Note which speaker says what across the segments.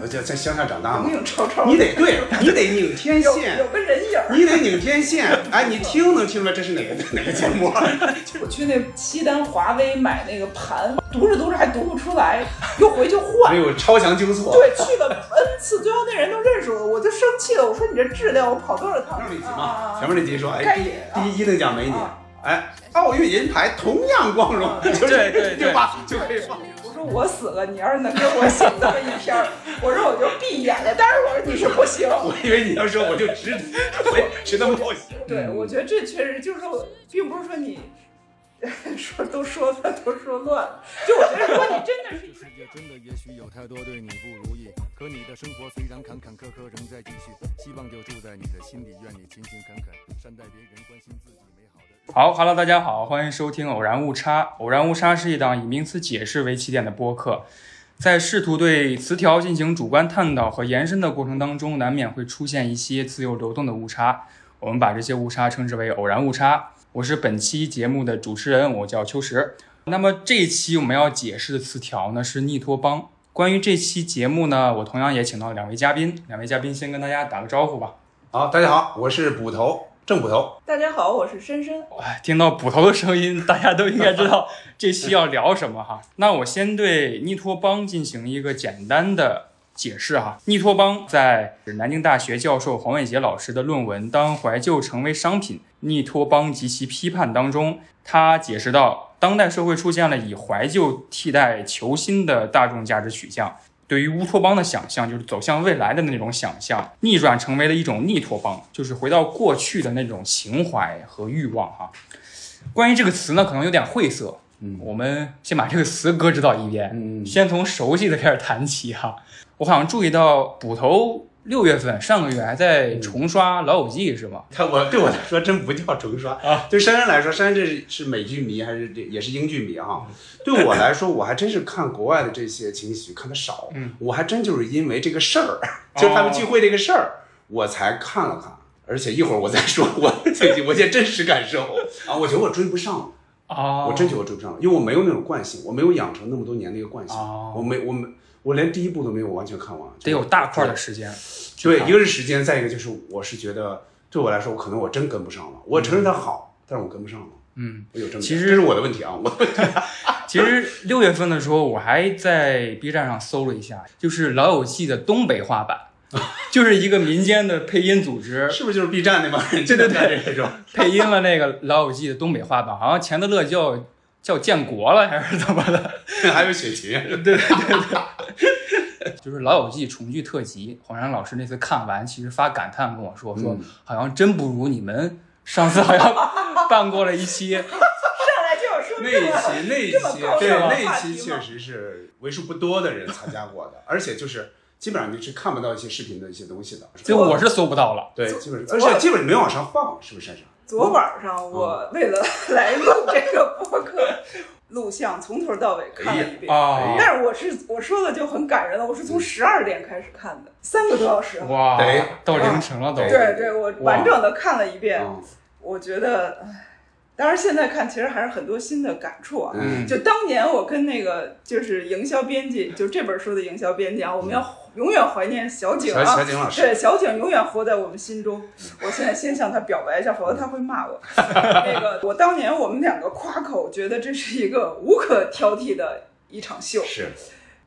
Speaker 1: 我就在乡下长大
Speaker 2: 有
Speaker 1: 嘛
Speaker 2: 没，有吵吵？
Speaker 1: 你得对，你得拧天
Speaker 2: 有
Speaker 1: 线，
Speaker 2: 啊有个人影儿。
Speaker 1: 你得拧天线，哎，你听能听出来这是哪个哪个节目？啊
Speaker 2: 我去那西单华威买那个盘，读着读着还读不出来，又回去换
Speaker 1: 哎。呦，超强纠错，
Speaker 2: 对，去了 N 次，最后那人都认识我，我就生气了。我说你这质量，我跑多少趟？
Speaker 1: 前面那集
Speaker 2: 啊
Speaker 1: 嘛，
Speaker 2: 啊
Speaker 1: 前面那集说，
Speaker 2: 该
Speaker 1: 哎，
Speaker 2: 你啊
Speaker 1: 第一第一等奖没你
Speaker 2: 啊，
Speaker 1: 哎，奥运银牌同样光荣，
Speaker 2: 对
Speaker 1: 就是
Speaker 3: 对对
Speaker 1: 啊对吧？就可以放。
Speaker 2: 我说我死了，你要是能给我写这么一篇儿，我说我就闭眼睛。当然我说你是不 行。
Speaker 1: 我以为你要说我就 直，谁谁那么冒险？
Speaker 2: 对，我觉得这确实就是说，并不是说你 说都说的都说乱了，就我觉得如果你真的是
Speaker 4: 这世界真的也许有太多对你不如意，可你的生活虽然坎坎坷坷仍在继续，希望就住在你的心里，愿你勤勤恳恳，善待别人，关心自己美好的日子。
Speaker 3: 好哈喽，大家好，欢迎收听《偶然误差》。《偶然误差》是一档以名词解释为起点的播客，在试图对词条进行主观探讨和延伸的过程当中，难免会出现一些自由流动的误差，我们把这些误差称之为偶然误差。我是本期节目的主持人，我叫秋实。那么这一期我们要解释的词条呢是逆托邦。关于这期节目呢，我同样也请到了两位嘉宾，两位嘉宾先跟大家打个招呼吧。
Speaker 1: 好，大家好，我是捕头郑捕头，
Speaker 2: 大家好，我是深深，
Speaker 3: 哎，听到捕头的声音，大家都应该知道这期要聊什么哈。那我先对逆托邦进行一个简单的解释哈。逆托邦在南京大学教授黄伟杰老师的论文《当怀旧成为商品：逆托邦及其批判》当中，他解释到，当代社会出现了以怀旧替代求新的大众价值取向。对于乌托邦的想象，就是走向未来的那种想象，逆转成为了一种逆托邦，就是回到过去的那种情怀和欲望哈、关于这个词呢，可能有点晦涩，
Speaker 1: 嗯
Speaker 3: 我们先把这个词搁置到一边，
Speaker 1: 嗯
Speaker 3: 先从熟悉的开始谈起哈、我好像注意到捕头六月份上个月还在重刷《老友记》是吗？
Speaker 1: 他我对我来说真不叫重刷
Speaker 3: 啊。
Speaker 1: 对珊珊来说，珊珊这是是美剧迷还是这也是英剧迷
Speaker 3: 嗯
Speaker 1: 啊？对我来说，我还真是看国外的这些情景喜剧看的少，
Speaker 3: 嗯，哦
Speaker 1: 我还真就是因为这个事儿，就是他们聚会这个事儿，我才看了看。而且一会儿我再说我最近我现在真实感受啊，我觉得我追不上了，
Speaker 3: 啊
Speaker 1: 嗯我真觉得我追不上了，因为我没有那种惯性，我没有养成那么多年的一个惯性，
Speaker 3: 哦
Speaker 1: 我没我没我连第一部都没有完全看完，
Speaker 3: 得有大块的时间，
Speaker 1: 对，
Speaker 3: 看
Speaker 1: 一个是时间，再一个就是我是觉得对我来说，可能我真跟不上了。我承认它好，但是我跟不上了，
Speaker 3: 嗯。
Speaker 1: 我有这么
Speaker 3: 其实
Speaker 1: 这是我的问题啊，我
Speaker 3: 其实六月份的时候，我还在 B 站上搜了一下，就是《老友记》的东北 话版，就是一个民间的配音组 织
Speaker 1: 是不是就是 B 站那帮人？
Speaker 3: 对对对
Speaker 1: 干 这种
Speaker 3: 配音了那个《老友记》的东北话版，好像钱德勒叫叫建国了还是怎么的？
Speaker 1: 还有雪琴，
Speaker 3: 就是《老友记》重聚特辑，黄山老师那次看完，其实发感叹跟我说，说
Speaker 1: 嗯
Speaker 3: 好像真不如你们上次好像办过了一期，
Speaker 2: 上来就有说
Speaker 1: 那
Speaker 2: 这
Speaker 1: 一
Speaker 2: 么
Speaker 1: 期那一
Speaker 2: 这么
Speaker 1: 期
Speaker 2: 高
Speaker 1: 对
Speaker 2: 尚的
Speaker 1: 那一
Speaker 2: 话题
Speaker 1: 期确
Speaker 2: 吗
Speaker 1: 实是为数不多的人参加过的，而且就是基本上你是看不到一些视频的一些东西的，
Speaker 3: 所以我是搜不到了。
Speaker 1: 对，基本上而且基本上没往上放，是不是珊珊？
Speaker 2: 昨晚上我
Speaker 1: 嗯
Speaker 2: 为了 来录这个播客， 录像从头到尾看了一遍。
Speaker 3: 啊
Speaker 1: 哎呀嗯
Speaker 2: 但是我是我说的就很感人了，我是从十二点开始看的，三个多小时。
Speaker 3: 哇
Speaker 1: 对，
Speaker 2: 哎
Speaker 3: 到凌晨了都。
Speaker 2: 对对，我完整的看了一遍，
Speaker 1: 嗯
Speaker 2: 我觉得，唉当然现在看其实还是很多新的感触啊。
Speaker 1: 嗯，
Speaker 2: 就当年我跟那个就是营销编辑，就这本书的营销编辑啊，我们要永远怀念小景
Speaker 1: 嗯小
Speaker 2: 啊，
Speaker 1: 小景老师
Speaker 2: 对，小景永远活在我们心中。我现在先向他表白一下，否则他会骂我。那个，我当年我们两个夸口，觉得这是一个无可挑剔的一场秀，
Speaker 1: 是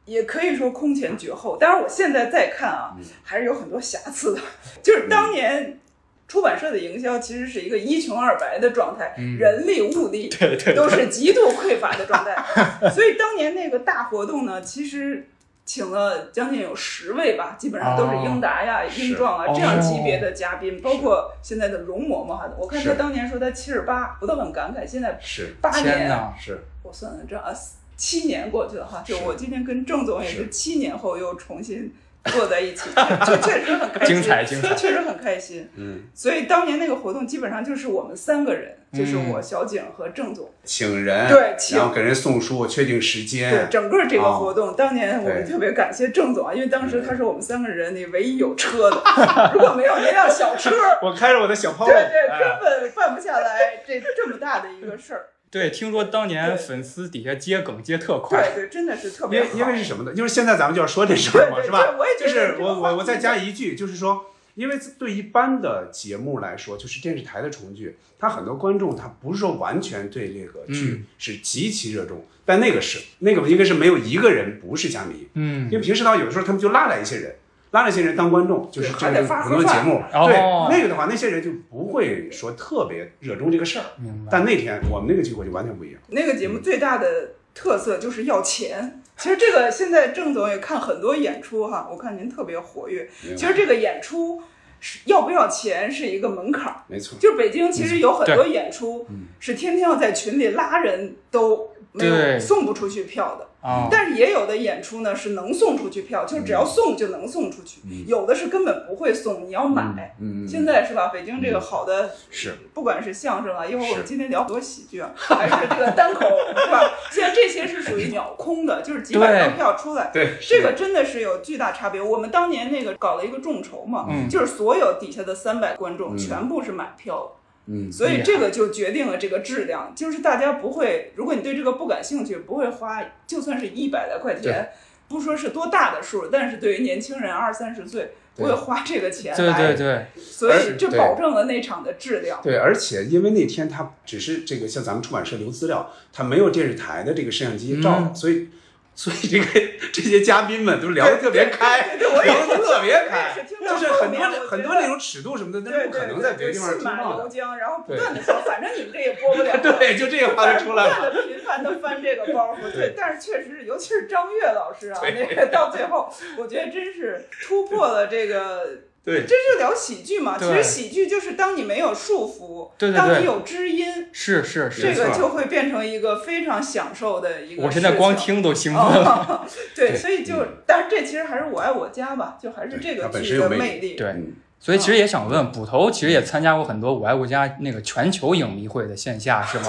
Speaker 2: 也可以说空前绝后。但是我现在再看啊，
Speaker 3: 嗯
Speaker 2: 还是有很多瑕疵的。 就是当年出版社的营销其实是一个一穷二白的状态，人力物力
Speaker 3: 嗯对对
Speaker 2: 都是极度匮乏的状态。 所以当年那个大活动呢，其实。请了将近有十位吧，基本上都是英达呀、英壮啊
Speaker 3: 哦是哦
Speaker 2: 这样级别的嘉宾，包括现在的容嬷嬷哈。我看
Speaker 1: 是
Speaker 2: 他当年说他七十八，我都很感慨。现在
Speaker 1: 是嗯
Speaker 2: 八
Speaker 3: 天
Speaker 2: 年
Speaker 3: 哪！
Speaker 1: 是，
Speaker 2: 我算算这啊，七年过去了哈，就是我今天跟郑总也是
Speaker 1: 是
Speaker 2: 七年后又重新坐在一起，就确实很开心，
Speaker 3: 精彩精彩
Speaker 2: 确实很开心。
Speaker 1: 嗯，
Speaker 2: 所以当年那个活动基本上就是我们三个人，就是我、小景和郑总，
Speaker 1: 请人
Speaker 2: 对请
Speaker 1: 然后给人送书，确定时
Speaker 2: 对
Speaker 1: 间，
Speaker 2: 整个这个活动，当年我们
Speaker 1: 对
Speaker 2: 特别感谢郑总啊，因为当时他是我们三个人里唯一有车的，如果没有那辆小车，
Speaker 1: 我开着我的小 Polo，
Speaker 2: 对对，
Speaker 1: 哦哎
Speaker 2: 根本办不下来这这么大的一个事儿。
Speaker 3: 对，听说当年粉丝底下接梗接特快，
Speaker 2: 对对，真的是特
Speaker 1: 因
Speaker 2: 别
Speaker 1: 为
Speaker 2: 好。
Speaker 1: 因为是什么呢？因为现在咱们就要说这事儿嘛，
Speaker 2: 对对
Speaker 1: 是吧
Speaker 2: 对我也？觉
Speaker 1: 就
Speaker 2: 得
Speaker 1: 是
Speaker 2: 这个
Speaker 1: 我
Speaker 2: 话
Speaker 1: 我
Speaker 2: 题
Speaker 1: 我再加一句，就是说，因为对一般的节目来说，就是电视台的重聚，他很多观众他不是说完全对这个剧是极其热衷，但那个是那个应该是没有一个人不是虾迷，
Speaker 3: 嗯
Speaker 1: 因为平时呢有的时候他们就拉来一些人。拉了一些人当观众，就是
Speaker 2: 对
Speaker 1: 这
Speaker 2: 还
Speaker 1: 个
Speaker 2: 得发
Speaker 1: 很多
Speaker 2: 盒
Speaker 1: 节
Speaker 2: 饭
Speaker 1: 目，
Speaker 3: 哦
Speaker 1: 对那个的话，那些人就不会说特别热衷这个事儿。
Speaker 2: 嗯
Speaker 3: 明白。
Speaker 1: 但那天我们那个聚会就完全不一样。
Speaker 2: 那个节目最大的特色就是要钱。其实这个现在郑总也看很多演出哈，我看您特别活跃。其实这个演出是要不要钱是一个门槛儿，
Speaker 1: 没错，
Speaker 2: 就是北京其实有很多演出是天天要在群里拉人都没
Speaker 3: 对
Speaker 2: 有送不出去票的，
Speaker 3: 啊、
Speaker 2: 但是也有的演出呢是能送出去
Speaker 1: 嗯
Speaker 2: 票，就只要送就能送出去，有的是根本不会送，你要买。
Speaker 1: 嗯，
Speaker 2: 现在是吧？北京这个好的
Speaker 1: 是
Speaker 2: 不管是相声啊，因为我
Speaker 1: 是
Speaker 2: 们今天聊很多喜剧啊， 还是这个单口，是吧？现在这些是属于秒空的，就是几百张票出来。
Speaker 1: 对
Speaker 2: 这个真的是有巨大差别。我们当年那个搞了一个众筹嘛，
Speaker 3: 嗯
Speaker 2: 就是所有底下的三百观众
Speaker 1: 嗯
Speaker 2: 全部是买票，
Speaker 1: 嗯
Speaker 2: 所以这个就决定了这个质量。就是大家不会，如果你对这个不感兴趣，不会花，就算是一百来块钱，不说是多大的数，但是对于年轻人二三十岁，不会花这个钱
Speaker 3: 对
Speaker 2: 来，
Speaker 3: 对对，
Speaker 2: 所以
Speaker 1: 而
Speaker 2: 这
Speaker 1: 对
Speaker 2: 保证了那场的质量。
Speaker 1: 对，而且因为那天他只是这个向咱们出版社留资料，他没有电视台的这个摄像机照，
Speaker 3: 嗯
Speaker 1: 所以所以这个这些嘉宾们都聊得特别开，
Speaker 2: 对，我也
Speaker 1: 聊得特别
Speaker 2: 我也
Speaker 1: 开，
Speaker 2: 是听到
Speaker 1: 就是
Speaker 2: 后
Speaker 1: 很
Speaker 2: 面
Speaker 1: 多
Speaker 2: 我觉得
Speaker 1: 很多那种尺度什么的，那
Speaker 2: 对
Speaker 1: 是不可
Speaker 2: 对
Speaker 1: 能
Speaker 2: 对，
Speaker 1: 在别的地方
Speaker 2: 信
Speaker 1: 听
Speaker 2: 马
Speaker 1: 到
Speaker 2: 由
Speaker 1: 的。。
Speaker 2: 缰，然后不断的说，反正你们这也播不了
Speaker 1: 对，就这个话就出来
Speaker 2: 但
Speaker 1: 了。
Speaker 2: 是不断的频繁的翻这个包袱，
Speaker 1: 对
Speaker 2: 对，但是确实是，尤其是张悦老师啊，那个到最后，我觉得真是突破了这个，
Speaker 1: 对
Speaker 2: 这，就聊喜剧嘛。其实
Speaker 3: 对
Speaker 2: 喜剧就是当你没有束缚，
Speaker 3: 对对
Speaker 2: 当
Speaker 3: 对
Speaker 2: 你有知音，
Speaker 3: 是是是。
Speaker 2: 这
Speaker 1: 没
Speaker 2: 个
Speaker 1: 错
Speaker 2: 就会变成一个非常享受的一个事情。
Speaker 3: 我现在光听都兴奋了。
Speaker 2: 哦， 对，
Speaker 1: 对嗯
Speaker 2: 所以就，但是这其实还是我爱我家吧，就还是这
Speaker 1: 对
Speaker 2: 个
Speaker 1: 它本
Speaker 2: 剧
Speaker 1: 身有
Speaker 2: 的
Speaker 1: 魅力
Speaker 2: 魅力。
Speaker 3: 对
Speaker 1: 嗯，
Speaker 3: 所以其实也想问，捕头其实也参加过很多《我爱国家》那个全球影迷会的线下，是 吗？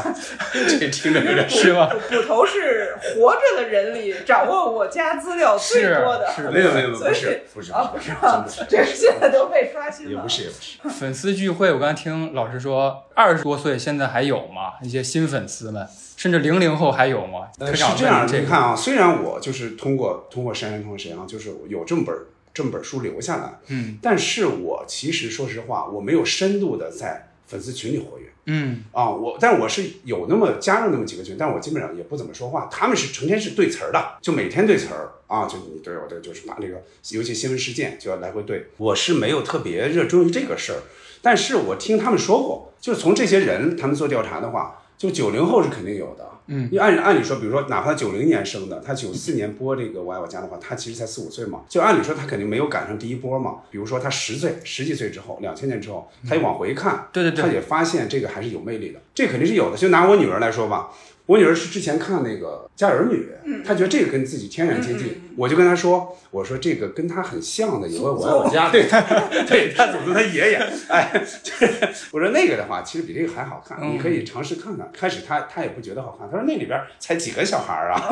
Speaker 1: 这听着有点
Speaker 3: 是吗？
Speaker 2: 捕头是活着的人里掌握我家资料最
Speaker 3: 是
Speaker 2: 多的，
Speaker 1: 没
Speaker 3: 是。
Speaker 1: 有没有，没有
Speaker 2: 所以
Speaker 1: 不是不是
Speaker 2: 啊，不是
Speaker 1: 是，
Speaker 2: 啊
Speaker 1: 真，
Speaker 2: 这个现在都被刷新
Speaker 1: 也
Speaker 2: 了。
Speaker 1: 不是也不是，
Speaker 3: 粉丝聚会，我刚才听老师说，二十多岁现在还有吗？一些新粉丝们，甚至零零后还有吗？
Speaker 1: 呃，
Speaker 3: 特
Speaker 1: 是
Speaker 3: 想问
Speaker 1: 这样的，
Speaker 3: 这
Speaker 1: 你
Speaker 3: 个
Speaker 1: 看啊，虽然我就是通过通过山山通过沈阳，就是有这么本儿这么本儿书留下来，
Speaker 3: 嗯
Speaker 1: 但是我其实说实话，我没有深度的在粉丝群里活跃
Speaker 3: 嗯，
Speaker 1: 啊，我但我是有那么加入那么几个群，但我基本上也不怎么说话。他们是成天是对词儿的，就每天对词儿啊，就你对我对，就是把这个，尤其新闻事件就要来回对。我是没有特别热衷于这个事儿，但是我听他们说过，就是从这些人他们做调查的话，就九零后是肯定有的。
Speaker 3: 嗯，
Speaker 1: 因为按按理说，比如说，哪怕九零年生的，他九四年播这个《我爱我家》的话，他其实才四五岁嘛，就按理说他肯定没有赶上第一波嘛。比如说他十岁、十几岁之后，两千年之后，他一往回看，
Speaker 3: 对对对
Speaker 1: 他也发现这个还是有魅力的，这肯定是有的。就拿我女儿来说吧，我女儿是之前看那个《家有儿女》，她觉得这个跟自己天然接近，我就跟她说，我说这个跟她很像的，有个《我爱我家》，对，她 对她总是她爷爷，哎，就是我说那个的话，其实比这个还好看，
Speaker 3: 嗯
Speaker 1: 你可以尝试看看。开始她她也不觉得好看，她说那里边才几个小孩儿 啊，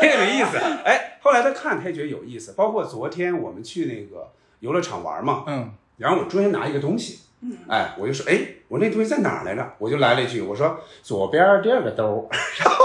Speaker 1: 这个没意思。哎，后来她看，她也觉得有意思。包括昨天我们去那个游乐场玩嘛，
Speaker 3: 嗯，
Speaker 1: 然后我中间拿一个东西，
Speaker 2: 嗯
Speaker 1: 哎，我就说，哎，我那东西在哪儿来着？我就来了一句，我说左边第二个兜儿， 然后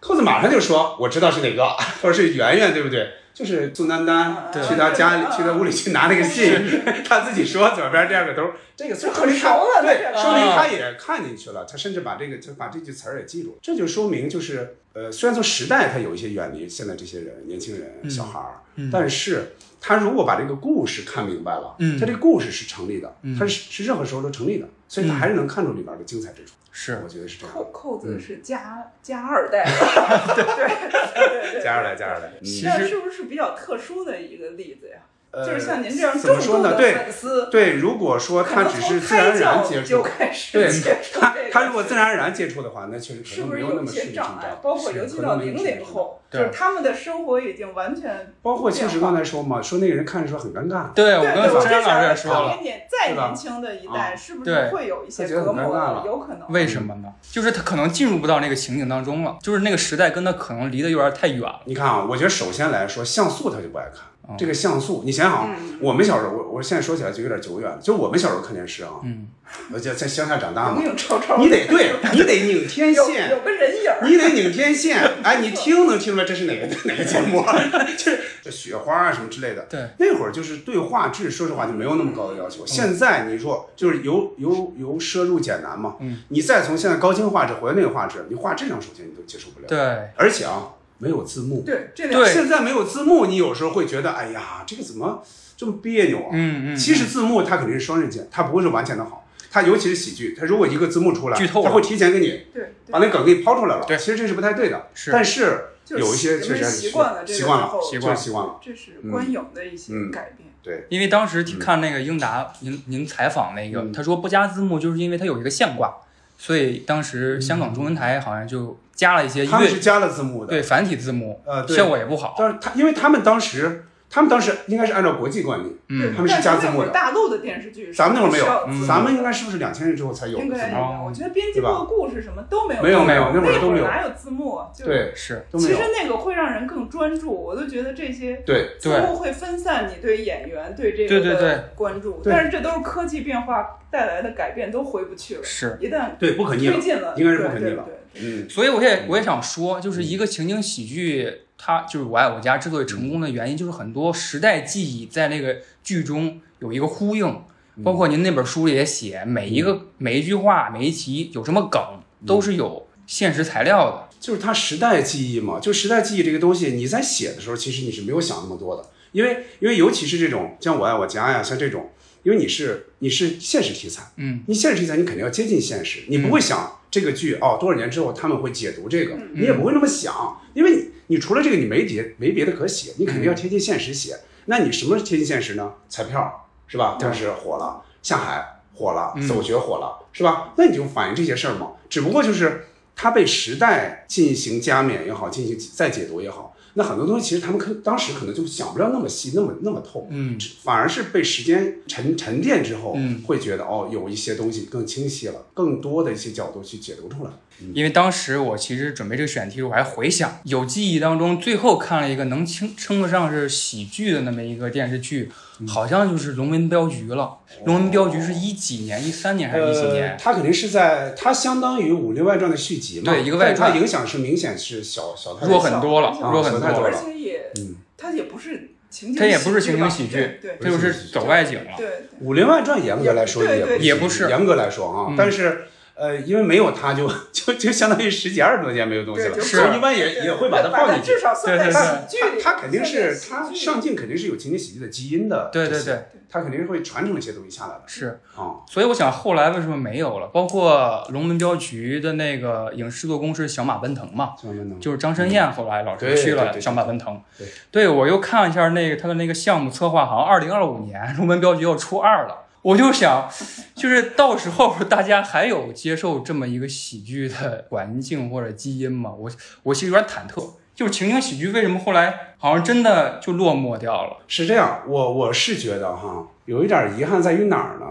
Speaker 1: 扣子马上就说，我知道是哪个，他说是圆圆，对不对？就是宋丹丹
Speaker 2: 对
Speaker 1: 去他家里
Speaker 2: 啊，
Speaker 1: 去他屋里去拿那个信， 他自己说左边第二个兜儿，这个说
Speaker 2: 很
Speaker 1: 明他
Speaker 2: 熟了
Speaker 1: 对
Speaker 2: 这，个
Speaker 1: 说明
Speaker 3: 啊
Speaker 1: 他也看进去了，他甚至把这个就把这句词儿也记住了，这就说明就是呃，虽然从时代他有一些远离现在这些人年轻
Speaker 3: 嗯
Speaker 1: 人小孩儿，但是他如果把这个故事看明白了，
Speaker 3: 嗯
Speaker 1: 他这个故事是成立的，他是是任何时候都成立的，所以他
Speaker 3: 嗯
Speaker 1: 还是能看出里边的精彩之处。
Speaker 3: 是
Speaker 1: 我觉得是这样。
Speaker 2: 扣扣
Speaker 1: 嗯
Speaker 2: 子是加加 二代，对对对，
Speaker 1: 加上来，加上来，嗯，
Speaker 3: 其
Speaker 2: 那
Speaker 3: 实
Speaker 2: 是不是比较特殊的一个例子呀？
Speaker 1: 呃
Speaker 2: 就是像您这样
Speaker 1: 怎么
Speaker 2: 重
Speaker 1: 说
Speaker 2: 度
Speaker 1: 呢
Speaker 2: 的
Speaker 1: 对
Speaker 2: 粉丝，
Speaker 1: 对，如果说
Speaker 2: 可
Speaker 1: 他
Speaker 2: 能
Speaker 1: 只是
Speaker 2: 从
Speaker 1: 自然
Speaker 2: 胎
Speaker 1: 而然
Speaker 2: 教
Speaker 1: 接
Speaker 2: 就
Speaker 1: 触，
Speaker 2: 开始
Speaker 1: 对
Speaker 2: 接触
Speaker 1: 他
Speaker 2: 这个
Speaker 1: 他如果自然而然接触的话，那确实
Speaker 2: 是
Speaker 1: 可
Speaker 2: 不
Speaker 1: 能没
Speaker 2: 是
Speaker 1: 有那
Speaker 2: 有
Speaker 1: 么顺
Speaker 2: 些
Speaker 1: 理成
Speaker 2: 障碍
Speaker 1: 章？。
Speaker 2: 包括尤
Speaker 1: 可
Speaker 2: 其
Speaker 1: 能
Speaker 2: 到
Speaker 1: 没有
Speaker 2: 零
Speaker 1: 那么顺理
Speaker 2: 零
Speaker 1: 成
Speaker 2: 后，就
Speaker 3: 对
Speaker 2: 是他们的生活已经完全
Speaker 1: 章，包括确实刚才说嘛，说那个人看着说很尴尬，
Speaker 3: 对我
Speaker 2: 对
Speaker 3: 跟
Speaker 2: 对，我
Speaker 3: 山
Speaker 2: 这
Speaker 3: 老
Speaker 2: 想
Speaker 3: 师也
Speaker 2: 问
Speaker 3: 说了，
Speaker 2: 年年再
Speaker 1: 是吧嗯
Speaker 2: 年轻的一代，是不
Speaker 3: 对
Speaker 2: 是会有一些
Speaker 1: 他觉得
Speaker 2: 隔
Speaker 1: 很尴
Speaker 2: 膜
Speaker 1: 尬了
Speaker 2: 呢？有可能。
Speaker 3: 为什么呢？就是他可能进入不到那个情景当中了，就是那个时代跟他可能离得有点太远了。
Speaker 1: 你看啊，我觉得首先来说，像素他就不爱看，这个像素，你想想啊，
Speaker 2: 嗯
Speaker 1: 我们小时候，我我现在说起来就有点久远了，就我们小时候看电视啊，
Speaker 3: 嗯，
Speaker 1: 而且在乡下长大
Speaker 2: 有
Speaker 1: 嘛
Speaker 2: 没，有超超？
Speaker 1: 你得对，你得拧天
Speaker 2: 有
Speaker 1: 线，
Speaker 2: 有个人影儿，
Speaker 1: 你得拧天线，哎，你听能听出来这是哪个哪个节目啊？ 这这雪花啊什么之类的。
Speaker 3: 对，
Speaker 1: 那会儿就是对画质，说实话就没有那么高的要求。现在你说就是由由由奢入俭难嘛，
Speaker 3: 嗯，
Speaker 1: 你再从现在高清画质回到那个画质，你画质上首先你都接受不了，，
Speaker 3: 对，
Speaker 1: 而且啊没有字幕，
Speaker 2: 对，这
Speaker 3: 对
Speaker 2: 两
Speaker 1: 现在没有字幕，你有时候会觉得哎呀这个怎么这么别扭啊？
Speaker 3: 嗯嗯，
Speaker 1: 其实字幕它肯定是双刃剑，它不会是完全的好。它尤其是喜剧，它如果一个字幕出来，
Speaker 3: 剧透了
Speaker 1: 它会提前给你
Speaker 2: 对
Speaker 1: 把
Speaker 2: 对，
Speaker 1: 那梗给抛出来了。
Speaker 3: 对
Speaker 1: 其实这是不太对的。
Speaker 3: 是
Speaker 1: 但是
Speaker 2: 就是
Speaker 1: 有一些
Speaker 2: 人
Speaker 1: 确
Speaker 2: 们
Speaker 1: 实很
Speaker 2: 习惯了这个
Speaker 1: 习惯
Speaker 2: 之
Speaker 1: 了，
Speaker 2: 后
Speaker 3: 习
Speaker 1: 就是习惯了。
Speaker 2: 这是
Speaker 1: 嗯
Speaker 2: 观影的一些
Speaker 1: 嗯
Speaker 2: 改变。
Speaker 1: 对，
Speaker 3: 因为当时看那个英达，您您采访那个，
Speaker 1: 嗯
Speaker 3: 他说不加字幕，就是因为它有一个象挂，所以当时香港中文台好像就加了一些
Speaker 1: 嗯他们是
Speaker 3: 粤
Speaker 1: 加了字幕的。
Speaker 3: 对，繁体字幕，
Speaker 1: 呃，对
Speaker 3: 效。果也不好。
Speaker 1: 但是他因为他们当时，他们当时应该是按照国际惯例，
Speaker 2: 对
Speaker 3: 嗯，
Speaker 1: 他们是加字幕的
Speaker 2: 但那会儿大陆的电视剧是
Speaker 1: 咱们那会儿没有嗯
Speaker 2: 需要字幕的
Speaker 1: 咱们应该是不是两千年之后才有的
Speaker 2: 应
Speaker 1: 字
Speaker 2: 该
Speaker 1: 幕？
Speaker 2: 有。我觉得编辑部的故事什么都没有，
Speaker 1: 没有
Speaker 3: 没
Speaker 1: 没
Speaker 3: 有
Speaker 1: 有，那会儿
Speaker 2: 那
Speaker 1: 都没有，
Speaker 2: 哪有字幕啊？就是，
Speaker 1: 对，
Speaker 3: 是，
Speaker 1: 都没
Speaker 2: 其
Speaker 1: 有
Speaker 2: 实。那个会让人更专注，我都觉得这些
Speaker 1: 对，
Speaker 2: 字幕会分散你对演员对这
Speaker 3: 对
Speaker 2: 个
Speaker 3: 对对
Speaker 2: 的关注，
Speaker 1: 对
Speaker 2: 但是这都是科技变化带来的改变，都回不去了。
Speaker 3: 是，
Speaker 2: 一旦
Speaker 1: 对，不可逆
Speaker 2: 推
Speaker 1: 了，
Speaker 2: 进了，
Speaker 1: 应该是不可逆
Speaker 2: 对对
Speaker 1: 了
Speaker 2: 对
Speaker 1: 嗯，
Speaker 3: 所以我也我也想说，就是一个情景喜剧，它就是《我爱我家》之所以成功的原因，就是很多时代记忆在那个剧中有一个呼应。包括您那本书里也写，每一个每一句话、每一集有什么梗，都是有现实材料的。
Speaker 1: 就是它时代记忆嘛，就时代记忆这个东西，你在写的时候，其实你是没有想那么多的，因为因为尤其是这种像《我爱我家》呀，像这种，因为你是你是现实题材。
Speaker 3: 嗯，
Speaker 1: 你现实题材，你肯定要接近现实，你不会想这个剧哦，多少年之后他们会解读这个，你也不会那么想，因为你你除了这个你没别没别的可写，你肯定要贴近现实写。那你什么贴近现实呢？彩票是吧？当时火了，下海火了
Speaker 3: 嗯，
Speaker 1: 走学火了，是吧？那你就反映这些事儿嘛，只不过就是它被时代进行加冕也好，进行再解读也好，那很多东西其实他们可当时可能就想不了那么细，那么那么透，
Speaker 3: 嗯，
Speaker 1: 反而是被时间沉沉淀之后，
Speaker 3: 嗯
Speaker 1: 会觉得哦，有一些东西更清晰了，更多的一些角度去解读出来。
Speaker 3: 嗯因为当时我其实准备这个选题，我还回想有记忆当中最后看了一个能称称得上是喜剧的那么一个电视剧，好像就是《龙门镖局》了。《龙门镖局》是一几年？一三年还是一几
Speaker 1: 呃
Speaker 3: 年？
Speaker 1: 它肯定是在它相当于《武林外传》的续集嘛，
Speaker 3: 对一个外
Speaker 1: 但
Speaker 3: 传
Speaker 1: 它影响是明显是小小太
Speaker 3: 弱
Speaker 1: 多
Speaker 3: 很多了，
Speaker 2: 小
Speaker 3: 弱很
Speaker 1: 小太
Speaker 3: 多
Speaker 1: 多
Speaker 2: 而
Speaker 1: 了
Speaker 3: 了。
Speaker 2: 且也
Speaker 1: 嗯，
Speaker 2: 它也不是情景喜剧吧，啊
Speaker 3: 它也不是情景喜剧
Speaker 2: 对对
Speaker 3: 这就是走外景了。
Speaker 2: 对，
Speaker 1: 《武林外传》严格来说
Speaker 2: 对对
Speaker 1: 也
Speaker 3: 也不是
Speaker 1: 严格来说啊，
Speaker 3: 嗯
Speaker 1: 但是呃，因为没有它就就就相当于十几二十多年没有东西
Speaker 2: 对，
Speaker 1: 了，
Speaker 2: 就是
Speaker 1: 所以一般也
Speaker 2: 对
Speaker 1: 也会把它放进去
Speaker 2: 至。少算在
Speaker 3: 对对
Speaker 2: 喜剧里。
Speaker 1: 它肯定是
Speaker 2: 算在
Speaker 1: 它
Speaker 2: 喜剧里
Speaker 1: 上镜肯定是有情景喜剧的基因的，
Speaker 3: 对对
Speaker 1: 这些
Speaker 3: 对，
Speaker 1: 它肯定是会传承一些东西下来的
Speaker 3: 是。
Speaker 1: 啊。
Speaker 3: 所以我想后来为什么没有了？包括龙门镖局的那个影视做工是小马奔腾嘛，
Speaker 1: 这样能
Speaker 3: 就是张申燕后来老师
Speaker 1: 对
Speaker 3: 去
Speaker 1: 对
Speaker 3: 了
Speaker 1: 对
Speaker 3: 小马奔腾
Speaker 1: 对。
Speaker 3: 对，我又看了一下那个他的那个项目策划，好像二零二五年龙门镖局要出二了。我就想，就是到时候 大家还有接受这么一个喜剧的环境或者基因吗？我我其实有点忐忑，就是情景喜剧为什么后来好像真的就落寞掉了？
Speaker 1: 是这样，我我是觉得哈，有一点遗憾在于哪儿呢？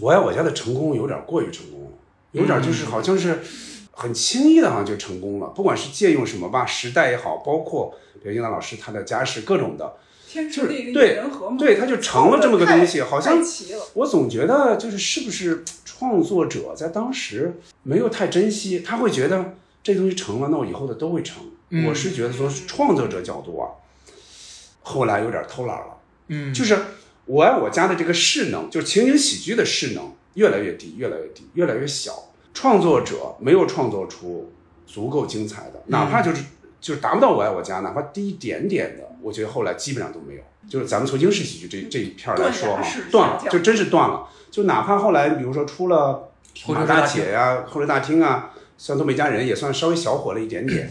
Speaker 1: 我爱我家的成功有点过于成功了，有点就是好像是很轻易的，好像就成功了。不管是借用什么吧，时代也好，包括比如英达老师他的家世各种的，
Speaker 2: 天时
Speaker 1: 就是
Speaker 2: 地利
Speaker 1: 对
Speaker 2: 人和嘛，
Speaker 1: 对，他就成了这么个东西，好像
Speaker 2: 太齐了。
Speaker 1: 我总觉得就是是不是创作者在当时没有太珍惜，他会觉得这东西成了，那我以后的都会成。
Speaker 3: 嗯
Speaker 1: 我是觉得说是创作者角度啊，后来有点偷懒了，
Speaker 3: 嗯
Speaker 1: 就是我爱我家的这个势能，就是情景喜剧的势能越来越低，越来越低，越来越小。创作者没有创作出足够精彩的，哪怕就是就是达不到我爱我家，哪怕低一点点的，我觉得后来基本上都没有。就是咱们从英式喜剧这这一片儿来说哈
Speaker 2: 断崖式，
Speaker 1: 断了
Speaker 2: 下，降
Speaker 1: 就真是断了。就哪怕后来，比如说出了《
Speaker 3: 后
Speaker 1: 马
Speaker 3: 车大
Speaker 1: 大
Speaker 3: 厅
Speaker 1: 姐》呀，《后车大厅》啊，虽然东北家人也算稍微小火了一点点，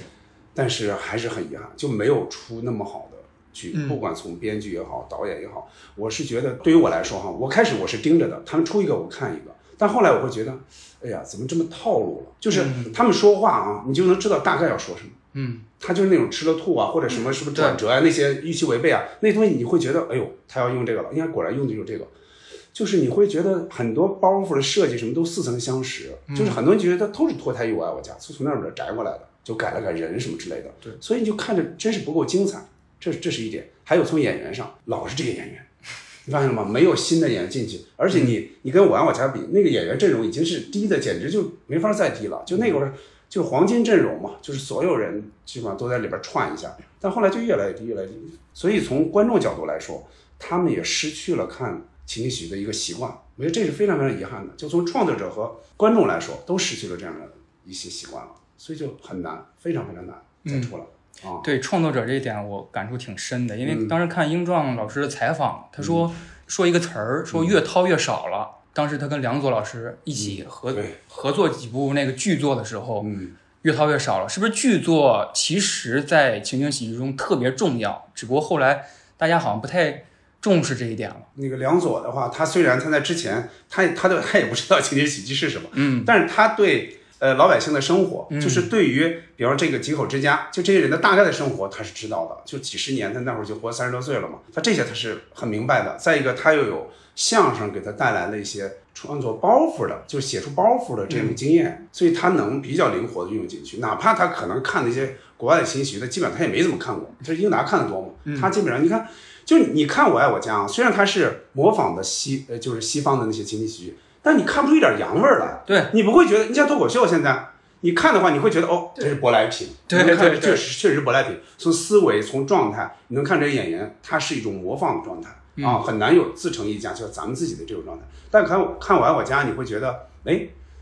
Speaker 1: 但是还是很遗憾，就没有出那么好的剧。
Speaker 3: 嗯
Speaker 1: 不管从编剧也好，导演也好，我是觉得对于我来说哈，我开始我是盯着的，他们出一个我看一个，但后来我会觉得，哎呀，怎么这么套路了？就是他们说话啊，你就能知道大概要说什么。
Speaker 3: 嗯，
Speaker 1: 他就是那种吃了吐啊，或者什么什么转折啊，那些预期违背啊，那东西你会觉得，哎呦，他要用这个了，应该果然用的就是这个，就是你会觉得很多包袱的设计什么都似曾相识，就是很多人觉得都是脱胎于啊我爱我家，是从那边摘过来的，就改了改人什么之类的，
Speaker 3: 对
Speaker 1: 所以你就看着真是不够精彩。这这是一点。还有从演员上，老是这个演员，你发现了吗？没有新的演员进去，而且你你跟我爱我家比，那个演员阵容已经是低的，简直就没法再低了。就那会儿就是黄金阵容嘛，就是所有人基本上都在里边串一下，但后来就越来越低，越来越低。所以从观众角度来说，他们也失去了看情景喜剧的一个习惯，我觉得这是非常非常遗憾的。就从创作者和观众来说，都失去了这样的一些习惯了，所以就很难，非常非常难再出来。啊、
Speaker 3: 对创作者这一点，我感触挺深的，因
Speaker 1: 嗯
Speaker 3: 为当时看英壮老师的采访，他说、说一个词儿，说
Speaker 1: 嗯
Speaker 3: 越掏越少了。当时他跟梁左老师一起合、
Speaker 1: 对
Speaker 3: 合作几部那个剧作的时候，
Speaker 1: 嗯，
Speaker 3: 越掏越少了。是不是剧作其实在情景喜剧中特别重要？只不过后来大家好像不太重视这一点了。
Speaker 1: 那个梁左的话，他虽然他在之前，他他对他也不知道情景喜剧是什么，嗯，但是他对呃老百姓的生活，就是对于呃比方说这个几口之家，就这些人的大概的生活，他是知道的。就几十年，他那会儿就活三十多岁了嘛，他这些他是很明白的。再一个，他又有相声给他带来了一些创作包袱的，就是写出包袱的这种经验，所以他能比较灵活的运用进去。哪怕他可能看那些国外的情景喜剧，他基本上他也没怎么看过，他是英达看的多嘛，他基本上你看。就你看《我爱我家》啊，虽然它是模仿的西呃，就是西方的那些情景喜剧，但你看不出一点洋味儿来。
Speaker 3: 对，
Speaker 1: 你不会觉得，你像脱口秀现在，你看的话，你会觉得哦，这是舶来品。
Speaker 3: 对
Speaker 1: 你能看
Speaker 3: 对对
Speaker 1: 确实确实是舶来品。从思维，从状态，你能看这个演员，他是一种模仿的状态
Speaker 3: 嗯
Speaker 1: 啊，很难有自成一家，就是咱们自己的这种状态。但看我看《我爱我家》，你会觉得，哎，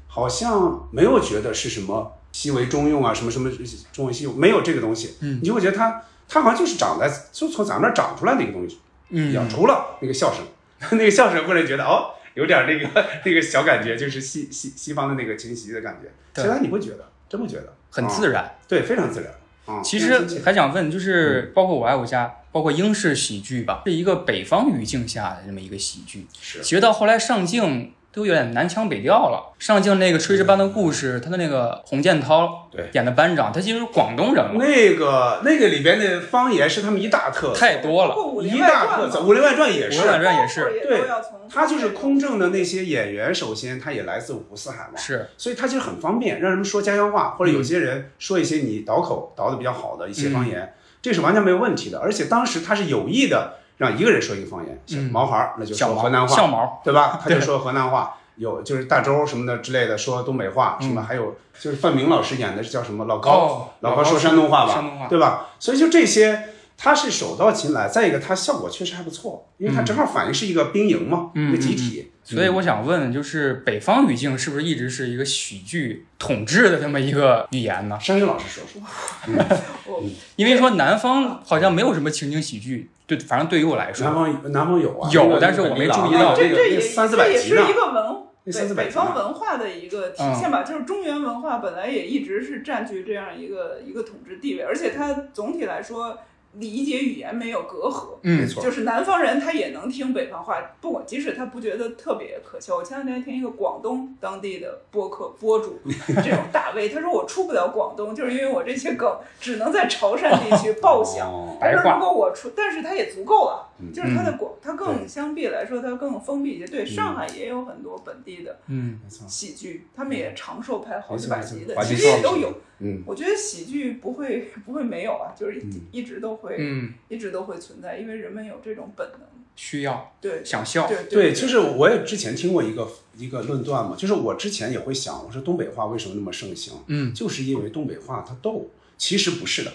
Speaker 1: 好像没有觉得是什么西为中用啊，什么什么中为西用，没有这个东西，嗯，你就会觉得它它好像就是长在就从咱们那儿长出来的一个东西，
Speaker 3: 嗯
Speaker 1: 一样，除了那个笑声， 那个笑声会让人觉得哦，有点那个那个小感觉，就是西西西方的那个情景喜剧的感觉，
Speaker 3: 对
Speaker 1: 其他你不觉得，真不觉得，
Speaker 3: 很
Speaker 1: 啊
Speaker 3: 自然。
Speaker 1: 对，非常自然啊。
Speaker 3: 其
Speaker 1: 非常亲
Speaker 3: 实
Speaker 1: 切
Speaker 3: 还想问，就是包括《我爱我家》，包括英式喜剧吧，是一个北方语境下的这么一个喜剧。
Speaker 1: 是
Speaker 3: 其实到后来上镜都有点南腔北调了。上镜那个《炊事班的故事》，他的那个洪建涛
Speaker 1: 嗯对
Speaker 3: 演的班长，他其实是广东人了，
Speaker 1: 那个那个里边的方言是他们一大特色，
Speaker 3: 太多
Speaker 2: 包
Speaker 3: 了。
Speaker 2: 括《武林
Speaker 1: 一
Speaker 2: 外
Speaker 1: 大
Speaker 2: 传
Speaker 1: 特》色，《
Speaker 2: 嘛，
Speaker 1: 武林外传》也
Speaker 3: 武林外
Speaker 1: 是
Speaker 3: 传。也是
Speaker 2: 包括也
Speaker 1: 对
Speaker 2: 都要从
Speaker 1: 他就是空政
Speaker 2: 啊
Speaker 1: 的那些演员，首先他也来自五湖四海嘛，
Speaker 3: 是，
Speaker 1: 所以它其实很方便，让人们说家乡话，或者有些人说一些你倒口倒的比较好的一些方言，这是完全没有问题的。而且当时他是有意的让一个人说一个方言，像
Speaker 3: 嗯
Speaker 1: 毛孩儿那就
Speaker 3: 小
Speaker 1: 说河
Speaker 3: 毛，
Speaker 1: 南
Speaker 3: 小
Speaker 1: 话，
Speaker 3: 毛，
Speaker 1: 对吧？他就说河南话。有就是大周什么的之类的说东北话，什么还有就是范明老师演的是叫什么老高，
Speaker 3: 嗯哦
Speaker 1: 老
Speaker 3: 老
Speaker 1: 高
Speaker 3: 高
Speaker 1: 说
Speaker 3: 说
Speaker 1: 山东话吧，嗯
Speaker 3: 山东话
Speaker 1: 对吧？所以就这些，他是手到擒来。再一个，他效果确实还不错，因为他正好反映是一个兵营嘛，
Speaker 3: 嗯
Speaker 1: 一个集体，
Speaker 3: 所以我想问，就是北方语境是不是一直是一个喜剧统治的这么一个语言呢？
Speaker 1: 山水老师说说，
Speaker 3: 因为说南方好像没有什么情景喜剧，对，反正对于我来
Speaker 1: 南
Speaker 3: 说，
Speaker 1: 方南方有啊，
Speaker 3: 有
Speaker 1: 那个啊
Speaker 3: 但是我没注意到
Speaker 1: 那
Speaker 2: 这
Speaker 1: 个
Speaker 2: 这
Speaker 1: 那
Speaker 2: 也
Speaker 1: 个三四百
Speaker 2: 这也
Speaker 1: 集
Speaker 2: 是
Speaker 1: 呢
Speaker 2: 一，个文
Speaker 1: 那三
Speaker 2: 北
Speaker 1: 四百
Speaker 2: 北
Speaker 1: 集呢
Speaker 2: 方文化的一个体现
Speaker 1: 嗯
Speaker 2: 吧，就是中原文化本来也一直是占据这样一个一个统治地位，而且它总体来说理解语言没有隔阂。
Speaker 1: 没
Speaker 3: 嗯，
Speaker 1: 错，
Speaker 2: 就是南方人他也能听北方话，不管即使他不觉得特别可笑。我前两天听一个广东当地的播客播主这种 大 V，他说我出不了广东，就是因为我这些梗只能在潮汕地区爆响。
Speaker 1: 哦
Speaker 2: 他
Speaker 3: 白
Speaker 2: 说
Speaker 3: 话
Speaker 2: 如果我出，但是他也足够了，
Speaker 1: 嗯
Speaker 2: 就是他的广，他
Speaker 1: 对嗯
Speaker 2: 更相比来说，他更封闭一些。对，上海也有很多本地的
Speaker 3: 嗯，
Speaker 1: 没错，
Speaker 2: 喜剧，他们也长寿拍好
Speaker 1: 没
Speaker 2: 几
Speaker 1: 错
Speaker 2: 百集的
Speaker 1: 没，错
Speaker 2: 其
Speaker 1: 嗯华
Speaker 2: 实
Speaker 1: 侨
Speaker 2: 也都有。
Speaker 1: 嗯，
Speaker 2: 我觉得喜剧不会不会没有啊，就是一
Speaker 1: 嗯
Speaker 2: 一直都会。
Speaker 3: 嗯，
Speaker 2: 一直都会存在，因为人们有这种本能。
Speaker 3: 需要
Speaker 2: 对，
Speaker 3: 想笑，
Speaker 2: 对
Speaker 1: 对，
Speaker 2: 对，
Speaker 1: 就是我也之前听过一个一个论断嘛，就是我之前也会想，我说东北话为什么那么盛行？
Speaker 3: 嗯，
Speaker 1: 就是因为东北话它逗，其实不是的，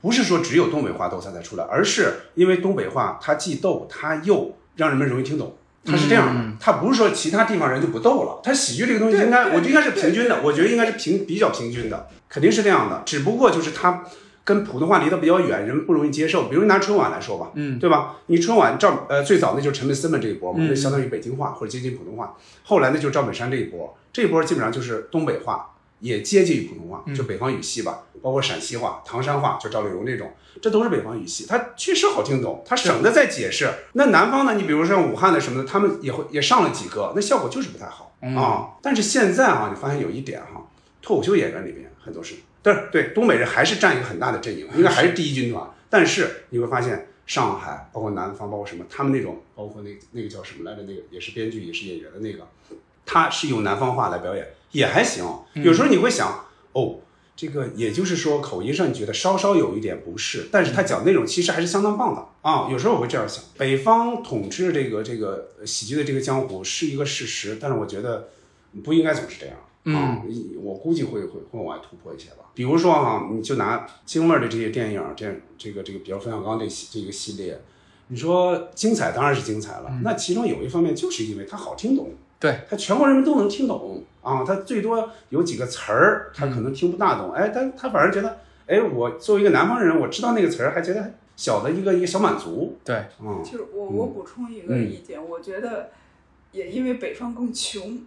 Speaker 1: 不是说只有东北话逗它才出来，而是因为东北话它既逗，它又让人们容易听懂。它是这样的，它不是说其他地方人就不逗了，它喜剧这个东西
Speaker 2: 嗯对
Speaker 1: 应该，
Speaker 2: 对
Speaker 1: 我觉得应该是平均的
Speaker 2: 对，对
Speaker 1: 我觉得应该是平比较平均的，肯定是这样的。只不过就是它跟普通话离得比较远，人们不容易接受。比如拿春晚来说吧，
Speaker 3: 嗯
Speaker 1: 对吧？你春晚赵呃最早那就是陈佩斯们这一波嘛，
Speaker 3: 嗯
Speaker 1: 那相当于北京话或者接近普通话。后来呢就是赵本山这一波，这一波基本上就是东北话，也接近于普通话，就北方语系吧，包括陕西话、唐山话，就赵丽蓉这种，这都是北方语系，它确实好听懂，它省得再解释。那南方呢，你比如说像武汉的什么的，他们也会也上了几个，那效果就是不太好啊、
Speaker 3: 嗯
Speaker 1: 但是现在啊，你发现有一点哈、脱口秀演员里面很多是，但是对东北人还是占一个很大的阵营，应该还是第一军团。但是你会发现，上海包括南方，包括什么，他们那种包括那那个叫什么来着，那个也是编剧也是演员的那个，他是用南方话来表演，也还行。有时候你会想，哦，这个也就是说，口音上你觉得稍稍有一点不适，但是他讲内容其实还是相当棒的啊。有时候我会这样想，北方统治这个这个呃喜剧的这个江湖是一个事实，但是我觉得不应该总是这样。啊，我估计会会会往外突破一些吧。比如说哈、你就拿京味儿的这些电影，这这个这个，比如冯小刚这系这个系列，你说精彩当然是精彩了。那其中有一方面就是因为它好听懂，
Speaker 3: 对，
Speaker 1: 它全国人民都能听懂啊。它最多有几个词儿，他可能听不大懂，哎，但他反而觉得，哎，我作为一个南方人，我知道那个词儿，还觉得小的一个一个小满足，
Speaker 3: 对，
Speaker 1: 嗯，
Speaker 2: 就是我我补充一个意见，我觉得也因为北方更 穷，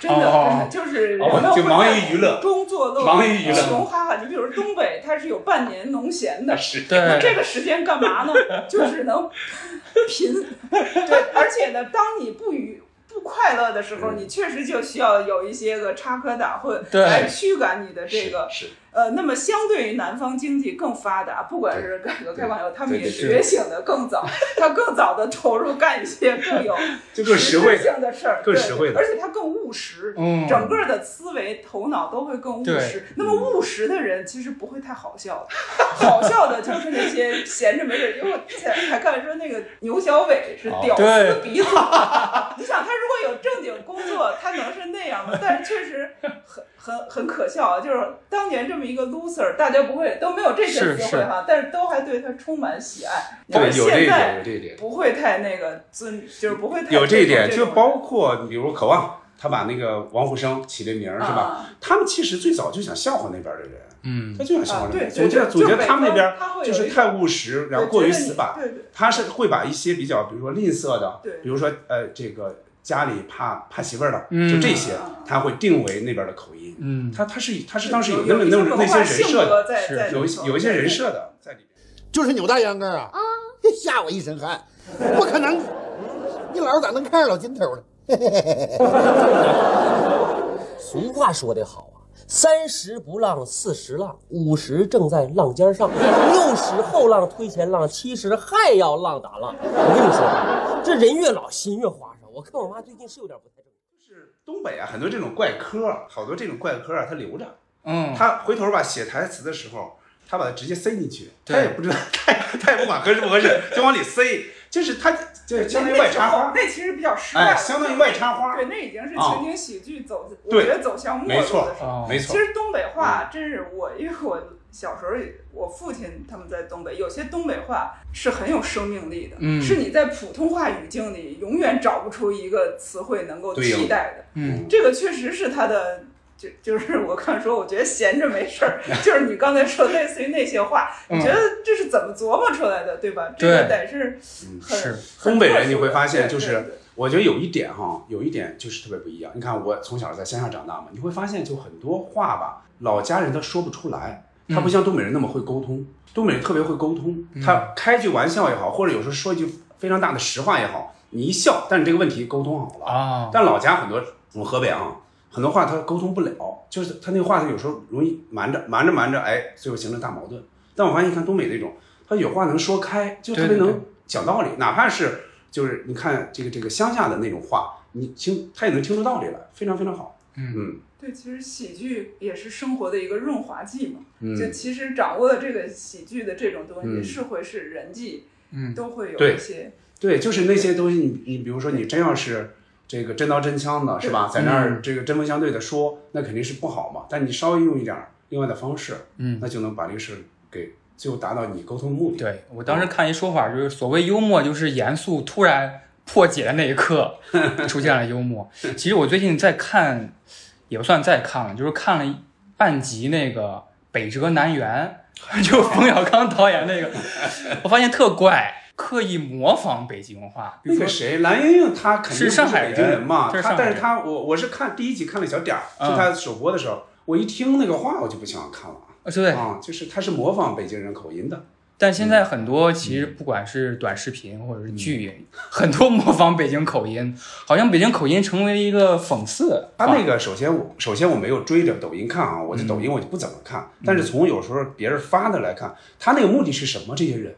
Speaker 2: 真
Speaker 3: 哦
Speaker 2: 的 就是人们
Speaker 1: 哦就
Speaker 2: 会
Speaker 1: 忙于
Speaker 2: 在
Speaker 1: 娱乐
Speaker 2: 工作都
Speaker 1: 忙于娱乐
Speaker 2: 穷哈哈。你比如东北，它是有半年农闲 的。
Speaker 1: 是
Speaker 2: 那这
Speaker 3: 对，
Speaker 2: 个时间干嘛呢？就 是能贫，对，而且呢，当你不愉不快乐的时候，
Speaker 1: 嗯
Speaker 2: 你确实就需要有一些个插科打诨
Speaker 3: 对
Speaker 2: 来驱赶你的这个
Speaker 1: 是
Speaker 2: 呃，那么相对于南方经济更发达，不管是改革开放以后，他们
Speaker 1: 对
Speaker 2: 也
Speaker 1: 对对
Speaker 2: 觉醒的更早，他更早的投入干一些更有
Speaker 1: 就更实惠的
Speaker 2: 性的事儿，
Speaker 1: 更
Speaker 2: 对
Speaker 1: 实惠的哦
Speaker 2: 而且他更务实。
Speaker 3: 嗯，
Speaker 2: 整个的思维、头脑都会更务
Speaker 3: 对
Speaker 2: 实。那
Speaker 1: 嗯
Speaker 2: 么务实的人其实不会太好笑的，好笑的就是那些闲着没事儿。因为我之前还看说那个牛小伟
Speaker 1: 哦
Speaker 2: 是屌丝
Speaker 3: 对
Speaker 2: 鼻祖，你想他如果有正经工作，他能是那样吗？但是确实很很很可笑啊！就是当年这么一个 loser，大家不会都没有这些
Speaker 3: 是
Speaker 2: 词汇哈，但是都还对他充满喜爱。
Speaker 1: 对，
Speaker 2: 而
Speaker 1: 有这
Speaker 2: 现
Speaker 1: 一点，
Speaker 2: 在
Speaker 1: 有这一点。
Speaker 2: 不会太那个尊，就是不会太
Speaker 1: 有这一点，
Speaker 2: 这
Speaker 1: 就
Speaker 2: 种
Speaker 1: 包括比如渴望，他把那个王沪生起的名儿是吧？
Speaker 2: 啊
Speaker 1: 他们其实最早就想笑话那边的人，
Speaker 3: 嗯
Speaker 1: 他，就想笑
Speaker 2: 啊
Speaker 1: 话，那
Speaker 2: 对，
Speaker 1: 边。总觉得
Speaker 2: 对
Speaker 1: 总觉得他们那边，
Speaker 2: 他会
Speaker 1: 就
Speaker 2: 有一
Speaker 1: 是
Speaker 2: 种
Speaker 1: 太务实，然后
Speaker 2: 对
Speaker 1: 过于
Speaker 2: 觉得你
Speaker 1: 死板。
Speaker 2: 对对
Speaker 1: 他是会把一些比较，比如说吝啬的
Speaker 2: 对，
Speaker 1: 比如说呃这个家里怕怕媳妇儿的，
Speaker 3: 嗯
Speaker 1: 就这些
Speaker 2: 啊，
Speaker 1: 他会定为那边的口音。
Speaker 3: 嗯，
Speaker 1: 他他是他
Speaker 2: 对，
Speaker 1: 是当时有
Speaker 2: 有
Speaker 1: 那么那么那些人设的，
Speaker 3: 是
Speaker 2: 的
Speaker 1: 有一有一些人设的在里面。
Speaker 5: 就是扭大秧歌啊！
Speaker 6: 哦
Speaker 5: 啊，吓我一身汗，不可能！你老咋能看上老金头呢？
Speaker 6: 俗话说得好啊，三十不浪，四十浪，五十正在浪尖上，六十后浪推前浪，七十还要浪打浪。我跟你说啊，这人越老心越花哨。我看我妈最近是有点不太正常。
Speaker 1: 就是东北啊，很多这种怪科，好多这种怪科啊，他留着。
Speaker 3: 嗯，
Speaker 1: 他回头吧写台词的时候，他把它直接塞进去，
Speaker 3: 对
Speaker 1: 他也不知道， 他也他也不管合适不合 适，就往里塞，就是他就是相当于外插花，
Speaker 2: 那其实比较失败
Speaker 1: 哎，
Speaker 2: 了，
Speaker 1: 相当于外插花，
Speaker 2: 对，那已经是
Speaker 1: 啊
Speaker 2: 情景喜剧走，我
Speaker 1: 对
Speaker 2: 觉得走向没
Speaker 1: 没
Speaker 2: 落
Speaker 1: 错
Speaker 2: 的时候。
Speaker 3: 哦
Speaker 1: 没错
Speaker 2: 其，实东北话真是我，因为我小时候也我父亲他们在东北，有些东北话是很有生命力的，
Speaker 3: 嗯
Speaker 2: 是你在普通话语境里永远找不出一个词汇能够
Speaker 1: 对应
Speaker 2: 替代的。
Speaker 3: 嗯，
Speaker 2: 这个确实是他的。就就是我看说，我觉得闲着没事儿，就是你刚才说类似于那些话，
Speaker 3: 嗯
Speaker 2: 你觉得这是怎么琢磨出来的，对吧？这个
Speaker 3: 对
Speaker 2: 得是很
Speaker 3: 是
Speaker 2: 很
Speaker 1: 东北人
Speaker 2: 特殊的
Speaker 1: 你会发现
Speaker 2: 对
Speaker 1: 就是
Speaker 2: 对对
Speaker 1: 我觉得有一点哈，有一点就是特别不一样。你看我从小在乡下长大嘛，你会发现就很多话吧，老家人他说不出来，他不像东北人那么会沟通。东北人特别会沟通，他开句玩笑也好，或者有时候说一句非常大的实话也好，你一笑，但是这个问题沟通好了
Speaker 3: 啊
Speaker 1: 但老家很多，我们河北啊，很多话他沟通不了，就是他那话他有时候容易瞒着瞒着瞒着，哎，最后形成大矛盾。但我发现，你看东北那种，他有话能说开，就特别
Speaker 3: 对对对
Speaker 1: 能讲道理，哪怕是就是你看这个这个乡下的那种话，你听他也能听出道理来，非常非常好。嗯
Speaker 2: 对，其实喜剧也是生活的一个润滑剂嘛。
Speaker 1: 嗯
Speaker 2: 就
Speaker 1: 嗯，
Speaker 2: 其实掌握了这个喜剧的这种东西，
Speaker 1: 嗯
Speaker 2: 是会是人际
Speaker 3: 嗯
Speaker 2: 都会有
Speaker 1: 对
Speaker 2: 一些
Speaker 1: 对，就是那些东西你，你比如说你真要是。这个真刀真枪的是吧，在那
Speaker 3: 嗯
Speaker 1: 儿这个针锋相对的说，那肯定是不好嘛。但你稍微用一点儿另外的方式，
Speaker 3: 嗯
Speaker 1: 那就能把这个事儿给最后达到你沟通的目的。
Speaker 3: 对我当时看一说法，就是所谓幽默，就是严肃突然破解的那一 刻出现了幽默。其实我最近在看，也不算在看了，就是看了半集那个《北辙南辕》， 就冯小刚导演那个，我发现特怪，刻意模仿北京话，比
Speaker 1: 那
Speaker 3: 如
Speaker 1: 个
Speaker 3: 说
Speaker 1: 谁，蓝盈莹她肯定
Speaker 3: 是上海人
Speaker 1: 北京人嘛，
Speaker 3: 这是
Speaker 1: 她
Speaker 3: 上海
Speaker 1: 但
Speaker 3: 人
Speaker 1: 是她我我是看第一集看了小点儿，
Speaker 3: 嗯
Speaker 1: 就她首播的时候，我一听那个话我就不想看了
Speaker 3: 呃对，
Speaker 1: 啊，就是她是模仿北京人口音的，
Speaker 3: 但
Speaker 1: 嗯
Speaker 3: 现在很多其实不管是短视频或者是剧，很多模仿北京口音，好像北京口音成为了一个讽刺
Speaker 1: 她
Speaker 3: 方。
Speaker 1: 那个首先我首先我没有追着抖音看啊，我这
Speaker 3: 嗯
Speaker 1: 抖音我就不怎么看，但是从有时候别人发的来看，她那个目的是什么？这些人。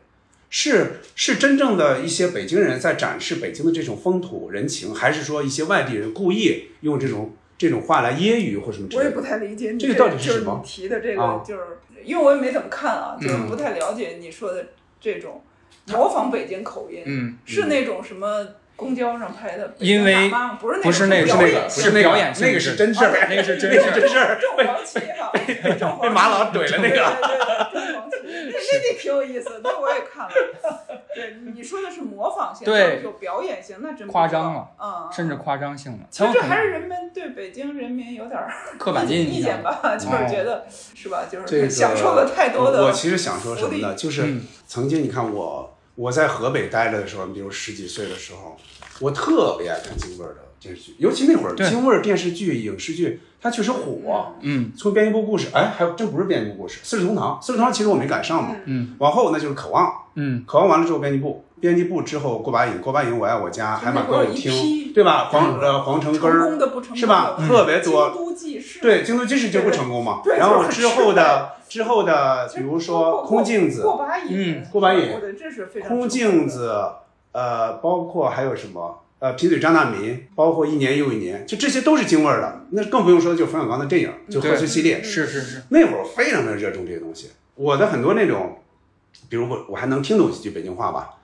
Speaker 1: 是是真正的一些北京人在展示北京的这种风土人情，还是说一些外地人故意用这种这种话来揶揄或什么之
Speaker 2: 我
Speaker 1: 类
Speaker 2: 也
Speaker 1: 的。
Speaker 2: 不太理解你
Speaker 1: 这个到底是
Speaker 2: 就是
Speaker 1: 什么
Speaker 2: 你提的这
Speaker 1: 啊
Speaker 2: 个，就是因为我也没怎么看啊，就是
Speaker 3: 嗯
Speaker 2: 不太了解你说的这种模仿北京口音，
Speaker 3: 嗯，
Speaker 2: 是那种什么公交上拍的，
Speaker 3: 因为
Speaker 2: 北京大妈吗不是
Speaker 3: 不是
Speaker 2: 那
Speaker 3: 那
Speaker 2: 种
Speaker 3: 个，
Speaker 1: 是那个，是
Speaker 2: 表演性哦
Speaker 1: 那
Speaker 3: 表
Speaker 1: 个
Speaker 3: 演，性
Speaker 1: 那个
Speaker 3: 质
Speaker 1: 是真事儿，
Speaker 3: 那个是真
Speaker 1: 那
Speaker 3: 事
Speaker 1: 是
Speaker 3: 儿
Speaker 1: 真事儿，
Speaker 2: 正黄旗哈，正
Speaker 1: 被马老怼了那个。
Speaker 2: 个，对对对正黄旗那那那挺有意思，那我也看了。 对，你说的是模仿型，
Speaker 3: 对
Speaker 2: 或者有表演型，那真不
Speaker 3: 夸张
Speaker 2: 知道
Speaker 3: 了，
Speaker 2: 嗯，
Speaker 3: 甚至夸张性了，
Speaker 2: 其
Speaker 3: 他
Speaker 2: 实
Speaker 3: 们
Speaker 2: 这
Speaker 3: 可
Speaker 2: 还是
Speaker 3: 能
Speaker 2: 人们对北京人民有点儿
Speaker 3: 刻板印
Speaker 2: 意见
Speaker 3: 象。
Speaker 2: 吧，就是觉得是吧，就
Speaker 1: 哎这个
Speaker 2: 是享受了太多
Speaker 1: 我
Speaker 2: 的，
Speaker 1: 其实想说什么
Speaker 2: 福
Speaker 1: 呢？
Speaker 2: 利
Speaker 1: 就是
Speaker 3: 嗯
Speaker 1: 曾经你看我我在河北待着的时候，比如十几岁的时候，我特别爱看京味儿的电视剧，尤其那会儿
Speaker 3: 对
Speaker 1: 京味儿电视剧、影视剧，它确实火。
Speaker 3: 嗯，
Speaker 1: 从编一部故事，哎，还有这不是编一部故事，《四世同堂》，《四世同堂》其实我没赶上嘛，
Speaker 3: 嗯，
Speaker 1: 往后那就是《渴望》，
Speaker 3: 嗯，
Speaker 1: 渴望完了之后编辑部，编辑部之后过把瘾，过把瘾我爱我家，海马歌舞
Speaker 2: 就那会儿有一批嗯
Speaker 1: 厅，对吧？黄呃黄城根
Speaker 2: 成功
Speaker 1: 儿
Speaker 2: 的不成功的嗯
Speaker 1: 是吧？嗯特别
Speaker 2: 京
Speaker 1: 多，
Speaker 2: 都记事，
Speaker 1: 对，京都记事就不成功嘛。
Speaker 2: 对对
Speaker 1: 然后
Speaker 2: 就是
Speaker 1: 之后的之后的，
Speaker 2: 其
Speaker 1: 比
Speaker 2: 实
Speaker 1: 如
Speaker 2: 包
Speaker 1: 说
Speaker 2: 括
Speaker 1: 空镜子，
Speaker 2: 过把瘾
Speaker 3: 嗯，
Speaker 1: 过把瘾
Speaker 2: 我的这是非常
Speaker 1: 空镜子，呃，包括还有什么？呃，贫嘴张大民，包括一年又一年，就这些都是京味儿的。那更不用说，就冯小刚的电影，就贺岁系列，
Speaker 3: 是是是，
Speaker 1: 那会儿非常的热衷这些东西。我的很多那种，比如我我还能听懂几句北京话吧，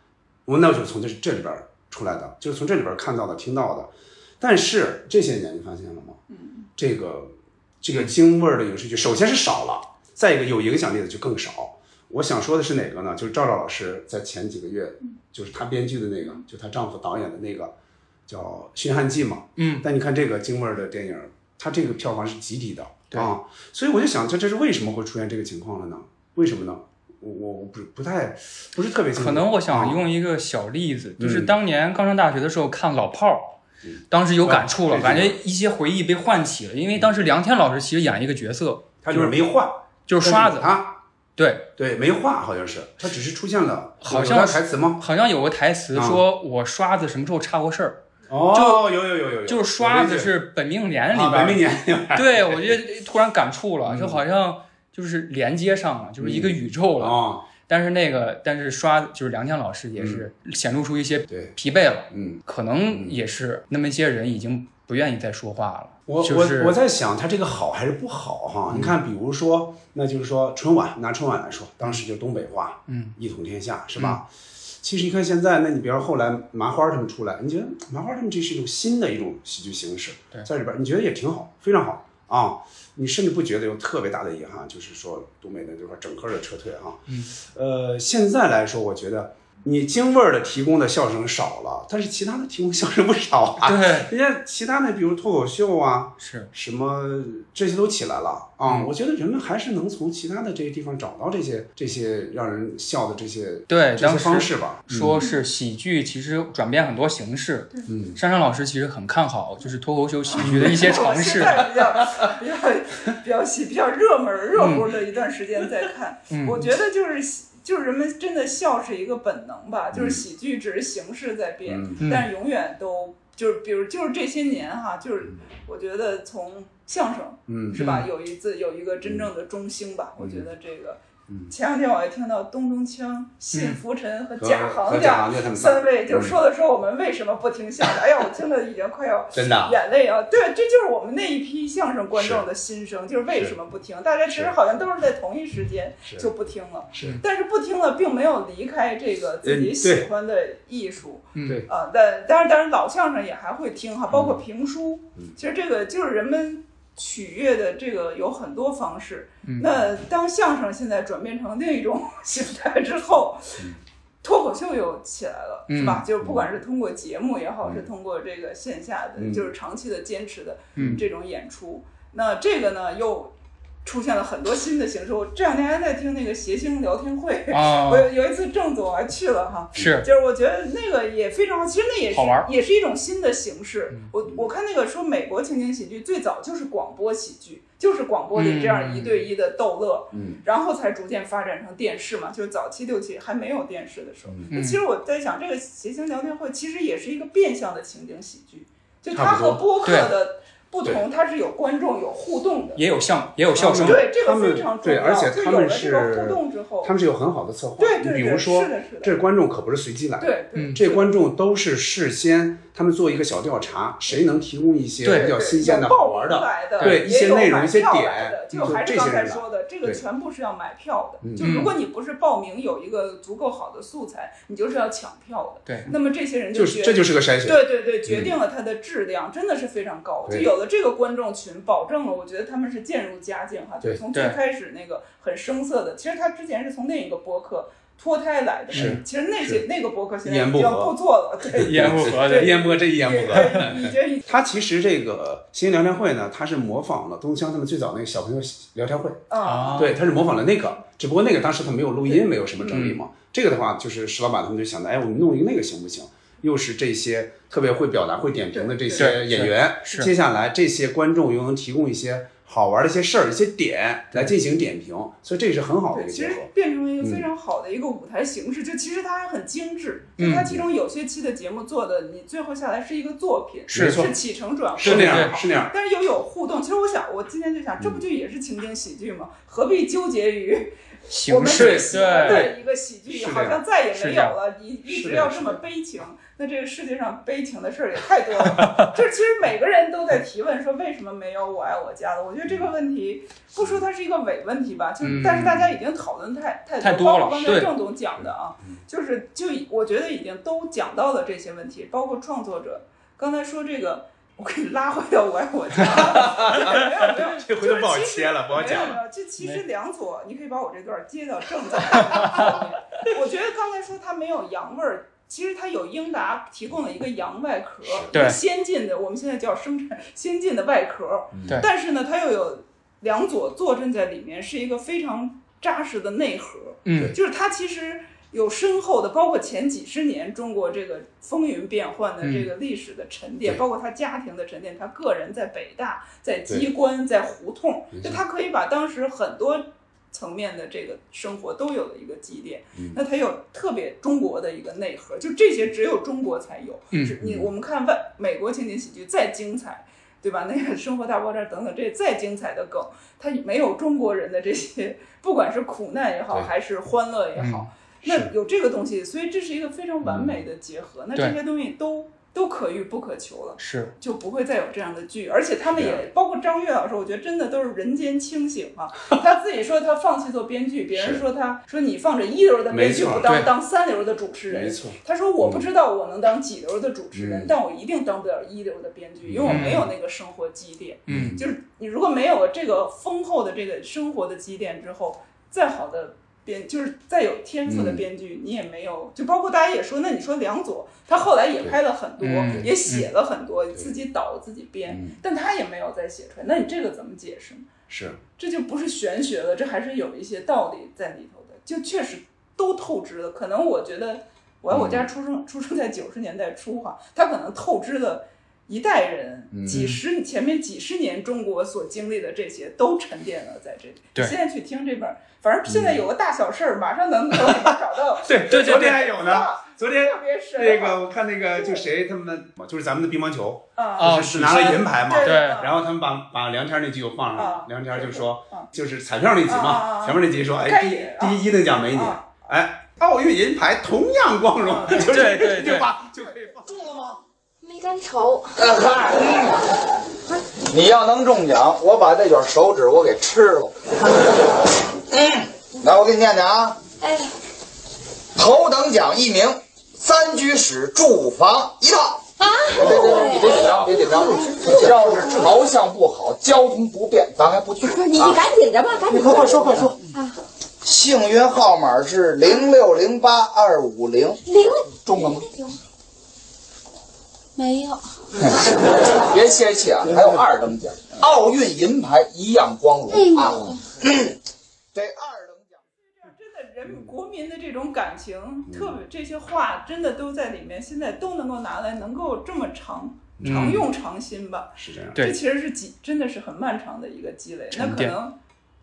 Speaker 1: 我那就是从这这里边儿出来的，就是从这里边儿看到的、听到的。但是这些年你发现了吗？
Speaker 2: 嗯，
Speaker 1: 这个这个京味儿的影视剧，首先是少了，再一个有影响力的就更少。我想说的是哪个呢？就是赵照老师在前几个月，
Speaker 3: 嗯
Speaker 1: 就是她编剧的那个，就她丈夫导演的那个叫《寻汉记》嘛。
Speaker 3: 嗯。
Speaker 1: 但你看这个京味儿的电影，它这个票房是极低的啊，所以我就想，这这是为什么会出现这个情况了呢？为什么呢？我我我不不太不是特别清楚。
Speaker 3: 可能我
Speaker 1: 啊
Speaker 3: 想用一个小例子，
Speaker 1: 嗯
Speaker 3: 就是当年刚上大学的时候看《老炮儿》
Speaker 1: 嗯，
Speaker 3: 当时有感触了，
Speaker 1: 啊
Speaker 3: 感
Speaker 1: 对嗯
Speaker 3: 觉
Speaker 1: 对
Speaker 3: 一些回忆被唤起了。因为当时梁天老师其实演一个角色，
Speaker 1: 他就是没换，
Speaker 3: 就是刷子，
Speaker 1: 啊，
Speaker 3: 对，
Speaker 1: 对，没换好像是，他只是出现了，
Speaker 3: 好
Speaker 1: 有
Speaker 3: 像
Speaker 1: 他
Speaker 3: 是
Speaker 1: 台词吗？
Speaker 3: 好像有个台词
Speaker 1: 啊
Speaker 3: 说：“我刷子什么时候插过事儿
Speaker 1: 哦，有有有有有，？”
Speaker 3: 就是刷
Speaker 1: 有
Speaker 3: 子
Speaker 1: 这句
Speaker 3: 是本命年里
Speaker 1: 啊，
Speaker 3: 边
Speaker 1: 白
Speaker 3: 儿
Speaker 1: 明年，
Speaker 3: 对，我觉得突然感触了，就好像就是连接上了，就是一个宇宙了。
Speaker 1: 哦，
Speaker 3: 但是那个，但是刷就是梁天老师也是显露出一些
Speaker 1: 对，
Speaker 3: 疲惫了，
Speaker 1: 嗯，
Speaker 3: 可能也是那么一些人已经不愿意再说话了。
Speaker 1: 我
Speaker 3: 就是嗯
Speaker 1: 我我在想他这个好还是不好哈？你看，比如说，那就是说春晚，拿春晚来说，当时就东北话，
Speaker 3: 嗯，
Speaker 1: 一统天下是吧？其实你看现在，那你比如后来麻花他们出来，你觉得麻花他们这是一种新的一种喜剧形式，
Speaker 3: 对
Speaker 1: 在里边你觉得也挺好，非常好啊。你甚至不觉得有特别大的遗憾，就是说东北的这块整个的撤退啊。
Speaker 3: 嗯，
Speaker 1: 呃，现在来说，我觉得你京味儿的提供的笑声少了，但是其他的提供笑声不少啊。人
Speaker 3: 对，
Speaker 1: 家其他的，比如脱口秀啊，
Speaker 3: 是
Speaker 1: 什么这些都起来了啊、
Speaker 3: 嗯
Speaker 1: 我觉得人们还是能从其他的这些地方找到这些这些让人笑的这些这
Speaker 3: 对，
Speaker 1: 些
Speaker 3: 当
Speaker 1: 方
Speaker 3: 时
Speaker 1: 式吧。
Speaker 3: 说是喜剧，其实转变很多形式。
Speaker 1: 嗯，
Speaker 3: 珊珊老师其实很看好就是脱口秀喜剧的一些尝 试
Speaker 2: 我现。在比较比较比较喜比较热门儿热乎的一段时间在看，
Speaker 3: 嗯
Speaker 2: 我觉得就是喜就是人们真的笑是一个本能吧，就是喜剧只是形式在变，
Speaker 3: 嗯
Speaker 2: 但是永远都就是比如就是这些年哈，就是我觉得从相声
Speaker 1: 嗯
Speaker 2: 是吧，有一次有一个真正的中兴吧，我觉得这个
Speaker 1: 嗯。
Speaker 2: 前两天我还听到东东锵、信福臣和
Speaker 1: 和
Speaker 2: 贾
Speaker 1: 和贾
Speaker 2: 行家
Speaker 1: 行家他们
Speaker 2: 三位就
Speaker 1: 嗯
Speaker 2: 说了说我们为什么不听相声，哎呀，我听的已经快要
Speaker 1: 真的啊
Speaker 2: 眼泪啊！对，这就是我们那一批相声观众的心声，就是为什么不听？大家其实好像都是在同一时间
Speaker 1: 是
Speaker 2: 就不听了，
Speaker 1: 是
Speaker 2: 但是不听了，并没有离开这个自己喜欢的艺术。
Speaker 3: 嗯
Speaker 1: 对
Speaker 2: 啊，但当然，当然老相声也还会听哈，包括评书。
Speaker 1: 嗯
Speaker 2: 其实这个就是人们取悦的这个有很多方式。
Speaker 3: 嗯
Speaker 2: 那当相声现在转变成另一种 形态之后，
Speaker 1: 嗯
Speaker 2: 脱口秀又起来了，是
Speaker 3: 嗯
Speaker 2: 吧？就是不管是通过节目也好，是通过这个线下的，
Speaker 1: 嗯
Speaker 2: 就是长期的坚持的
Speaker 3: 嗯
Speaker 2: 这种演出，那这个呢又出现了很多新的形式。我这两天还在听那个谐星聊天会，
Speaker 3: 啊
Speaker 2: 我，有有一次郑总还去了哈，
Speaker 3: 是
Speaker 2: 就是我觉得那个也非常好，其实那也是
Speaker 3: 好玩儿嗯
Speaker 2: 也是一种新的形式。我我看那个说美国情景喜剧最早就是广播喜剧，就是广播里这
Speaker 3: 嗯
Speaker 2: 样一对一的逗乐，
Speaker 1: 嗯，
Speaker 2: 然后才逐渐发展成电视嘛，就是早期六七还没有电视的时候。
Speaker 3: 嗯
Speaker 2: 其实我在想，这个谐星聊天会其实也是一个变相的情景喜剧，就
Speaker 1: 差
Speaker 2: 它
Speaker 1: 不多
Speaker 2: 和播客的不同，它是有观众有互动的。
Speaker 3: 也有相也有笑声，
Speaker 2: 对，这
Speaker 1: 他
Speaker 2: 个
Speaker 1: 们
Speaker 2: 非常重
Speaker 1: 对，
Speaker 2: 要。
Speaker 1: 而且
Speaker 2: 就
Speaker 1: 他
Speaker 2: 有
Speaker 1: 们
Speaker 2: 了这
Speaker 1: 是
Speaker 2: 个互动之后，
Speaker 1: 他们是有很好的策划。
Speaker 2: 对对对
Speaker 1: 你比如说
Speaker 2: 是的是的
Speaker 1: 这观众可不是随机来的，
Speaker 2: 对对
Speaker 3: 嗯
Speaker 1: 这观众都是事先他们做一个小调查，谁能提供一些
Speaker 3: 对
Speaker 1: 比较
Speaker 2: 对
Speaker 1: 新鲜的、
Speaker 2: 有报
Speaker 1: 好玩
Speaker 2: 名
Speaker 1: 的？
Speaker 2: 来的，
Speaker 1: 对
Speaker 2: 也
Speaker 1: 一些
Speaker 2: 有
Speaker 1: 内容
Speaker 2: 买
Speaker 1: 一些
Speaker 2: 票
Speaker 1: 点
Speaker 2: 来的就
Speaker 1: 就
Speaker 2: 还是
Speaker 1: 这
Speaker 2: 刚
Speaker 1: 些
Speaker 2: 才
Speaker 1: 人来
Speaker 2: 说的，这个
Speaker 1: 对
Speaker 2: 全部是要买票的。
Speaker 1: 嗯
Speaker 2: 就如果你不是报名有一个足够好的素材，你就是要抢票的。
Speaker 3: 对
Speaker 2: 那么这些人
Speaker 1: 就
Speaker 2: 就是决
Speaker 1: 这就是个筛选。
Speaker 2: 对对对，决定了它的质量，真的是非常高。就
Speaker 1: 对
Speaker 2: 有了这个观众群，保证了我觉得他们是渐入佳境哈。就
Speaker 1: 对
Speaker 2: 从最
Speaker 3: 对
Speaker 2: 开始那个很生涩的，其实他之前是从另一个播客脱胎来的。
Speaker 1: 是
Speaker 2: 其实那些那个播客现在
Speaker 1: 一言
Speaker 2: 已
Speaker 1: 不
Speaker 2: 经
Speaker 1: 合
Speaker 2: 不做 了，对，
Speaker 3: 一言不合的
Speaker 2: 对
Speaker 1: 一言不合，这一言不合。
Speaker 2: 对已 经
Speaker 1: 他其实这个新聊天会呢，他是模仿了东乡他们最早那个小朋友聊天会，
Speaker 2: 啊，
Speaker 3: 啊，
Speaker 1: 对，他是模仿了那个，只不过那个当时他没有录音，没有什么整理嘛。这个的话，就是石老板他们就想的，哎，我们弄一个那个行不行？又是这些特别会表达、会点评的这
Speaker 3: 对
Speaker 1: 些演员，
Speaker 3: 是是
Speaker 1: 接下来这些观众又能提供一些好玩的一些事儿、一些点来进行点评，所以这也是很好的一
Speaker 2: 对，
Speaker 1: 个
Speaker 2: 其
Speaker 1: 结嗯
Speaker 2: 实
Speaker 1: 合。
Speaker 2: 变成一个非常好的一个舞台形式，就其实它还很精致，就
Speaker 3: 嗯
Speaker 2: 它其中有些期的节目做的，你最后下来是一个作品，
Speaker 3: 是
Speaker 1: 没错
Speaker 2: 是起承转合，
Speaker 1: 是那
Speaker 3: 对
Speaker 1: 样，
Speaker 3: 对
Speaker 1: 是那样。
Speaker 2: 但是又有互动。其实我想，我今天就想，这不就也是情景喜剧吗？何必纠结于我
Speaker 3: 形
Speaker 2: 们
Speaker 3: 式
Speaker 2: 最喜欢
Speaker 3: 对
Speaker 2: 的一个喜剧，
Speaker 1: 是这
Speaker 2: 好
Speaker 1: 样
Speaker 2: 像再也
Speaker 3: 是
Speaker 2: 没
Speaker 3: 这
Speaker 2: 有
Speaker 3: 样
Speaker 2: 了，一一
Speaker 1: 是
Speaker 2: 直
Speaker 1: 这
Speaker 2: 要
Speaker 1: 样
Speaker 2: 这
Speaker 1: 是这
Speaker 2: 么
Speaker 1: 样
Speaker 2: 悲情。那这个世界上悲情的事儿也太多了， 就是其实每个人都在提问说为什么没有我爱我家了。我觉得这个问题不说它是一个伪问题吧，就、
Speaker 3: 嗯
Speaker 2: 但是大家已经讨论太太
Speaker 3: 太
Speaker 2: 多
Speaker 3: 多了
Speaker 2: 包括刚
Speaker 3: 对
Speaker 2: 才郑总讲的啊，就是就我觉得已经都讲到了这些问题，包括创作者刚才说这个。我给你拉回到我爱我家， 没有没有，
Speaker 1: 这回都不好切了
Speaker 2: 就是其实
Speaker 1: 不好讲了
Speaker 2: 没有没有，这其实梁左，你可以把我这段接到正在后面。我觉得刚才说他没有洋味儿，其实他有英达提供了一个洋外壳，
Speaker 3: 对
Speaker 2: 先进的我们现在叫生产先进的外壳，
Speaker 3: 对
Speaker 2: 但是呢，它又有梁左坐镇在里面，是一个非常扎实的内核。
Speaker 3: 嗯
Speaker 2: 就是它其实有深厚的，包括前几十年中国这个风云变幻的
Speaker 3: 嗯
Speaker 2: 这个历史的沉淀，
Speaker 1: 对
Speaker 2: 包括他家庭的沉淀，他个人在北大、在机关、在胡同，就他可以把当时很多。层面的这个生活都有了一个积淀，
Speaker 3: 嗯
Speaker 2: 那它有特别中国的一个内核，就这些只有中国才有。
Speaker 3: 嗯
Speaker 2: 只你我们看外美国情景喜剧再精彩，对吧？那个《生活大爆炸》等等这再精彩的梗，它没有中国人的这些，不管是苦难也好，
Speaker 1: 对嗯
Speaker 2: 还是欢乐也好，那
Speaker 1: 是嗯
Speaker 2: 有这个东西，所以这是一个非常完美的结合。那这些东西都都可遇不可求了，
Speaker 3: 是
Speaker 2: 就不会再有这样的剧。而且他们
Speaker 1: 是啊
Speaker 2: 也包括张悦老师，我觉得真的都是人间清醒啊。他自己说他放弃做编剧，别人
Speaker 1: 是
Speaker 2: 说他说你放着一流的编剧
Speaker 1: 没错
Speaker 2: 不当，
Speaker 3: 对
Speaker 2: 当三流的主持人，
Speaker 1: 没错，
Speaker 2: 他说：“我不
Speaker 3: 嗯
Speaker 2: 知道我能当几流的主持人，
Speaker 1: 嗯
Speaker 2: 但我一定当不了一流的编剧，因为我没有那个生活积淀。
Speaker 3: 嗯
Speaker 2: 就是你如果没有这个丰厚的这个生活的积淀之后，再好的编，就是再有天赋
Speaker 3: 嗯
Speaker 2: 的编剧，你也没有。就包括大家也说，那你说梁左，他后来也拍了很多，
Speaker 3: 嗯
Speaker 2: 也写了很多，自己导自己编，但他也没有再写出来。那你这个怎么解释呢？
Speaker 1: 是
Speaker 2: 这就不是玄学了，这还是有一些道理在里头的，就确实都透支了。可能我觉得我我
Speaker 1: 嗯
Speaker 2: 家出生、出生在九十年代初哈、他可能透支了一代人、
Speaker 1: 嗯
Speaker 2: 几十前面几十年中国所经历的这些都沉淀了在这里。
Speaker 3: 对
Speaker 2: 现在去听这本儿，反正
Speaker 1: 嗯
Speaker 2: 现在有个大小事儿，马上能够找到
Speaker 1: 对对
Speaker 3: 对对
Speaker 1: 昨天还有呢，
Speaker 2: 啊，
Speaker 1: 昨天
Speaker 2: 特别深
Speaker 1: 那个我看那个就谁他们就是咱们的乒乓球，
Speaker 2: 啊
Speaker 3: 哦
Speaker 1: 就是拿了银牌嘛，
Speaker 2: 对，嗯
Speaker 3: 对
Speaker 1: 然后他们把把梁天儿那集又放上
Speaker 2: 啊
Speaker 1: 了，梁天儿就说
Speaker 2: 啊，
Speaker 1: 就是彩票那集
Speaker 2: 啊啊
Speaker 1: 嘛
Speaker 2: 啊，
Speaker 1: 前面那集说，
Speaker 2: 该
Speaker 1: 哎，
Speaker 2: 你啊
Speaker 1: 第第一等奖没你
Speaker 2: 啊，
Speaker 1: 哎，奥运银牌同样光荣，就是
Speaker 3: 对对
Speaker 1: 这句话就可以放。
Speaker 7: 没敢瞅，
Speaker 8: 你要能中奖，我把这卷手指我给吃了。来，我给你念念啊。
Speaker 7: 哎，
Speaker 8: 头等奖一名，三居室住房一套。
Speaker 7: 啊，
Speaker 8: 别别别，你别紧张，别紧张。要是朝向不好，交通不便，咱还不去。
Speaker 7: 你
Speaker 8: 啊
Speaker 7: 你赶紧着吧，赶紧着吧。啊
Speaker 8: 快说。幸运号码是零六零八二五零，
Speaker 7: 零
Speaker 8: 中了吗？
Speaker 7: 没有，
Speaker 8: 别泄气啊，还有二等奖，奥运银牌一样光
Speaker 7: 哎
Speaker 8: 荣啊。这二等奖。
Speaker 2: 真的，人国民的这种感情，
Speaker 1: 嗯
Speaker 2: 特别这些话，真的都在里面，现在都能够拿来，能够这么长
Speaker 1: 嗯
Speaker 2: 常用常新吧。
Speaker 1: 是这样，
Speaker 3: 对
Speaker 2: 这其实是积，真的是很漫长的一个积累。那
Speaker 3: 沉
Speaker 2: 可
Speaker 3: 淀
Speaker 2: 能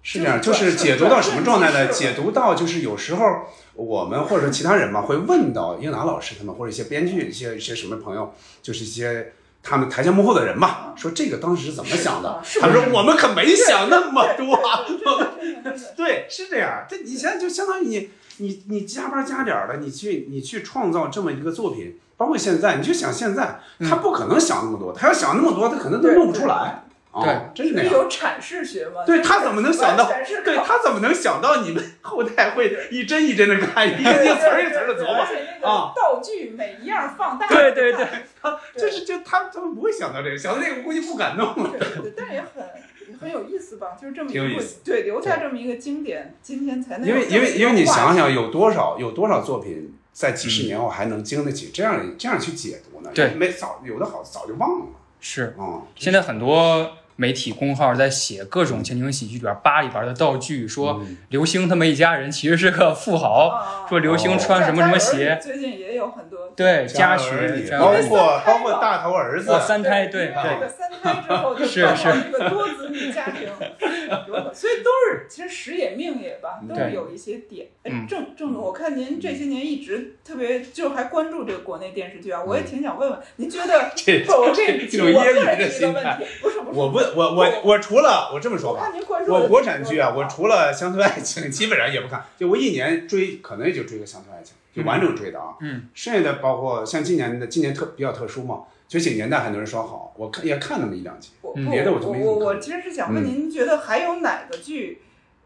Speaker 1: 是这样，
Speaker 2: 就
Speaker 1: 就是是解读到什么状态呢？
Speaker 2: 是
Speaker 1: 解读到就是有时候我们或者说其他人嘛，会问到英达老师他们或者一些编剧、一些一些什么朋友，就是一些。他们台前幕后的人嘛，说这个当时是怎么想的？
Speaker 2: 是是
Speaker 1: 他说我们可没想那么多，我们
Speaker 2: 真的真 的
Speaker 1: 对，是这样。这你现在就相当于你你你加班加点儿的，你去你去创造这么一个作品，包括现在，你就想现在他不可能想那么多，他要想那么多，他可能都
Speaker 2: 对
Speaker 1: 弄不出来。啊
Speaker 3: 对，
Speaker 1: 真是那
Speaker 2: 你
Speaker 1: 样。
Speaker 2: 有阐释学吗？
Speaker 1: 对他怎么能想到
Speaker 2: 完全是？靠
Speaker 1: 对他怎么能想到你们后代会一帧一帧的看，一个一 个词儿一个词儿的琢磨？啊
Speaker 2: 啊，道具每一样放大，
Speaker 3: 对对对，
Speaker 1: 他就是就他他们不会想到这个，想到这个估计不敢弄了。
Speaker 2: 对对，但也很也很有意思吧，就是这么一
Speaker 1: 挺有意
Speaker 2: 部
Speaker 1: 思
Speaker 2: 对留下这么一个经典，今天才能
Speaker 1: 因为
Speaker 2: 有这
Speaker 1: 因
Speaker 2: 么
Speaker 1: 为
Speaker 2: 一个
Speaker 1: 因为你
Speaker 2: 话题
Speaker 1: 想，想，有多少有多少作品在几十年后还能经得起这样这样去解读呢？
Speaker 3: 对
Speaker 1: 没早有的好早就忘了
Speaker 3: 是
Speaker 1: 啊。
Speaker 3: 现在很多媒体公号在写各种情景喜剧里边扒里边的道具，说
Speaker 1: 嗯
Speaker 3: 刘星他们一家人其实是个富豪，
Speaker 2: 啊
Speaker 3: 说刘星穿什么什么鞋，
Speaker 2: 最近也有很多
Speaker 3: 对，家
Speaker 1: 儿
Speaker 3: 学
Speaker 1: 女，哦
Speaker 3: 家
Speaker 1: 包
Speaker 3: 学
Speaker 1: 括包括大头儿子
Speaker 3: 哦，三胎，对
Speaker 2: 因为这
Speaker 3: 对，
Speaker 2: 个三胎之后就是包括
Speaker 3: 是
Speaker 2: 这个多子女家庭， 有很所以都是其实时也命也吧，都是
Speaker 3: 对
Speaker 2: 有一些点。哎
Speaker 3: 嗯，
Speaker 2: 郑郑总，我看您这些年一直特别就还关注这个国内电视剧啊，我也挺想问问，您觉得
Speaker 1: 嗯这
Speaker 2: 我这
Speaker 1: 这种
Speaker 2: 我个
Speaker 1: 揶揄
Speaker 2: 人
Speaker 1: 的
Speaker 2: 提的
Speaker 1: 心
Speaker 2: 问
Speaker 1: 态
Speaker 2: 题，不是不是，
Speaker 1: 我不我我我除了我这么说
Speaker 2: 我
Speaker 1: 吧，
Speaker 2: 看您关注的
Speaker 1: 我国产剧啊，我
Speaker 2: 除
Speaker 1: 除了《乡村爱情》，基本上也不看。就我一年追，可能也就追个《乡村爱情》，就完整追的啊。
Speaker 3: 嗯，
Speaker 1: 剩下的包括像今年的，今年特比较特殊嘛，《觉醒年代》很多人说好，我看也看那么一两集。
Speaker 2: 我
Speaker 3: 嗯
Speaker 2: 不
Speaker 1: 别的我
Speaker 2: 我
Speaker 1: 就没怎
Speaker 2: 我
Speaker 1: 么
Speaker 2: 我
Speaker 1: 看嗯
Speaker 2: 其实是想问您，您觉得还有哪个剧？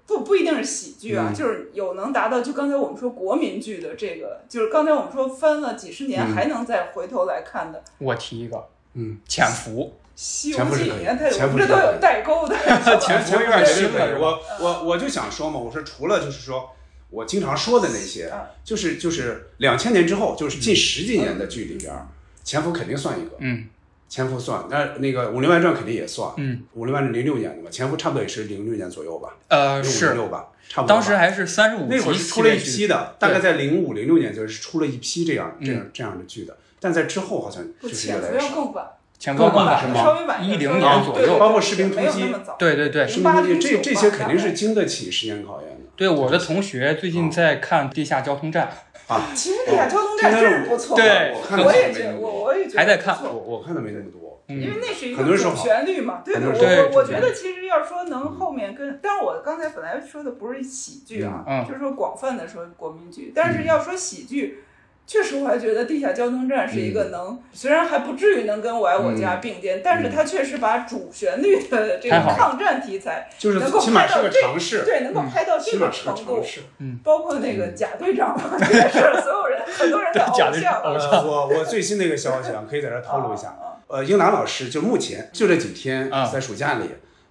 Speaker 2: 不不一定是喜剧啊，
Speaker 1: 嗯
Speaker 2: 就是有能达到就刚才我们说国民剧的这个，就是刚才我们说翻了几十年
Speaker 1: 嗯
Speaker 2: 还能再回头来看的《
Speaker 3: 我提一个
Speaker 1: 嗯，
Speaker 3: 潜伏，
Speaker 2: 西游
Speaker 1: 前夫是
Speaker 2: 记》
Speaker 1: 可
Speaker 2: 里
Speaker 1: 以
Speaker 2: 面，它
Speaker 1: 前
Speaker 2: 有
Speaker 1: 夫
Speaker 2: 这
Speaker 1: 是
Speaker 2: 都
Speaker 1: 可以
Speaker 2: 有代 沟的。
Speaker 1: 前
Speaker 3: 前
Speaker 1: 夫
Speaker 3: 夫
Speaker 1: 有点绝
Speaker 3: 有点
Speaker 1: 对
Speaker 3: 新
Speaker 1: 可以。
Speaker 3: 了
Speaker 1: 哦我我我就想说嘛，我说除了就是说我经常说的那些
Speaker 2: 啊，
Speaker 1: 就是就是两千年之后，就是近十几年的剧里边儿，前夫肯定算一个，
Speaker 3: 嗯
Speaker 1: 前夫算，但那个《武林外传》肯定也算，
Speaker 3: 嗯，
Speaker 1: 《武林外传》零六年的吧，前夫差不多也是零六年左右吧，
Speaker 3: 呃
Speaker 1: 零
Speaker 3: 是，
Speaker 1: 六吧，差不多吧。
Speaker 3: 当时还是三十五
Speaker 1: 那会儿
Speaker 3: 集
Speaker 1: 是
Speaker 3: 系
Speaker 1: 出了
Speaker 3: 列
Speaker 1: 一
Speaker 3: 剧，
Speaker 1: 批的，大概在零五零六年就是出了一批这样这
Speaker 3: 嗯
Speaker 1: 样这样的剧的，但在之后好像
Speaker 2: 不
Speaker 1: 就是越
Speaker 2: 潜
Speaker 1: 来
Speaker 2: 伏
Speaker 1: 越
Speaker 2: 要
Speaker 1: 少。
Speaker 2: 更晚，
Speaker 3: 潜伏更晚
Speaker 1: 是
Speaker 2: 稍
Speaker 1: 吗？
Speaker 2: 微晚
Speaker 3: 一零
Speaker 1: 稍微
Speaker 3: 年左
Speaker 1: 对
Speaker 3: 右，
Speaker 1: 包括士兵突击
Speaker 2: 没有那么早。
Speaker 3: 对对对
Speaker 1: 是
Speaker 2: 08
Speaker 1: 这这这些肯定是
Speaker 2: 08
Speaker 1: 经得起时间考验的
Speaker 3: 对，我的同学最
Speaker 1: 哦
Speaker 3: 近在看《地下交通站
Speaker 1: 啊。
Speaker 2: 其实地下交通站真是不错的，啊
Speaker 3: 对
Speaker 1: 我看的
Speaker 2: 我也
Speaker 1: 没
Speaker 2: 觉
Speaker 1: 那
Speaker 2: 得
Speaker 1: 么
Speaker 2: 我
Speaker 1: 多，
Speaker 2: 我也觉得
Speaker 3: 还在
Speaker 2: 不
Speaker 3: 看
Speaker 2: 错
Speaker 1: 我我看的没那么多。
Speaker 3: 嗯
Speaker 2: 因为那是一
Speaker 1: 很多
Speaker 2: 个
Speaker 1: 人说
Speaker 2: 主
Speaker 1: 好
Speaker 2: 旋律嘛，对
Speaker 1: 很多人
Speaker 3: 说
Speaker 2: 我
Speaker 3: 好
Speaker 2: 我我觉
Speaker 1: 对
Speaker 2: 得其实要说能后面跟，但是我刚才本来说的不是喜剧啊，
Speaker 3: 嗯嗯
Speaker 2: 就是说广泛的说国民剧，但
Speaker 1: 嗯
Speaker 2: 是要说喜剧，确实我还觉得《地下交通站》是一
Speaker 1: 嗯
Speaker 2: 个能，虽然还不至于能跟《我爱我家》并肩，但是
Speaker 1: 嗯
Speaker 2: 它确实把主旋律的这
Speaker 3: 太
Speaker 2: 个
Speaker 3: 好了
Speaker 2: 抗战题材，
Speaker 1: 就是
Speaker 2: 能够
Speaker 1: 起码
Speaker 2: 拍
Speaker 1: 是
Speaker 2: 到
Speaker 1: 个
Speaker 2: 这
Speaker 1: 尝试，嗯
Speaker 2: 对，能够拍到这
Speaker 1: 起
Speaker 2: 个
Speaker 1: 码是
Speaker 2: 程
Speaker 1: 个尝
Speaker 2: 度，
Speaker 1: 试。嗯
Speaker 2: 包括那个贾队长嘛，这也是所有人很多人 的
Speaker 3: 贾
Speaker 2: 偶
Speaker 3: 队
Speaker 2: 像啊。
Speaker 3: 长
Speaker 1: 呃， 我我最新的一个消息啊，可以在这儿透露一下。呃，英达老师就目前就这几天
Speaker 3: 啊
Speaker 1: 在暑假里，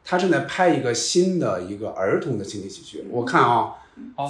Speaker 1: 他正在拍一个新的一个儿童的情景喜剧。我看啊，》，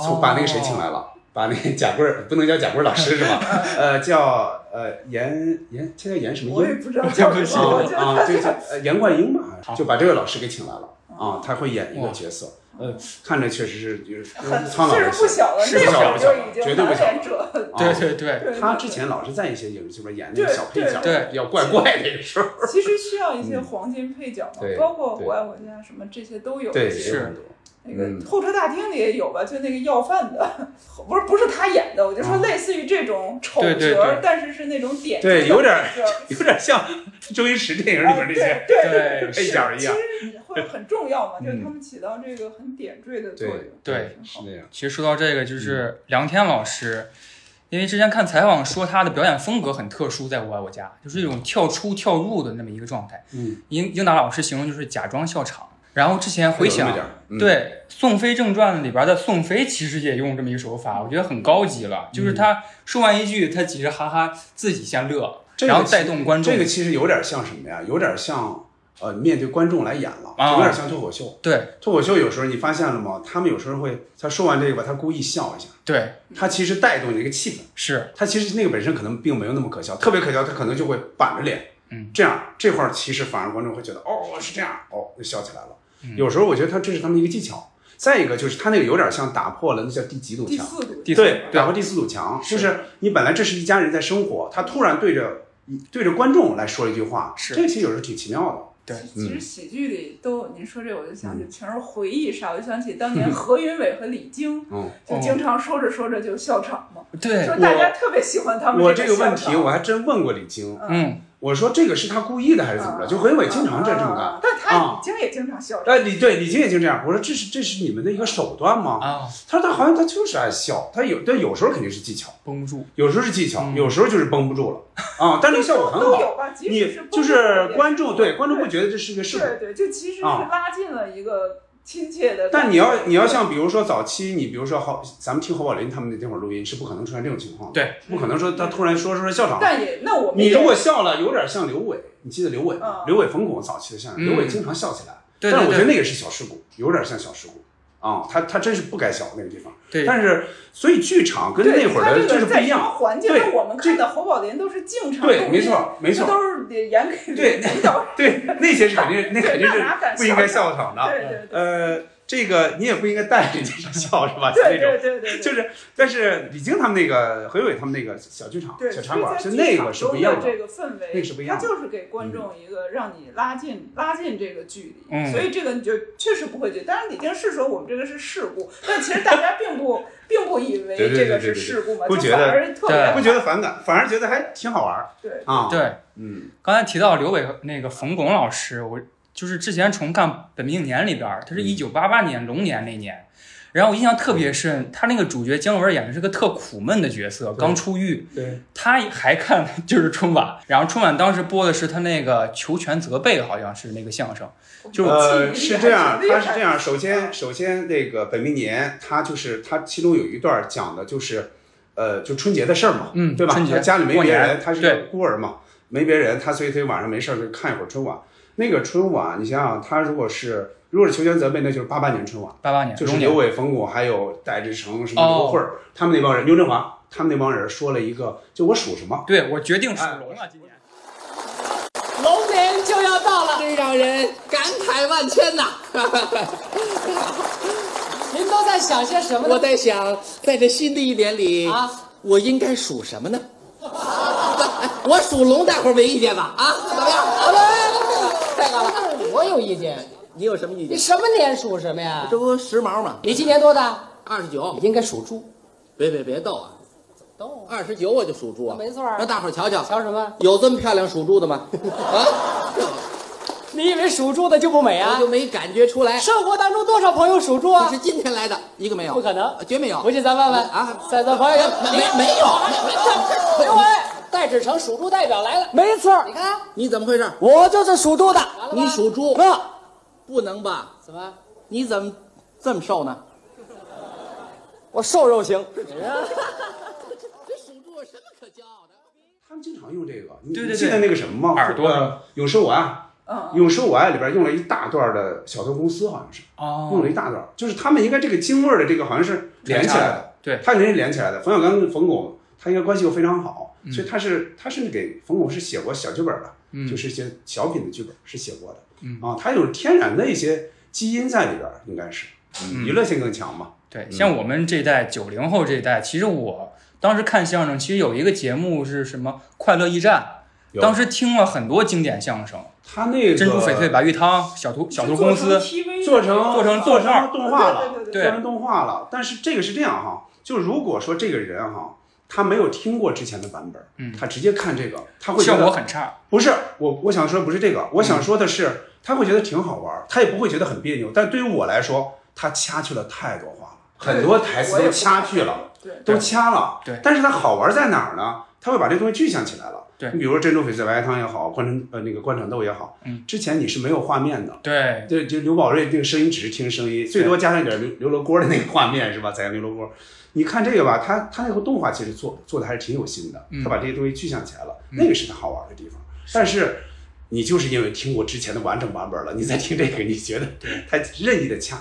Speaker 1: 从把那个谁请来
Speaker 2: 哦
Speaker 1: 了， 把那个贾贵儿不能叫贾贵儿老师是 吧？呃，叫呃严严，他叫严什么
Speaker 2: 我也
Speaker 1: 英？
Speaker 2: 不知道叫
Speaker 3: 不
Speaker 2: 什
Speaker 3: 是
Speaker 2: 么， 我
Speaker 1: 啊
Speaker 2: 觉得
Speaker 1: 啊，
Speaker 2: 他
Speaker 1: 就叫呃严冠英吧，好像
Speaker 3: 好
Speaker 1: 就把这个老师给请来了
Speaker 2: 哦
Speaker 1: 啊，他会演一个角色。呃，看着确实是就是
Speaker 2: 很
Speaker 1: 苍老
Speaker 2: 岁数不小了，
Speaker 1: 是不
Speaker 2: 那会
Speaker 1: 小
Speaker 2: 儿
Speaker 1: 不
Speaker 2: 就
Speaker 1: 小，
Speaker 2: 已经
Speaker 1: 绝对不
Speaker 2: 有
Speaker 1: 小啊
Speaker 2: 点。者了。
Speaker 3: 哦对
Speaker 1: 哦
Speaker 3: 对对，
Speaker 2: 对
Speaker 1: 他
Speaker 2: 对
Speaker 1: 之
Speaker 2: 对
Speaker 1: 前老是在一些影剧里边演那个
Speaker 2: 对
Speaker 1: 小配角，
Speaker 3: 对
Speaker 1: 比较怪怪的，有时候。
Speaker 2: 其实需要一些黄金配角嘛，
Speaker 1: 嗯对
Speaker 2: 包括
Speaker 1: 对
Speaker 2: 我爱我家什么这些都有。
Speaker 1: 对，
Speaker 3: 是
Speaker 1: 也有很多
Speaker 2: 那
Speaker 1: 嗯
Speaker 2: 个候车大厅里也有吧，就那个要饭的，不是不是他演的，我
Speaker 1: 啊
Speaker 2: 就说类似于这种丑
Speaker 3: 对对
Speaker 2: 角
Speaker 3: 对，
Speaker 2: 但是是那种典型的
Speaker 1: 对，有点儿
Speaker 2: 角儿
Speaker 1: 有点像周星驰电影里边那些
Speaker 2: 哎对对
Speaker 3: 对
Speaker 1: 配角一样。
Speaker 2: 其实会很重要嘛，
Speaker 1: 嗯
Speaker 2: 就是他们起到这个很点缀的作用。
Speaker 3: 对
Speaker 1: 是那样。
Speaker 3: 其实说到这个，
Speaker 1: 嗯
Speaker 3: 就是梁天老师，因为之前看采访说他的表演风格很特殊，在《我爱我家》就是一种跳出跳入的那么一个状态。
Speaker 1: 嗯，
Speaker 3: 英英达老师形容就是假装笑场。然后之前回
Speaker 1: 有那么
Speaker 3: 想
Speaker 1: 点，儿，嗯，
Speaker 3: 对《宋飞正传》里边的宋飞其实也用这么一手法，我觉得很高级了。
Speaker 1: 嗯
Speaker 3: 就是他说完一句，他其实哈哈自己先乐，
Speaker 1: 这个
Speaker 3: 然后
Speaker 1: 其
Speaker 3: 带动观众。
Speaker 1: 这个其实有点像什么呀？有点像呃，面对观众来演了，
Speaker 3: 啊
Speaker 1: 就有点像脱口秀。
Speaker 3: 对
Speaker 1: 脱口秀有时候你发现了吗？他们有时候会，他说完这个吧，他故意笑一下，
Speaker 3: 对
Speaker 1: 他其实带动你那个气氛。
Speaker 3: 是，
Speaker 1: 他其实那个本身可能并没有那么可笑，特别可笑，他可能就会板着脸，
Speaker 3: 嗯，
Speaker 1: 这样这块儿其实反而观众会觉得哦是这样，哦就笑起来了。
Speaker 3: 嗯
Speaker 1: 有时候我觉得他这是他们一个技巧。再一个就是他那个有点像打破了那叫第几堵
Speaker 2: 第
Speaker 1: 墙，
Speaker 2: 四组
Speaker 3: 第四
Speaker 1: 对，
Speaker 3: 对
Speaker 1: 打破第四堵墙，就是你本来这是一家人在生活，他突然对着嗯对着观众来说一句话，
Speaker 3: 是
Speaker 1: 这个其实有时候挺奇妙的。
Speaker 2: 其
Speaker 1: 嗯
Speaker 2: 实喜剧里都，您说这我就想起全是回忆杀，我就想起 当年何云伟和李菁，
Speaker 1: 嗯
Speaker 2: 就经常说着说着就笑场嘛，
Speaker 3: 对
Speaker 2: 说，大家特别喜欢他们
Speaker 1: 我
Speaker 2: 这
Speaker 1: 个
Speaker 2: 笑
Speaker 1: 问
Speaker 2: 场
Speaker 1: 题我还真问过李菁，
Speaker 3: 嗯，
Speaker 1: 我说这个是他故意的还是怎么着？就何云伟经常这这么干
Speaker 2: 啊。但他
Speaker 1: 啊
Speaker 2: 李菁也经常笑着。
Speaker 1: 哎，李对李菁也经这样。我说这是这是你们的一个手段吗？
Speaker 3: 啊，
Speaker 1: 他说他好像他就是爱笑，他有但有时候肯定是技巧，
Speaker 3: 绷不住，
Speaker 1: 有时候是技巧，
Speaker 3: 嗯
Speaker 1: 有时候就是绷不住了啊。但这个效果很
Speaker 2: 都有
Speaker 1: 好，
Speaker 2: 吧，即使
Speaker 1: 你
Speaker 2: 是
Speaker 1: 就是
Speaker 2: 观。
Speaker 1: 观众对观众会觉得这是一个事故。
Speaker 2: 对对，就其实是
Speaker 1: 啊
Speaker 2: 拉近了一个亲切的感觉。
Speaker 1: 但你要你要像比如说早期，你比如说好，咱们听侯宝林他们那会儿录音是不可能出现这种情况的，
Speaker 3: 对，
Speaker 1: 不可能说他突然说说说笑场了。
Speaker 2: 但也那我们
Speaker 1: 你
Speaker 2: 也
Speaker 1: 如果笑了，有点像刘伟，你记得刘伟吗？
Speaker 2: 嗯
Speaker 1: 刘伟冯巩早期的相声，
Speaker 3: 嗯
Speaker 1: 刘伟经常笑起来，
Speaker 3: 对
Speaker 1: 但是我觉
Speaker 3: 对
Speaker 1: 得
Speaker 3: 对
Speaker 1: 那个是小事故，有点像小事故啊、他他真是不该笑那个地方。
Speaker 3: 对
Speaker 1: 但是所以剧场跟
Speaker 2: 对
Speaker 1: 那会儿的
Speaker 2: 他这
Speaker 1: 就
Speaker 2: 个
Speaker 1: 是不
Speaker 2: 在
Speaker 1: 一
Speaker 2: 什么
Speaker 1: 样，
Speaker 2: 环境，
Speaker 1: 对
Speaker 2: 那我们
Speaker 1: 这
Speaker 2: 看的侯宝林都是静场
Speaker 1: 对，没，错，没
Speaker 2: 这
Speaker 1: 错，
Speaker 2: 都是演给
Speaker 1: 对
Speaker 2: 领导。
Speaker 1: 对，那些是肯定，那肯定是
Speaker 2: 那哪敢
Speaker 1: 不应该笑场的。
Speaker 2: 对对对
Speaker 1: 呃，这个你也不应该带着人家笑是吧？就那
Speaker 2: 对
Speaker 1: 种
Speaker 2: 对。对 对，
Speaker 1: 就是，但是李菁他们那个何伟他们那个小剧场、
Speaker 2: 对
Speaker 1: 小茶馆
Speaker 2: 所
Speaker 1: 是
Speaker 2: 以在
Speaker 1: 那
Speaker 2: 剧场
Speaker 1: 个是
Speaker 2: 中
Speaker 1: 不一样
Speaker 2: 的
Speaker 1: 的
Speaker 2: 这。个氛围，
Speaker 1: 那个是不一样的嗯
Speaker 2: 它就是给观众一个让你拉近、拉近这个距离，
Speaker 3: 嗯
Speaker 2: 所以这个你就确实不会觉得。当然，李菁是说我们这个是事故，但其实大家并不并不以为
Speaker 1: 对对对
Speaker 2: 这个
Speaker 1: 对对
Speaker 2: 是事故嘛，
Speaker 1: 不
Speaker 2: 就
Speaker 1: 觉得
Speaker 2: 反而特别
Speaker 3: 对
Speaker 1: 不觉得反感，反而觉得还挺好玩儿
Speaker 2: 对
Speaker 1: 啊。，
Speaker 3: 对，
Speaker 1: 嗯，
Speaker 3: 刚才提到刘伟和那个冯巩老师，我就是之前重看《本命年》里边儿，他
Speaker 1: 嗯
Speaker 3: 是一九八八年龙年那年，然后我印象特别深，他那个主角姜文演的是个特苦闷的角色，刚出狱，
Speaker 1: 对，
Speaker 3: 他还看就是春晚，然后春晚当时播的是他那个求全责备，好像是那个相声，就
Speaker 1: 呃，是这样，
Speaker 2: 他
Speaker 1: 他是这样。首
Speaker 2: 嗯
Speaker 1: 先，首先那个本命年，他就是他其中有一段讲的就是，呃，就春节的事儿嘛，
Speaker 3: 嗯
Speaker 1: 对吧？
Speaker 3: 春节
Speaker 1: 他家里没
Speaker 3: 过
Speaker 1: 别
Speaker 3: 年
Speaker 1: 人，他是一个
Speaker 3: 对
Speaker 1: 孤儿嘛，没别人，他所以他晚上没事儿就看一会儿春晚。那个春晚，你想想，他如果是如果是求全责备，那就是八八年春晚。
Speaker 3: 八八年
Speaker 1: 就是
Speaker 3: 龙
Speaker 1: 刘
Speaker 3: 年，
Speaker 1: 伟、冯巩还有戴志成、什么
Speaker 3: 哦
Speaker 1: 刘慧儿、他们那帮人，刘振华他们那帮人说了一个，就我属什么？
Speaker 3: 对我决定属
Speaker 1: 哎
Speaker 3: 龙了，今年。
Speaker 9: 龙年就要到了，真让人感慨万千呐！ 您都在想些什么呢？我在想，在这新的一年里啊，我应该属什么呢？我属龙，大伙儿没意见吧？啊，怎么样？好了，太好了。我有意见，
Speaker 6: 你有什么意
Speaker 9: 你？什么年属什么呀？
Speaker 6: 这不时髦吗？
Speaker 9: 你今年多大？
Speaker 6: 二十九，
Speaker 9: 应该属猪。
Speaker 6: 别别别逗啊！
Speaker 9: 逗
Speaker 6: 二十九我就属猪啊，
Speaker 9: 没错啊
Speaker 6: 让大伙儿瞧瞧，
Speaker 9: 瞧什么？
Speaker 6: 有这么漂亮属猪的 吗？啊，
Speaker 9: 你以为属猪的就不美
Speaker 6: 我
Speaker 9: 啊
Speaker 6: 就？没感觉出来。
Speaker 9: 生活当中多少朋友属猪
Speaker 6: 我
Speaker 9: 啊
Speaker 6: 是？今天来的，一个没有，啊
Speaker 9: 不可能
Speaker 6: 绝没有。
Speaker 9: 回去咱问问
Speaker 6: 啊
Speaker 9: 在座朋友
Speaker 6: 没没没有没有
Speaker 9: 刘伟，啊戴志成属猪代表来了。没错，你看啊
Speaker 6: 你怎么回事？
Speaker 9: 我就是属猪的，
Speaker 6: 你属猪？
Speaker 9: 啊？
Speaker 6: 不能吧？
Speaker 9: 怎么？
Speaker 6: 你怎么这么瘦呢？
Speaker 9: 我瘦肉型。
Speaker 6: 这属猪有什么可骄傲的？
Speaker 1: 他们经常用这个，你
Speaker 3: 对对
Speaker 1: 你
Speaker 3: 对
Speaker 1: 记得那个什么吗？
Speaker 3: 耳朵
Speaker 1: 呃永生我爱，
Speaker 2: 嗯，
Speaker 1: 永生我爱里边用了一大段的小偷公司，好像是用
Speaker 3: 哦
Speaker 1: 了，一大段，就是他们应该这个京味儿的这个好像是连起来的，
Speaker 3: 对
Speaker 1: 他人是连起来的。冯小刚跟冯巩，他应该关系又非常好，所以他是他甚至给冯巩是写过小剧本的，
Speaker 3: 嗯
Speaker 1: 就是一些小品的剧本是写过的，
Speaker 3: 嗯
Speaker 1: 啊，他有天然的一些基因在里边儿，应该是、
Speaker 3: 嗯
Speaker 1: 娱乐性更强嘛。
Speaker 3: 对，像我们这一代九零后这一代，其实我当时看相声，其实有一个节目是什么《快乐驿站》，
Speaker 1: 有
Speaker 3: 当时听了很多经典相声，
Speaker 1: 他那个
Speaker 3: 珍珠翡翠白玉汤、小图小图公司，
Speaker 1: 做成
Speaker 3: 做成
Speaker 1: 做
Speaker 3: 动画
Speaker 1: 成动画了，
Speaker 2: 对对对
Speaker 3: 对
Speaker 1: 做成动画了。但是这个是这样哈，就如果说这个人哈，他没有听过之前的版本，
Speaker 3: 嗯
Speaker 1: 他直接看这个，他会觉
Speaker 3: 效果
Speaker 1: 得
Speaker 3: 很差。
Speaker 1: 不是我，我想说不是这个，我
Speaker 2: 嗯
Speaker 1: 想说的是，他会觉得挺好玩儿，他也不会觉得很别扭。但对于我来说，他掐去了太多话了，很多台词
Speaker 2: 我也
Speaker 1: 都
Speaker 2: 不
Speaker 1: 掐
Speaker 2: 看
Speaker 1: 去了。
Speaker 2: 对，
Speaker 1: 都掐了。
Speaker 3: 对
Speaker 1: 但是它好玩在哪儿呢？它会把这东西具象起来了。
Speaker 3: 对
Speaker 1: 你比如说珍珠翡翠白菜汤也好，灌成呃那个灌肠豆也好，
Speaker 3: 嗯，
Speaker 1: 之前你是没有画面的。
Speaker 3: 对，
Speaker 1: 对，就刘宝瑞那个声音只是听声音，最多加上一点刘刘罗锅的那个画面是吧？宰羊刘罗锅，你看这个吧，他他那个动画其实做做的还是挺有心的，
Speaker 3: 嗯
Speaker 1: 他把这些东西具象起来了，那个是他好玩的地方。但是你就是因为听过之前的完整版本了，你再听这个，你觉得他任意的掐，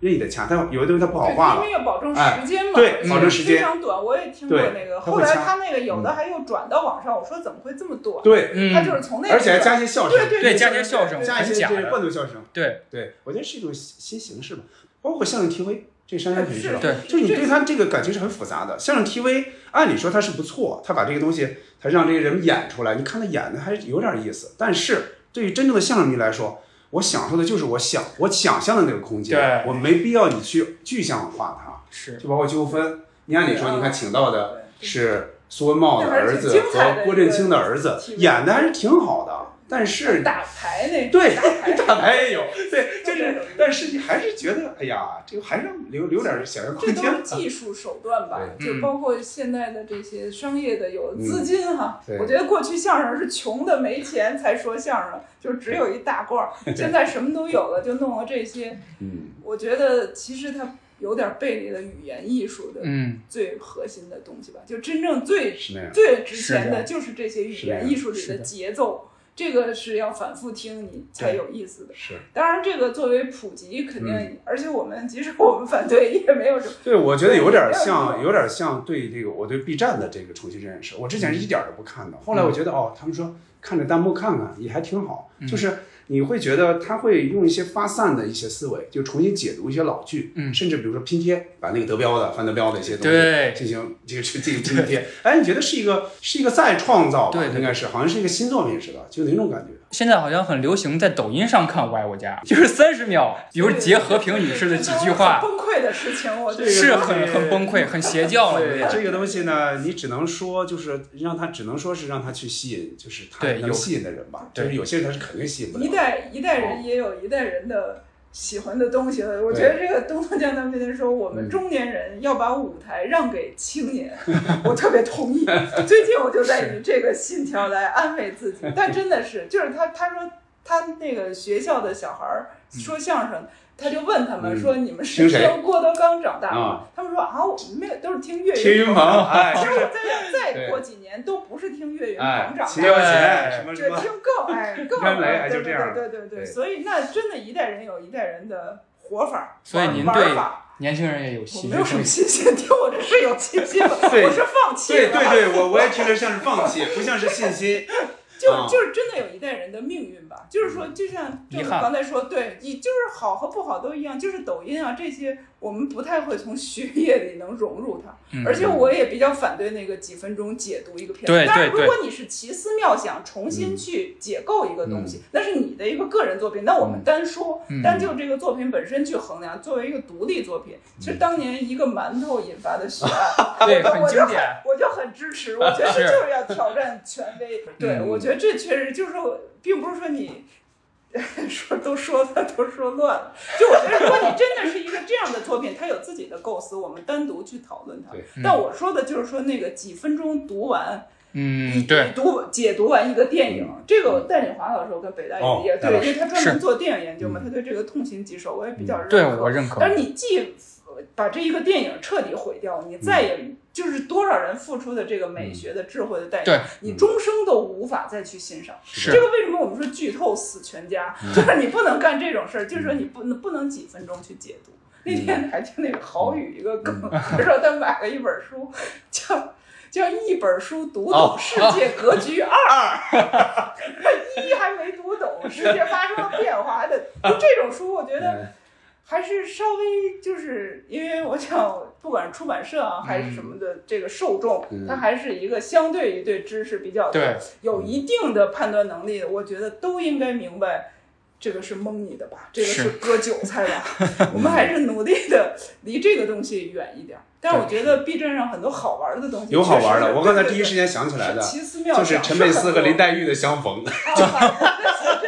Speaker 1: 任意的掐，他有的东西他不好画了
Speaker 2: 因为。要保证时间嘛，
Speaker 1: 哎对
Speaker 2: 嗯
Speaker 1: 保证时间
Speaker 2: 非常短。我也听过
Speaker 1: 对
Speaker 2: 那个，
Speaker 1: 它会
Speaker 2: 后来
Speaker 1: 掐嗯
Speaker 2: 他那个有的还又转到网上，我说怎么会这么短？
Speaker 1: 对，
Speaker 2: 他就是
Speaker 3: 嗯，
Speaker 2: 从那个
Speaker 1: 而且还加一些笑声，
Speaker 2: 对对
Speaker 3: 对加些笑声
Speaker 1: 加一些
Speaker 3: 假
Speaker 1: 这
Speaker 3: 的
Speaker 1: 个罐头笑声。
Speaker 3: 对，
Speaker 1: 对，我觉得是一种新形式吧，包括相声 TV，这山山肯定知道，
Speaker 3: 对
Speaker 1: 就是你对他这个感情是很复杂的。相声 TV 按理说它是不错，他把这个东西，他让这个人演出来，你看他演的还有点意思。但是对于真正的相声迷来说，我享受的就是我想我想象的那个空间，
Speaker 3: 对
Speaker 1: 我没必要你去具象化它。
Speaker 3: 是
Speaker 1: 就包括纠纷，你按理说，
Speaker 2: 对
Speaker 1: 你看请到的是苏文茂的儿
Speaker 2: 那还是挺
Speaker 1: 子
Speaker 2: 精彩的
Speaker 1: 和郭振清的儿子
Speaker 2: 一个
Speaker 1: 演的还是挺好的，但是
Speaker 2: 打牌那
Speaker 1: 对
Speaker 2: 打牌
Speaker 1: 大牌也有，哎对，就
Speaker 2: 这
Speaker 1: 是
Speaker 2: 种，
Speaker 1: 但是你还是觉得，哎呀，这个还是留留点想象
Speaker 2: 这
Speaker 1: 空
Speaker 2: 都
Speaker 1: 间
Speaker 2: 是
Speaker 1: 吧。
Speaker 2: 技术手段吧，
Speaker 3: 对
Speaker 2: 就包括现在的这些商业的有资金哈、
Speaker 1: 对
Speaker 2: 我觉得过去相声是穷的没钱才说相声，就只有一大罐儿。现在什么都有了，就弄了这些。
Speaker 1: 嗯，
Speaker 2: 我觉得其实它有点背离了语言艺术的
Speaker 3: 嗯，
Speaker 2: 最核心的东西吧。就真正最
Speaker 1: 是那样。
Speaker 2: 最值钱
Speaker 3: 是的
Speaker 2: 的就是这些语
Speaker 1: 是的
Speaker 2: 言艺术里
Speaker 3: 是
Speaker 2: 的
Speaker 3: 的
Speaker 2: 节奏，这个是要反复听你才
Speaker 1: 对
Speaker 2: 有意思的。
Speaker 1: 是，
Speaker 2: 当然，这个作为普及肯定，
Speaker 1: 嗯
Speaker 2: 而且我们即使我们反对也没有什么。
Speaker 1: 对，我觉得有点
Speaker 2: 对
Speaker 1: 像，有点像对这个我对 B 站的这个重新认识。我之前
Speaker 3: 嗯
Speaker 1: 是一点儿都不看的，后来我觉得哦，他们说看着弹幕看看也还挺好，
Speaker 3: 嗯
Speaker 1: 就是你会觉得他会用一些发散的一些思维，就重新解读一些老剧，
Speaker 3: 嗯
Speaker 1: 甚至比如说拼贴，把那个德彪的、范德彪的一些东西
Speaker 3: 对
Speaker 1: 进行进行进行拼贴，哎，你觉得是一个是一个再创造吧？
Speaker 3: 对对对
Speaker 1: 应该是好像是一个新作品似的，就那种感觉。
Speaker 3: 现在好像很流行在抖音上看《我爱我家》，就是三十秒，比如结和平女士的几句
Speaker 2: 这
Speaker 3: 话，
Speaker 2: 都是很崩溃的事情，我觉
Speaker 1: 这个
Speaker 2: 得。
Speaker 3: 是很很崩溃，很邪教了，有
Speaker 1: 对
Speaker 3: 点。
Speaker 1: 这个东西呢，你只能说就是让他，只能说是让他去吸引，就是他
Speaker 3: 对有
Speaker 1: 能吸引的人吧。
Speaker 3: 对
Speaker 1: 就是有些人他是肯定吸引不了
Speaker 2: 一
Speaker 1: 的。
Speaker 2: 代一代
Speaker 1: 哦
Speaker 2: 人也有一代人的喜欢的东西了。我觉得这个东东江南飞天说，我
Speaker 1: 嗯
Speaker 2: 们中年人要把舞台让给青年， 我特别同意。最近我就在以这个信条来安慰自己，但真的是，就是他他说他那个学校的小孩儿说相声。他就问他们
Speaker 1: 嗯
Speaker 2: 说：“你们是
Speaker 1: 听谁
Speaker 2: 听郭德纲长大吗
Speaker 1: 啊？”
Speaker 2: 他们说：“啊，我们没有，都是听岳
Speaker 1: 听
Speaker 2: 云
Speaker 1: 云
Speaker 2: 鹏。”
Speaker 1: 鹏， 哎，
Speaker 2: 其
Speaker 1: 就
Speaker 2: 实我
Speaker 1: 是
Speaker 2: 再再
Speaker 1: 对
Speaker 2: 过几年都不是听岳云
Speaker 1: 哎
Speaker 2: 鹏，长
Speaker 1: 秦
Speaker 2: 大
Speaker 1: 霄
Speaker 2: 的，
Speaker 1: 贤什么什
Speaker 2: 这
Speaker 1: 么，
Speaker 2: 听够 哎，够
Speaker 1: 原来
Speaker 2: 了，
Speaker 1: 哎
Speaker 2: 对
Speaker 1: 就这样
Speaker 2: 对对对对
Speaker 1: 对
Speaker 2: 对，所以那真的一代人有一代人的活法，
Speaker 3: 所以
Speaker 2: 玩
Speaker 3: 您
Speaker 2: 玩
Speaker 3: 对
Speaker 2: 法
Speaker 3: 年轻人也有
Speaker 2: 我
Speaker 3: 戏
Speaker 2: 没
Speaker 3: 剧
Speaker 2: 有什
Speaker 3: 性
Speaker 2: 么。信心，听我这是有信心 了，
Speaker 1: 对
Speaker 2: 我是放弃
Speaker 1: 对
Speaker 2: 了，
Speaker 1: 对对，我我也听着像是放弃，不像是信心。
Speaker 2: 就
Speaker 1: 啊
Speaker 2: 就是真的有一代人的命运吧，就是说，就像
Speaker 3: 嗯遗
Speaker 2: 正
Speaker 3: 憾
Speaker 2: 如刚才说，对，你就是好和不好都一样，就是抖音啊这些，我们不太会从学业里能融入它，
Speaker 3: 嗯
Speaker 2: 而且我也比较反对那个几分钟解读一个片
Speaker 3: 对
Speaker 2: 子。当然，
Speaker 3: 对对
Speaker 2: 如
Speaker 3: 嗯
Speaker 2: 果你是奇思妙想，重新去解构一个东西，那是你的一个个人作品。那我们单说，
Speaker 3: 嗯
Speaker 2: 单就这个作品本身去衡量，作为一个独立作品，其实当年一个馒头引发的 血案。
Speaker 3: 嗯对，
Speaker 2: 我
Speaker 3: 很
Speaker 2: 我就
Speaker 3: 经
Speaker 2: 很
Speaker 3: 典。
Speaker 2: 我就很支持，我觉得
Speaker 3: 是
Speaker 2: 就是要挑战权威。对，
Speaker 3: 嗯
Speaker 2: 我觉得这确实就是说，并不是说你 说都说的都说乱了，就我觉得如果你真的是一个这样的作品，它有自己的构思，我们单独去讨论它
Speaker 1: 对。
Speaker 2: 但我说的就是说那个几分钟读完，
Speaker 3: 嗯，对，
Speaker 2: 读解读完一个电影，这个戴锦华老师，我跟北大
Speaker 1: 嗯哦
Speaker 2: 也也
Speaker 1: 戴
Speaker 2: 对，
Speaker 1: 老
Speaker 2: 因
Speaker 1: 师
Speaker 2: 为他专
Speaker 3: 是
Speaker 2: 门做电影研究嘛，
Speaker 1: 嗯
Speaker 2: 他对这个痛心疾首，我也比较认可。
Speaker 3: 对我认可
Speaker 2: 但。是你既呃把这一个电影彻底毁掉，
Speaker 3: 嗯
Speaker 2: 你再也就是多少人付出的这个美学的智慧的代
Speaker 3: 对
Speaker 2: 价，你终生都无法再去欣赏。
Speaker 3: 是嗯
Speaker 2: 这个为什么我们说剧透死全家？就是你不能干这种事儿，就是说你不能不能几分钟去解读。那
Speaker 3: 嗯
Speaker 2: 天还听那个郝宇一个梗，他说他买了一本书，叫。叫一本书读懂
Speaker 3: 哦
Speaker 2: 世界格局二，一还没读懂，世界发生了变化的，就这种书，我觉得
Speaker 3: 嗯
Speaker 2: 还是稍微就是，因为我想，不管是出版社啊还是什么
Speaker 3: 嗯
Speaker 2: 的，这个受众，他还是一个相对于对知识比较
Speaker 3: 对嗯
Speaker 2: 有一定的判断能力的，我觉得都应该明白。这个是蒙你的吧？这个
Speaker 3: 是
Speaker 2: 是割韭菜吧？ 我们还是努力的离这个东西远一点儿。但我觉得 B 站上很多好玩的东西，
Speaker 1: 有好玩的，我刚才第一时
Speaker 2: 间
Speaker 1: 间想起来的，
Speaker 2: 奇思妙
Speaker 1: 就
Speaker 2: 想，
Speaker 1: 是陈佩斯和林
Speaker 2: 黛，
Speaker 1: 黛玉的相逢。
Speaker 2: 这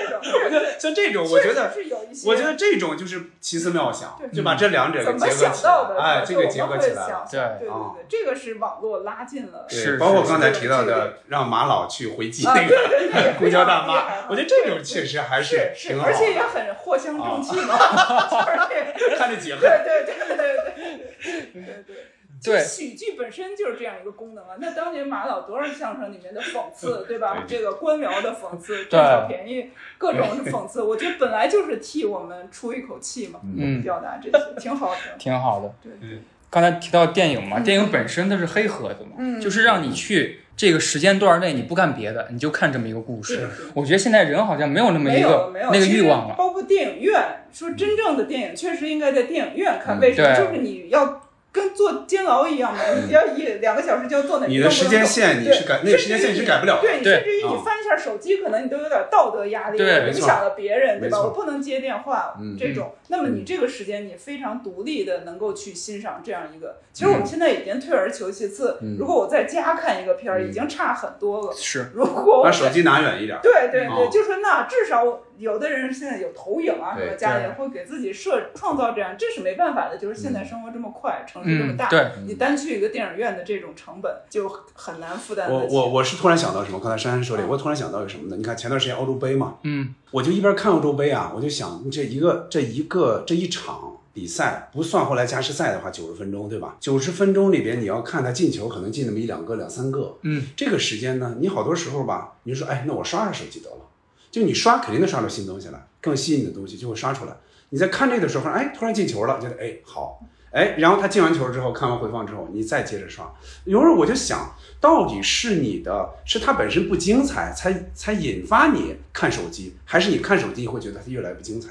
Speaker 2: 种，
Speaker 1: 我觉得像这种， 我
Speaker 2: 确
Speaker 1: 觉
Speaker 2: 实
Speaker 1: 得。
Speaker 2: 是有一些，
Speaker 1: 我觉得这种就是奇思妙想
Speaker 2: 对，
Speaker 1: 就把这两者
Speaker 2: 怎
Speaker 1: 给
Speaker 2: 么
Speaker 1: 结合
Speaker 2: 想
Speaker 1: 起
Speaker 2: 到的？
Speaker 1: 来，哎，这
Speaker 2: 我
Speaker 1: 个
Speaker 2: 们
Speaker 1: 结合
Speaker 2: 会
Speaker 1: 起来了
Speaker 2: 想。
Speaker 3: 对
Speaker 2: 对对
Speaker 1: 啊
Speaker 2: 对，这个是网络拉近了。
Speaker 1: 对
Speaker 3: 是
Speaker 1: 包括
Speaker 3: 是
Speaker 1: 刚才提到
Speaker 2: 是
Speaker 1: 的，让马老去回击
Speaker 2: 啊
Speaker 1: 那
Speaker 2: 对
Speaker 1: 个
Speaker 2: 对对，
Speaker 1: 公交大
Speaker 2: 非常厉害
Speaker 1: 妈，我觉得这种确实还
Speaker 2: 是
Speaker 1: 挺好
Speaker 2: 而且也
Speaker 1: 的，啊
Speaker 2: 很藿香正气嘛， 就是这个。
Speaker 1: 看着解恨。
Speaker 2: 对对对对对对对对。
Speaker 3: 对
Speaker 2: 喜剧本身就是这样一个功能啊。那当年马老多少相声里面的讽刺，对吧？这个官僚的讽刺，占小便宜，各种 讽刺，我觉得本来就是替我们出一口气嘛，
Speaker 3: 嗯
Speaker 2: 表达这些挺好的。
Speaker 3: 挺好的
Speaker 2: 对。
Speaker 3: 刚才提到电影嘛，电影本身它是黑盒子嘛，
Speaker 2: 嗯
Speaker 3: 就是让你去这个时间段内你不干别的，你就看这么一个故事
Speaker 2: 是。
Speaker 3: 我觉得现在人好像没有那么
Speaker 2: 没
Speaker 3: 一
Speaker 2: 有
Speaker 3: 个
Speaker 2: 没有
Speaker 3: 那个
Speaker 2: 其实
Speaker 3: 欲望啊了。
Speaker 2: 包括电影院，说真正的电影确实应该在电影院看，为什么？
Speaker 3: 嗯对
Speaker 2: 就是你要跟坐监牢一样嘛，你只要一两个小时就要坐那，
Speaker 1: 你的时间线
Speaker 2: 你
Speaker 1: 你
Speaker 2: 都不能
Speaker 1: 是改
Speaker 2: 走
Speaker 1: 那个时间线你是改不了的
Speaker 2: 对，甚
Speaker 3: 对
Speaker 2: 至于你
Speaker 1: 啊
Speaker 2: 翻事儿，手机可能你都有点道德压力，
Speaker 3: 对
Speaker 2: 我
Speaker 1: 没
Speaker 2: 影
Speaker 1: 错
Speaker 2: 响了别人，对吧？
Speaker 1: 没错
Speaker 2: 我不能接电话
Speaker 1: 嗯
Speaker 2: 这种。那么你这个时间，你非常独立的能够去欣赏这样一个。其实我
Speaker 1: 嗯
Speaker 2: 们现在已经退而求其次，如果我在家看一个片儿，
Speaker 1: 嗯
Speaker 2: 已经差很多了。
Speaker 3: 是
Speaker 2: 如果我
Speaker 1: 把手机拿远一点。
Speaker 2: 对对对，
Speaker 1: 哦
Speaker 2: 就说那至少有的人现在有投影啊，什
Speaker 1: 对
Speaker 2: 么家里会给自己设创造这样，这是没办法的。就
Speaker 1: 嗯
Speaker 2: 是现在生活这么快，城市这么
Speaker 3: 嗯，
Speaker 2: 大，
Speaker 3: 对，
Speaker 2: 你单去一个电影院的这种成本就很难负担
Speaker 1: 我
Speaker 2: 得起。
Speaker 1: 我我是突然想到什么？刚才珊珊说的，我突然想到一个什么呢？你看前段时间欧洲杯嘛，
Speaker 3: 嗯，
Speaker 1: 我就一边看欧洲杯啊，我就想这一个这一个这一场比赛，不算后来加时赛的话，九十分钟对吧？九十分钟里边你要看他进球，可能进那么一两个、两三个，
Speaker 3: 嗯，
Speaker 1: 这个时间呢，你好多时候吧，你就说哎，那我刷刷手机得了，就你刷肯定能刷出新东西来，更吸引你的东西就会刷出来。你在看这个的时候，哎，突然进球了，觉得哎好，哎，然后他进完球之后，看完回放之后，你再接着刷。有时候我就想，到底是你的，是它本身不精彩，才才引发你看手机，还是你看手机会觉得它越来越不精彩？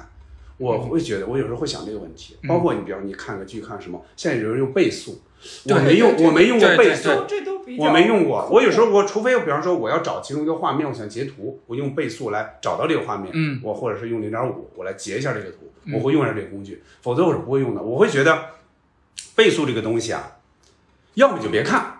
Speaker 1: 我
Speaker 3: 嗯
Speaker 1: 会觉得，我有时候会想这个问题。包括你，比如你看个剧，看什么，现在有人用倍速，我
Speaker 3: 对
Speaker 1: 没用，我没用过
Speaker 3: 对对
Speaker 1: 倍
Speaker 3: 对
Speaker 1: 速
Speaker 2: 这，都这都比较
Speaker 1: 我没用过，我有时候我除非我比方说我要找其中一个画面，我想截图，我用倍速来找到这个画面，
Speaker 3: 嗯
Speaker 1: 我或者是用零点五，我来截一下这个图，
Speaker 3: 嗯
Speaker 1: 我会用上这个工具，否则我是不会用的。我会觉得倍速这个东西啊，要么你就别看。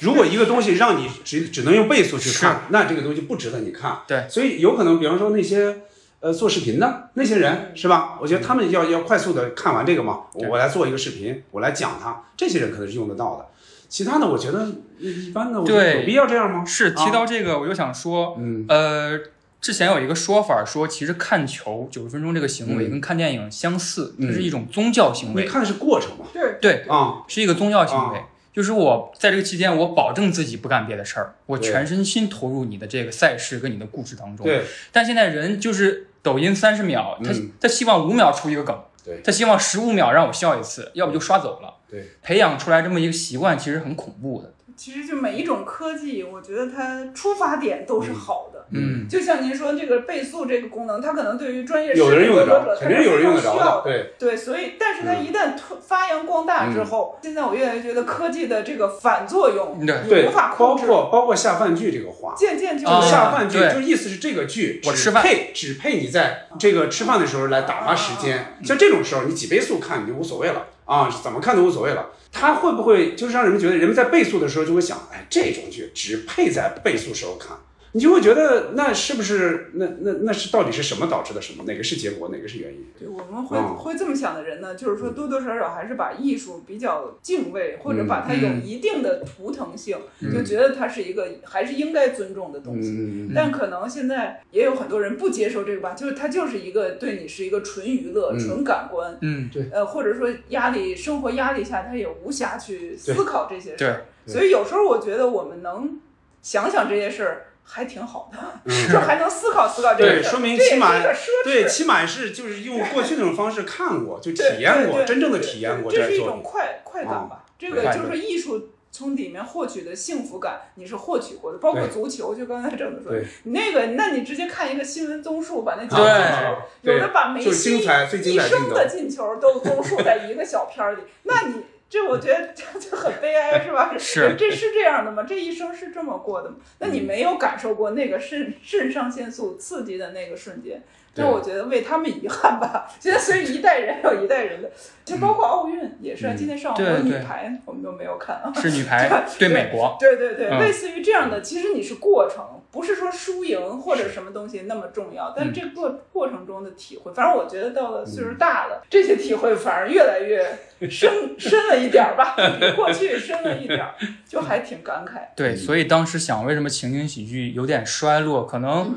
Speaker 1: 如果一个东西让你只只能用倍速去看，那这个东西不值得你看。
Speaker 3: 对
Speaker 1: 所以有可能，比方说那些呃做视频的那些人
Speaker 2: 嗯
Speaker 1: 是吧？我觉得他们要要快速的看完这个嘛，我
Speaker 3: 嗯对
Speaker 1: 我来做一个视频，我来讲它，这些人可能是用得到的。其他的，我觉得一般的，我觉得
Speaker 3: 对
Speaker 1: 有必要这样吗？
Speaker 3: 是
Speaker 1: 啊
Speaker 3: 提到这个，我就想说，
Speaker 1: 嗯
Speaker 3: 呃，之前有一个说法说，其实看球九十分钟这个行为
Speaker 1: 嗯
Speaker 3: 跟看电影相似，
Speaker 1: 嗯
Speaker 3: 它是一种宗教行
Speaker 1: 你
Speaker 3: 为，
Speaker 1: 看的是过程嘛？
Speaker 2: 对
Speaker 3: 对，
Speaker 1: 啊，
Speaker 3: 是一个宗教行为
Speaker 1: 啊。
Speaker 3: 就是我在这个期间，我保证自己不干别的事儿，我
Speaker 1: 对
Speaker 3: 全身心投入你的这个赛事跟你的故事当中。
Speaker 1: 对，
Speaker 3: 但现在人就是抖音三十秒，他、
Speaker 1: 嗯
Speaker 3: 他希望五秒出一个梗，
Speaker 1: 对
Speaker 3: 他希望十五秒让我笑一次，要不就刷走了。
Speaker 1: 对，
Speaker 3: 培养出来这么一个习惯，其实很恐怖的。
Speaker 2: 其实就每一种科技，我觉得它出发点都是好的。
Speaker 3: 嗯，
Speaker 2: 就像您说这个倍速这个功能，它可能对于专业
Speaker 1: 有的人用得
Speaker 2: 视频工作
Speaker 1: 着，
Speaker 2: 者
Speaker 1: 肯定有人用得着
Speaker 2: 它是非常需要的。
Speaker 1: 对，
Speaker 2: 对，所以，但是
Speaker 1: 嗯
Speaker 2: 它一旦突发扬光大之后，现在我越来越觉得科技的这个反作用
Speaker 3: 对
Speaker 1: 嗯对
Speaker 2: 无法，
Speaker 1: 包
Speaker 2: 控制，
Speaker 1: 括包括下饭剧这个话，
Speaker 2: 渐渐就
Speaker 3: 啊
Speaker 2: 是
Speaker 1: 下饭剧
Speaker 3: 对
Speaker 1: 就意思是这个剧
Speaker 3: 我
Speaker 1: 只
Speaker 3: 吃饭
Speaker 1: 配只配你在这个吃饭的时候来打发时
Speaker 2: 啊
Speaker 1: 间，像这种时候你几倍速看你就无所谓了啊，怎么看都无所谓了。它会不会就是让人们觉得人们在倍速的时候就会想，哎，这种剧只配在倍速时候看，你就会觉得那是不是那那那是到底是什么导致的什么，哪个是结果，哪个是原因？
Speaker 2: 对，我们会、
Speaker 1: 嗯
Speaker 2: 会这么想的人呢，就是说多多少少还是把艺术比较敬畏，或者
Speaker 1: 嗯
Speaker 2: 把它有一定的图腾性，就觉得它是一个还是应该尊重的东西。
Speaker 1: 嗯，
Speaker 2: 但可能现在也有很多人不接受这个吧，就是它就是一个对你是一个纯娱乐、
Speaker 1: 嗯
Speaker 2: 纯感官，
Speaker 3: 嗯，
Speaker 2: 呃，或者说压力生活压力下，他也无暇去思考这些事儿。
Speaker 1: 对对
Speaker 2: 所以有时候我觉得我们能想想这些事儿还挺好的，
Speaker 1: 嗯
Speaker 2: 就还能思考思考这
Speaker 1: 对
Speaker 2: 些事儿，
Speaker 1: 说明
Speaker 2: 这
Speaker 1: 起
Speaker 2: 也是一
Speaker 1: 码
Speaker 2: 个奢侈。
Speaker 1: 对，起码是就是用过去那种方式看过，就体
Speaker 2: 对
Speaker 1: 验过，
Speaker 2: 对对
Speaker 1: 真正的体验过嗯
Speaker 2: 这
Speaker 1: 样
Speaker 2: 是一
Speaker 1: 作
Speaker 2: 种
Speaker 1: 品。
Speaker 2: 快快感吧。这个
Speaker 3: 快
Speaker 2: 就
Speaker 3: 乐
Speaker 2: 是艺术从里面获取的幸福感，你是获取过的。包括
Speaker 1: 对
Speaker 2: 足球，就刚才郑总说
Speaker 1: 对，
Speaker 2: 你那个，那你直接看一个新闻综述，把那几
Speaker 3: 对
Speaker 1: 啊
Speaker 2: 个球，有
Speaker 1: 对
Speaker 2: 的把梅
Speaker 1: 就是
Speaker 2: 西
Speaker 1: 精彩最
Speaker 2: 一
Speaker 1: 精彩镜
Speaker 2: 生
Speaker 1: 头
Speaker 2: 的进球都综述在一个小片儿里， 那你。这我觉得就很悲
Speaker 1: 哎
Speaker 2: 哀，是吧？
Speaker 3: 是
Speaker 2: 这是这样的吗？这一生是这么过的吗？那
Speaker 1: 嗯
Speaker 2: 你没有感受过那个肾肾上腺素刺激的那个瞬间，
Speaker 1: 对
Speaker 2: 那我觉得为他们遗憾吧。现在所以一代人有一代人的，就包括奥运也是啊。
Speaker 1: 嗯
Speaker 2: 今天上午
Speaker 3: 对
Speaker 2: 有女
Speaker 3: 对
Speaker 2: 排，我们都没有看啊。
Speaker 3: 是女排对美国，
Speaker 2: 对对对，
Speaker 3: 嗯
Speaker 2: 类似于这样的，其实你是过程，不是说输赢或者什么东西那么重要，但
Speaker 3: 嗯
Speaker 2: 这个过过程中的体会，反正我觉得到了岁数大
Speaker 1: 嗯
Speaker 2: 了，这些体会反而越 来越深深了一点儿吧， 比过去深了一 点儿，就还挺感慨。
Speaker 3: 对，所以当时想，为什么情景喜剧有点衰落？可能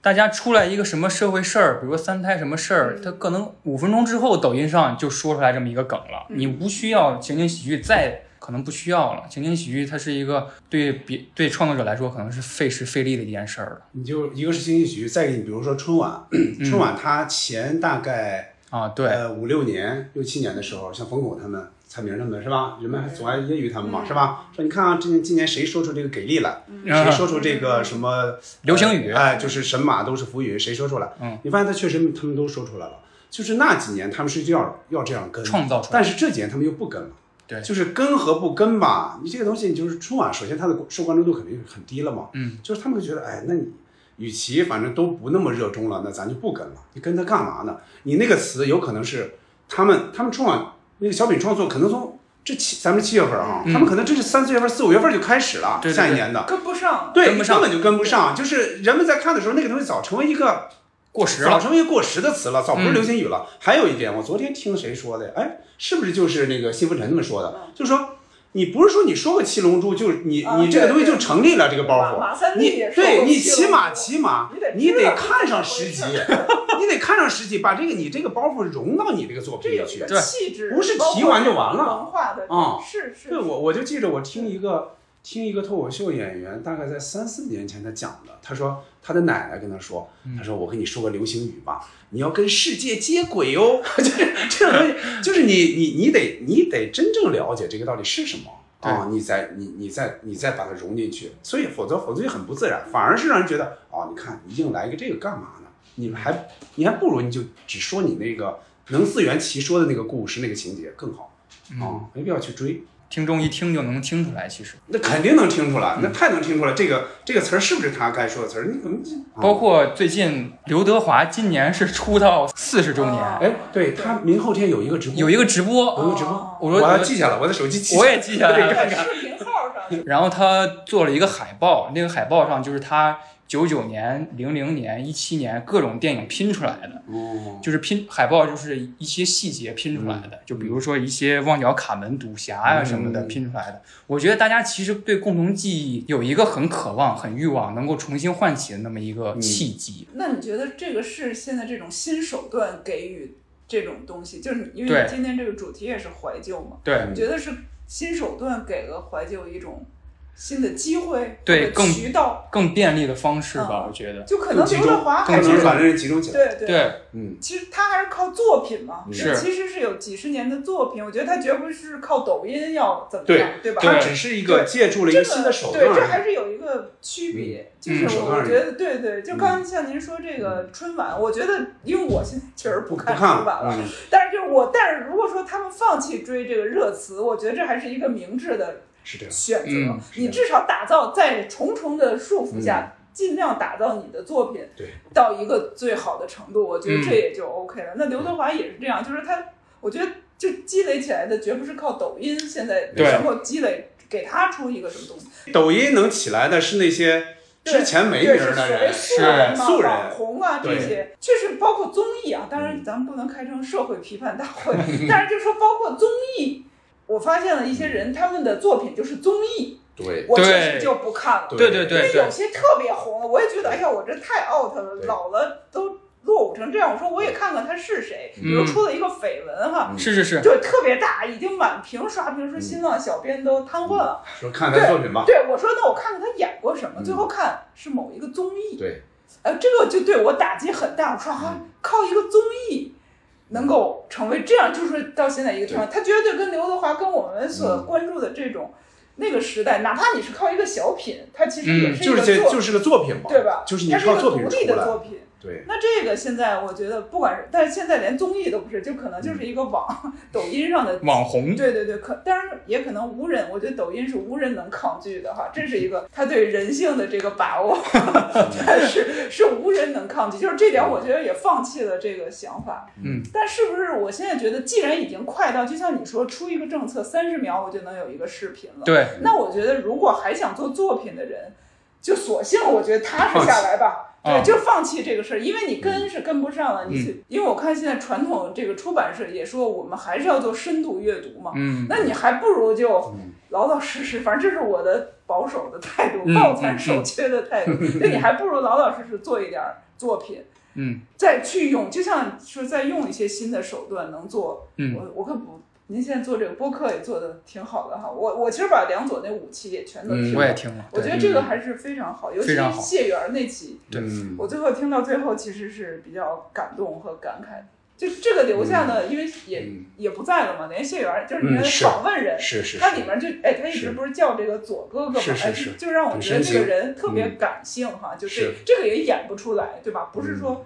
Speaker 3: 大家出来一个什么社会事儿，比如说三胎什么事儿，他可能五分钟之后抖音上就说出来这么一个梗了，
Speaker 2: 嗯
Speaker 3: 你无需要情景喜剧再。可能不需要了。情景喜剧它是一个对别对创作者来说可能是费时费力的一件事儿
Speaker 1: 你就一个是情景喜剧，再一个你比如说春晚，春晚它前大概
Speaker 3: 了啊。嗯对，
Speaker 1: 呃五六年、六七年的时候，像冯巩他们、蔡明他们是吧？人们还总爱揶揄他们嘛，是吧？说你看啊，今年今年谁说出这个给力来？谁说出这个什么
Speaker 3: 嗯流星雨
Speaker 1: 哎，就是神马都是浮云，谁说出来？
Speaker 3: 嗯，
Speaker 1: 你发现他确实他们都说出来了，就是那几年他们是要要这样跟
Speaker 3: 创造出来
Speaker 1: 但是这几年他们又不跟了。
Speaker 3: 对
Speaker 1: 就是跟和不跟吧，你这个东西你就是春晚，首先它的受关注度肯定很低了嘛，
Speaker 3: 嗯，
Speaker 1: 就是他们就觉得，哎，那你与其反正都不那么热衷了，那咱就不跟了，你跟他干嘛呢？你那个词有可能是他们他们春晚那个小品创作，可能从这七咱们七月份啊，
Speaker 3: 嗯
Speaker 1: 他们可能这是三四月份、四五月份就开始了，
Speaker 3: 对对对
Speaker 1: 下一年的，
Speaker 2: 跟不上。
Speaker 1: 对，
Speaker 3: 跟不上
Speaker 1: 根本就跟不上。就是人们在看的时候，那个东西早成为一个
Speaker 3: 过时
Speaker 1: 早
Speaker 3: 了，
Speaker 1: 成为一个过时的词了，早不是
Speaker 3: 嗯
Speaker 1: 流行语了。还有一点，我昨天听谁说的？哎，是不是就是那个辛福臣他们说的？就说你不是说你说个七龙珠，就是你、
Speaker 2: 嗯啊
Speaker 1: 你这个东西
Speaker 2: 对
Speaker 1: 就成立了这个包
Speaker 2: 马马
Speaker 1: 袱。
Speaker 2: 三立
Speaker 1: 你
Speaker 2: 也说过
Speaker 1: 对你
Speaker 2: 七龙
Speaker 1: 起
Speaker 2: 珠
Speaker 1: 码起码
Speaker 2: 你得
Speaker 1: 你
Speaker 2: 知道
Speaker 1: 得看上十集，
Speaker 2: 怎么回
Speaker 1: 你得看上十集，把这个你这个包袱融到你这个作
Speaker 2: 这
Speaker 1: 品
Speaker 2: 有
Speaker 1: 里去
Speaker 2: 一。
Speaker 3: 对
Speaker 2: 个气质，
Speaker 1: 不是
Speaker 2: 包括
Speaker 1: 提完就完了
Speaker 2: 文化的
Speaker 1: 啊
Speaker 2: 是是，
Speaker 1: 对我我就记着我听一个听一个脱口秀演员，大概在三四年前他讲的，他说他的奶奶跟他说，他说我跟你说个流行语吧，你要跟世界接轨哦， 就是这种东西，就是你你你得你得真正了解这个到底是什么。啊、你再你你再你再把它融进去，所以否则否则就很不自然，反而是让人觉得哦，你看你硬来一个这个干嘛呢？你们还你还不如你就只说你那个能自圆其说的那个故事那个情节更好啊、
Speaker 3: 嗯，
Speaker 1: 没必要去追。
Speaker 3: 听众一听就能听出来，其实
Speaker 1: 那肯定能听出来，
Speaker 2: 嗯
Speaker 1: 那太能听出来，这个这个词儿是不是他该说的词儿？你怎么这
Speaker 3: 包括最近刘德华今年是出道四十周年，
Speaker 1: 哎，对他明后天有一个直播，
Speaker 3: 有一个直播，
Speaker 1: 有一个直播，
Speaker 2: 哦
Speaker 3: 我说
Speaker 1: 我要记下来，我的手机记下
Speaker 3: 我
Speaker 1: 来。
Speaker 3: 也记下来了，
Speaker 2: 在视频 号上是
Speaker 3: 然后他做了一个海报，那个海报上就是他九九年、零零年、一七年各种电影拼出来的，
Speaker 1: 哦，
Speaker 3: 就是拼海报就是一些细节拼出来的，
Speaker 2: 嗯
Speaker 3: 就比如说一些旺角卡门赌侠呀、什么的
Speaker 1: 嗯
Speaker 3: 拼出来的。我觉得大家其实对共同记忆有一个很渴望、很欲望能够重新唤起的那么一个契机。
Speaker 2: 那你觉得这个是现在这种新手段给予这种东西，就是你因为
Speaker 3: 对
Speaker 2: 你今天这个主题也是怀旧嘛？
Speaker 3: 对
Speaker 2: 你觉得是新手段给了怀旧一种新的机会，
Speaker 3: 对
Speaker 2: 或者
Speaker 3: 更
Speaker 2: 渠道，
Speaker 3: 更便利的方式吧，
Speaker 2: 嗯
Speaker 3: 我觉得。
Speaker 2: 就可能
Speaker 1: 集
Speaker 2: 刘
Speaker 1: 中
Speaker 2: 德华
Speaker 1: 更
Speaker 2: 还
Speaker 1: 能
Speaker 2: 是
Speaker 1: 把人集中起来。
Speaker 2: 对对
Speaker 3: 对，
Speaker 1: 嗯，
Speaker 2: 其实他还是靠作品嘛，
Speaker 3: 是
Speaker 2: 其实是有几十年的作品，我觉得他绝不是靠抖音要怎么
Speaker 1: 对
Speaker 2: 样，对吧？
Speaker 1: 他只是一个借助了一
Speaker 2: 这
Speaker 1: 个
Speaker 2: 个
Speaker 1: 新的手段
Speaker 2: 对，这
Speaker 1: 而
Speaker 2: 还
Speaker 1: 已。
Speaker 2: 是有一个区别，
Speaker 3: 嗯
Speaker 2: 就是
Speaker 1: 手
Speaker 2: 我
Speaker 1: 段
Speaker 2: 我
Speaker 1: 而已
Speaker 2: 觉得对对，就刚才像您说这个春晚，我觉得因为我现在确实不看
Speaker 1: 不
Speaker 2: 春
Speaker 1: 看了
Speaker 2: 晚了，
Speaker 1: 嗯
Speaker 2: 但是就是我，但是如果说他们放弃追这个热词，我觉得这还是一个明智的
Speaker 1: 是这样。
Speaker 2: 选择，
Speaker 3: 嗯
Speaker 2: 你至少打造在重重的束缚下。尽量打造你的作品，
Speaker 1: 嗯对
Speaker 2: 到一个最好的程度，我觉得
Speaker 3: 嗯
Speaker 2: 这也就 OK 了。那刘德华也是这样，就是他，我觉得就积累起来的，绝不是靠抖音现在
Speaker 3: 对
Speaker 2: 能够积累给他出一个什么东西。
Speaker 1: 抖音能起来的是那些之前没名
Speaker 2: 对，
Speaker 1: 儿的人，哎
Speaker 2: 是属于素人嘛、
Speaker 1: 素人
Speaker 2: 网红啊这
Speaker 1: 对
Speaker 2: 些，确实包括综艺啊。当然，咱们不能开成社会批判大会，
Speaker 1: 嗯
Speaker 2: 但是就说包括综艺，我发现了一些人他们的作品就是综艺，
Speaker 1: 对
Speaker 2: 我确
Speaker 3: 对
Speaker 2: 实就不看了，
Speaker 1: 对
Speaker 3: 对对
Speaker 2: 因
Speaker 3: 对
Speaker 2: 为有
Speaker 3: 对，
Speaker 2: 些特别红，我也觉得哎呀，我这太 out 了，
Speaker 1: 对
Speaker 2: 老了都落伍成这样。我说我也看看他是谁，比如
Speaker 3: 嗯
Speaker 2: 出了一个绯闻
Speaker 1: 嗯
Speaker 2: 哈。
Speaker 3: 是是是，
Speaker 2: 就特别大，已经满屏刷屏，说新浪小编都瘫痪了。
Speaker 1: 说看他作品吧。
Speaker 2: 对，我说那我看看他演过什么，
Speaker 1: 嗯
Speaker 2: 最后看是某一个综艺。
Speaker 1: 对，
Speaker 2: 呃，这个就对我打击很大。我说啊，
Speaker 1: 嗯
Speaker 2: 靠一个综艺能够成为这样，就是到现在一个状态，他绝对跟刘德华跟我们
Speaker 1: 嗯
Speaker 2: 所关注的这种、那个时代，哪怕你是靠一个小品，它其实也
Speaker 3: 嗯
Speaker 2: 是一
Speaker 1: 就
Speaker 2: 个
Speaker 1: 是
Speaker 2: 作品，
Speaker 1: 这就是个作品嘛，
Speaker 2: 对吧？
Speaker 1: 就是你
Speaker 2: 它是一
Speaker 1: 靠
Speaker 2: 个
Speaker 1: 作品
Speaker 2: 独
Speaker 1: 出
Speaker 2: 立的
Speaker 1: 来
Speaker 2: 作。品。
Speaker 1: 对，
Speaker 2: 那这个现在我觉得，不管是，但是现在连综艺都不是，就可能
Speaker 1: 嗯
Speaker 2: 就是一个网、 抖音上的
Speaker 3: 网红
Speaker 2: 对对对，可当然也可能无人，我觉得抖音是无人能抗拒的哈，这是一个他对人性的这个把握， 但是是无人能抗拒，就是这点我觉得也放弃了这个想法。
Speaker 3: 嗯，
Speaker 2: 但是不是我现在觉得，既然已经快到，就像你说出一个政策三十秒我就能有一个视频了，，
Speaker 3: 对，
Speaker 2: 那我觉得如果还想做作品的人，就索性我觉得踏实下来吧。对，
Speaker 3: 放弃啊嗯
Speaker 2: 就放弃这个事儿，因为你跟是跟不上了。你去，因为我看现在传统这个出版社也说，我们还是要做深度阅读嘛。
Speaker 3: 嗯，
Speaker 2: 那你还不如就老老实实， 反正这是我的保守的态度
Speaker 3: 嗯，
Speaker 2: 抱残守缺的态 度。那你还不如老老实实做一点儿作品，
Speaker 3: 嗯，
Speaker 2: 再去用，就像说再用一些新的手段能做。
Speaker 3: 嗯
Speaker 2: 我我可不，您现在做这个播客也做的挺好的哈。我我其实把梁左那五期也全都听
Speaker 1: 嗯
Speaker 3: 我
Speaker 2: 了，
Speaker 3: 也听了，
Speaker 2: 我觉
Speaker 3: 对
Speaker 2: 得这个还是非常好，尤其
Speaker 3: 非
Speaker 2: 是
Speaker 3: 常好
Speaker 2: 谢元儿那期。
Speaker 3: 对
Speaker 1: 嗯
Speaker 2: 我最后听到最后，其实是比较感动和感慨的。就这个留下呢，因为也、
Speaker 1: 嗯
Speaker 2: 也不在了嘛，连谢元儿就是
Speaker 1: 嗯
Speaker 2: 你看
Speaker 1: 是
Speaker 2: 访问人，
Speaker 1: 是是是，
Speaker 2: 他里面就哎，他一直
Speaker 1: 是
Speaker 2: 不是叫这个左哥哥嘛，
Speaker 1: 是是
Speaker 2: 哎
Speaker 1: 是
Speaker 2: 就就让我
Speaker 1: 很
Speaker 2: 觉得
Speaker 1: 深
Speaker 2: 这个
Speaker 1: 情
Speaker 2: 人特别
Speaker 1: 嗯
Speaker 2: 感性哈，就这
Speaker 1: 是嗯
Speaker 2: 这个也演不出来，对吧？不是说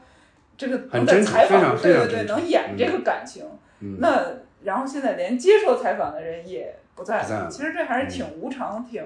Speaker 2: 这个
Speaker 1: 很
Speaker 2: 能在
Speaker 1: 真诚
Speaker 2: 采
Speaker 1: 非常
Speaker 2: 访，对
Speaker 1: 非常
Speaker 2: 对对，
Speaker 1: 真诚
Speaker 2: 能演这个感情，
Speaker 1: 嗯
Speaker 2: 那然后现在连接受采访的人也不在
Speaker 1: 不在
Speaker 2: 了
Speaker 1: 了。
Speaker 2: 其实这还是挺无常，挺，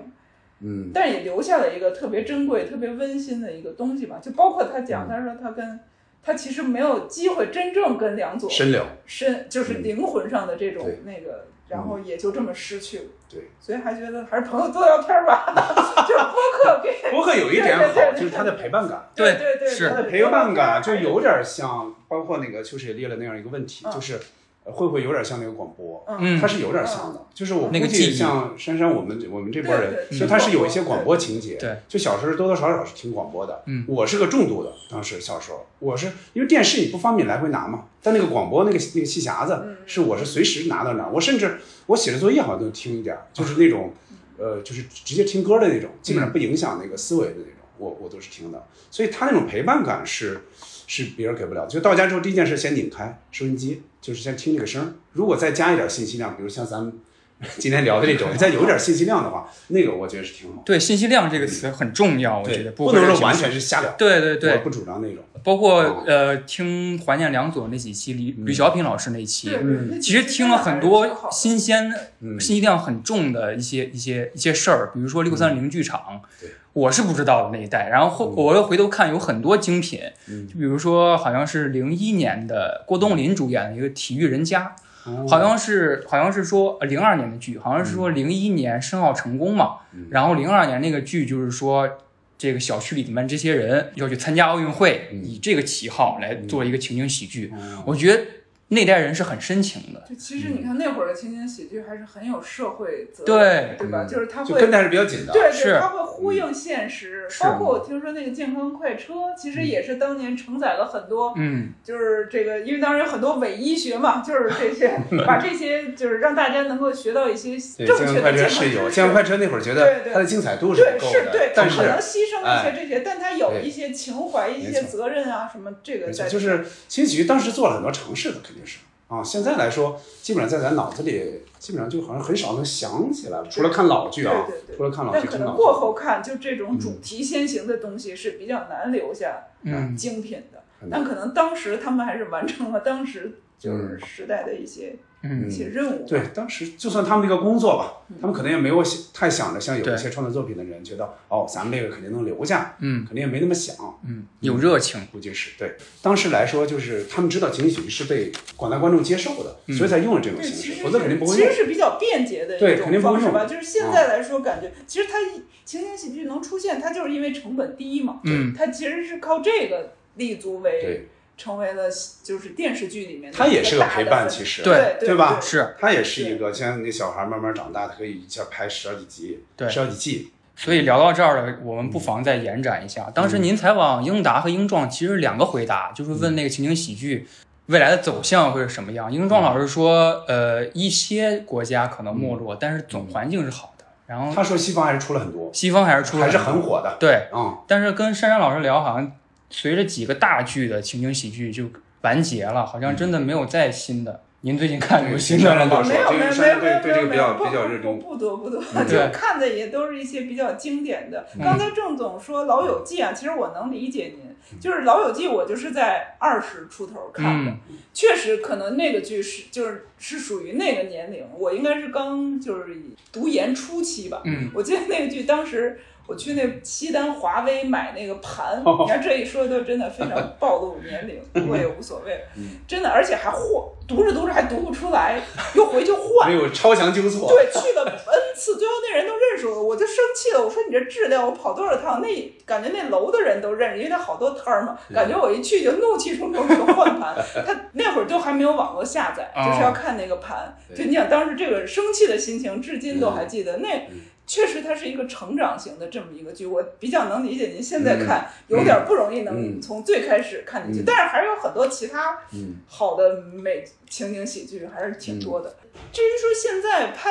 Speaker 1: 嗯，
Speaker 2: 但也留下了一个特别珍贵、特别温馨的一个东西吧。就包括他
Speaker 1: 嗯
Speaker 2: 讲，他说他跟他其实没有机会真正跟梁左
Speaker 1: 深聊，
Speaker 2: 深就是灵魂上的这种
Speaker 1: 嗯对嗯
Speaker 2: 那个，然后也就这么失去了。
Speaker 1: 对，
Speaker 2: 所以还觉得还是朋友多聊天儿吧， 就是播客给
Speaker 1: 博客有一点
Speaker 2: 对对
Speaker 1: 好，
Speaker 2: 对
Speaker 1: 就是它的陪伴感，
Speaker 2: 对
Speaker 3: 对
Speaker 2: 对对，
Speaker 3: 是
Speaker 1: 它的陪伴感就有点像，包括那个秋水列了那样一个问题，
Speaker 2: 嗯
Speaker 1: 就是呃会不会有点像那个广播？
Speaker 3: 嗯
Speaker 1: 它是有点像的，就是我
Speaker 3: 那
Speaker 1: 估
Speaker 3: 个
Speaker 1: 计
Speaker 3: 记忆
Speaker 1: 像珊珊我们我们这波
Speaker 2: 对
Speaker 1: 人，
Speaker 2: 对
Speaker 1: 就
Speaker 2: 嗯
Speaker 1: 他是有一些广播情节，
Speaker 3: 对，
Speaker 1: 就小时候多多少少是听广播的，
Speaker 3: 嗯
Speaker 1: 我是个重度的，当时小时候我是因为电视你不方便来回拿嘛，但那个广播那个那个戏匣子
Speaker 2: 嗯
Speaker 1: 是我是随时拿到那儿，我甚至我写着作业好像都听一点儿，就是那种呃就是直接听歌的那种，基本上不影响那个思维的那种，我我都是听的，所以他那种陪伴感是。是别人给不了。就到家之后，第一件事先拧开收音机，就是先听这个声儿。如果再加一点信息量，比如像咱们 今天聊的这种，再有点信息量的话，那个我觉得是挺好。
Speaker 3: 对，信息量这个词很重要，我觉得
Speaker 1: 嗯不
Speaker 3: 管
Speaker 1: 能
Speaker 3: 是
Speaker 1: 说
Speaker 3: 什么
Speaker 1: 完全是嗯瞎聊。
Speaker 3: 对对对
Speaker 1: 我，不主张那种。
Speaker 3: 包括
Speaker 1: 哦
Speaker 3: 呃，听怀念梁左那几期，吕吕小品老师那期，
Speaker 2: 对
Speaker 1: 嗯
Speaker 2: 那
Speaker 3: 其实听了很多
Speaker 2: 好
Speaker 3: 新鲜、
Speaker 1: 嗯
Speaker 3: 信息量很重的一些一些一些事儿，比如说六三零剧场
Speaker 1: 嗯对，
Speaker 3: 我是不知道的那一代。然后后我又回头看，有很多精品，
Speaker 1: 嗯
Speaker 3: 就比如说好像是零一年的郭冬临主演的一个《体育人家》。
Speaker 1: 哦嗯
Speaker 3: 好像是好像是说呃零二年的剧，好像是说零一年申奥成功嘛，然后零二年那个剧就是说这个小区里面这些人要去参加奥运会，
Speaker 1: 嗯
Speaker 3: 以这个旗号来做一个情景喜剧，我觉得那代人是很深情的，
Speaker 2: 就其实你
Speaker 1: 嗯
Speaker 2: 看那会儿的情景喜剧还是很有社会责
Speaker 3: 对
Speaker 2: 任，对吧？就是他
Speaker 1: 嗯就
Speaker 2: 会
Speaker 1: 跟还是比较紧的。
Speaker 2: 对对，
Speaker 3: 是
Speaker 2: 它会
Speaker 1: 嗯
Speaker 2: 呼应现实。
Speaker 3: 是
Speaker 2: 包括我听说那个健康快车，其
Speaker 1: 嗯
Speaker 2: 实也是当年承载了很多，
Speaker 3: 嗯，
Speaker 2: 就是这个，因为当时有很多伪医学嘛，就是 这些把这些就是让大家能够学到一些
Speaker 1: 对，
Speaker 2: 正
Speaker 1: 健
Speaker 2: 确
Speaker 1: 康
Speaker 2: 的
Speaker 1: 快车
Speaker 2: 健康
Speaker 1: 是有，
Speaker 2: 知识
Speaker 1: 健康快车那会儿觉
Speaker 2: 对
Speaker 1: 得
Speaker 2: 对
Speaker 1: 它的精彩度是
Speaker 2: 对，
Speaker 1: 不够
Speaker 2: 是对
Speaker 1: 的，，
Speaker 2: 它
Speaker 1: 但
Speaker 2: 可能
Speaker 1: 是。哎
Speaker 2: 牺牲一些这些，但它有一些情怀、一
Speaker 1: 没
Speaker 2: 些
Speaker 1: 错
Speaker 2: 责任啊什么，这个在
Speaker 1: 就是新喜剧当时做了很多尝试的，肯定是啊。现在来说，基本上在咱脑子里，基本上就好像很少能想起来了，除了看老剧啊
Speaker 2: 对对，对
Speaker 1: 除了看老
Speaker 2: 但
Speaker 1: 剧，
Speaker 2: 可
Speaker 1: 真老
Speaker 2: 能
Speaker 1: 剧
Speaker 2: 过后看，就这种主题先行的东西是比较难留下
Speaker 3: 嗯
Speaker 2: 精品的。
Speaker 1: 嗯
Speaker 2: 但可能当时他们还是完成了当时就是
Speaker 1: 嗯
Speaker 2: 时代的一些、
Speaker 3: 嗯
Speaker 2: 一些任务吧。
Speaker 1: 对，当时就算他们这个工作吧，
Speaker 2: 嗯
Speaker 1: 他们可能也没有想太想着像有一些创作作品的人觉得，哦，咱们这个肯定能留下，
Speaker 3: 嗯
Speaker 1: 肯定也没那么想，
Speaker 3: 嗯，有热情，
Speaker 1: 估计是对。当时来说，就是他们知道情景喜剧是被广大观众接受的，所以才用了这种
Speaker 2: 对，
Speaker 1: 形
Speaker 2: 其
Speaker 1: 式，
Speaker 2: 实
Speaker 1: 否则肯定不会
Speaker 2: 其
Speaker 1: 用
Speaker 2: 实。是比较便捷的
Speaker 1: 对
Speaker 2: 一
Speaker 1: 肯
Speaker 2: 种
Speaker 1: 定不会
Speaker 2: 方式吧。
Speaker 1: 用啊
Speaker 2: 就是现在来说，感觉、其实它情景喜剧能出现，它就是因为成本低嘛。
Speaker 3: 嗯
Speaker 2: 它其实是靠这个立足为
Speaker 1: 对，
Speaker 2: 成为了就是电视剧里面的
Speaker 1: 它也是
Speaker 2: 一
Speaker 1: 个
Speaker 2: 大
Speaker 1: 陪
Speaker 2: 的
Speaker 1: 伴，
Speaker 2: 分
Speaker 1: 其实
Speaker 2: 对
Speaker 1: 对吧？
Speaker 3: 是，
Speaker 1: 它也是一个像那小孩慢慢长大，他可以一下拍十好几集，
Speaker 3: 对
Speaker 1: 十好几季，
Speaker 3: 所以聊到这儿了，我们不妨再延展一
Speaker 1: 嗯
Speaker 3: 下。当时您采访英达和英壮，其实两个回答，就是问那个情景喜剧未来的走向会是什么样。英壮老师说，呃，一些国家可能没
Speaker 1: 嗯
Speaker 3: 落，但是总环境是好的。然后
Speaker 1: 他说西方还是出了很多，
Speaker 3: 西方还是出了
Speaker 1: 还是很火的，
Speaker 3: 对，
Speaker 1: 嗯，
Speaker 3: 但是跟珊珊老师聊，好像随着几个大剧的情景喜剧就完结了，好像真的没有再新的。您最近看有新的了吗？
Speaker 2: 没有
Speaker 1: 这
Speaker 2: 没
Speaker 1: 个
Speaker 2: 有
Speaker 1: 山
Speaker 2: 没有
Speaker 1: 对
Speaker 2: 没有
Speaker 1: 对这个
Speaker 2: 没
Speaker 1: 比较
Speaker 2: 有不
Speaker 1: 比较
Speaker 2: 不
Speaker 1: 热衷嗯
Speaker 2: 不多不多，
Speaker 3: 对
Speaker 2: 就看的也都是一些比较经典的。刚才郑总说《老友记》啊，其实我能理
Speaker 1: 嗯
Speaker 2: 解您，就是《老友记》，我就是在二十出头看的
Speaker 3: 嗯，
Speaker 2: 确实可能那个剧是就是是属于那个年龄，我应该是刚就是读研初期吧。
Speaker 3: 嗯，
Speaker 2: 我记得那个剧当时。我去那西单华威买那个盘，
Speaker 1: 哦
Speaker 2: 你看这一说都真的非常暴露年龄，不过也无所谓，真的，而且还换，读着读着还读不出来，又回去换
Speaker 1: 没，有超强纠错，
Speaker 2: 对，去了 n 次，最后那人都认识我，我就生气了。我说你这质量，我跑多少趟，那感觉那楼的人都认识，因为他好多摊儿嘛。感觉我一去就怒气冲冲就 换盘，他那会儿都还没有网络下载，
Speaker 1: 哦
Speaker 2: 就是要看那个盘。就你想当时这个生气的心情，至今都还
Speaker 1: 嗯
Speaker 2: 记得。那确实它是一个成长型的这么一个剧，我比较能理解您现在看有点不容易能
Speaker 1: 嗯
Speaker 2: 从最开始看进去，
Speaker 1: 嗯
Speaker 2: 但是还是有很多其他
Speaker 1: 嗯
Speaker 2: 好的美情景喜剧还是挺多的。至于说现在拍，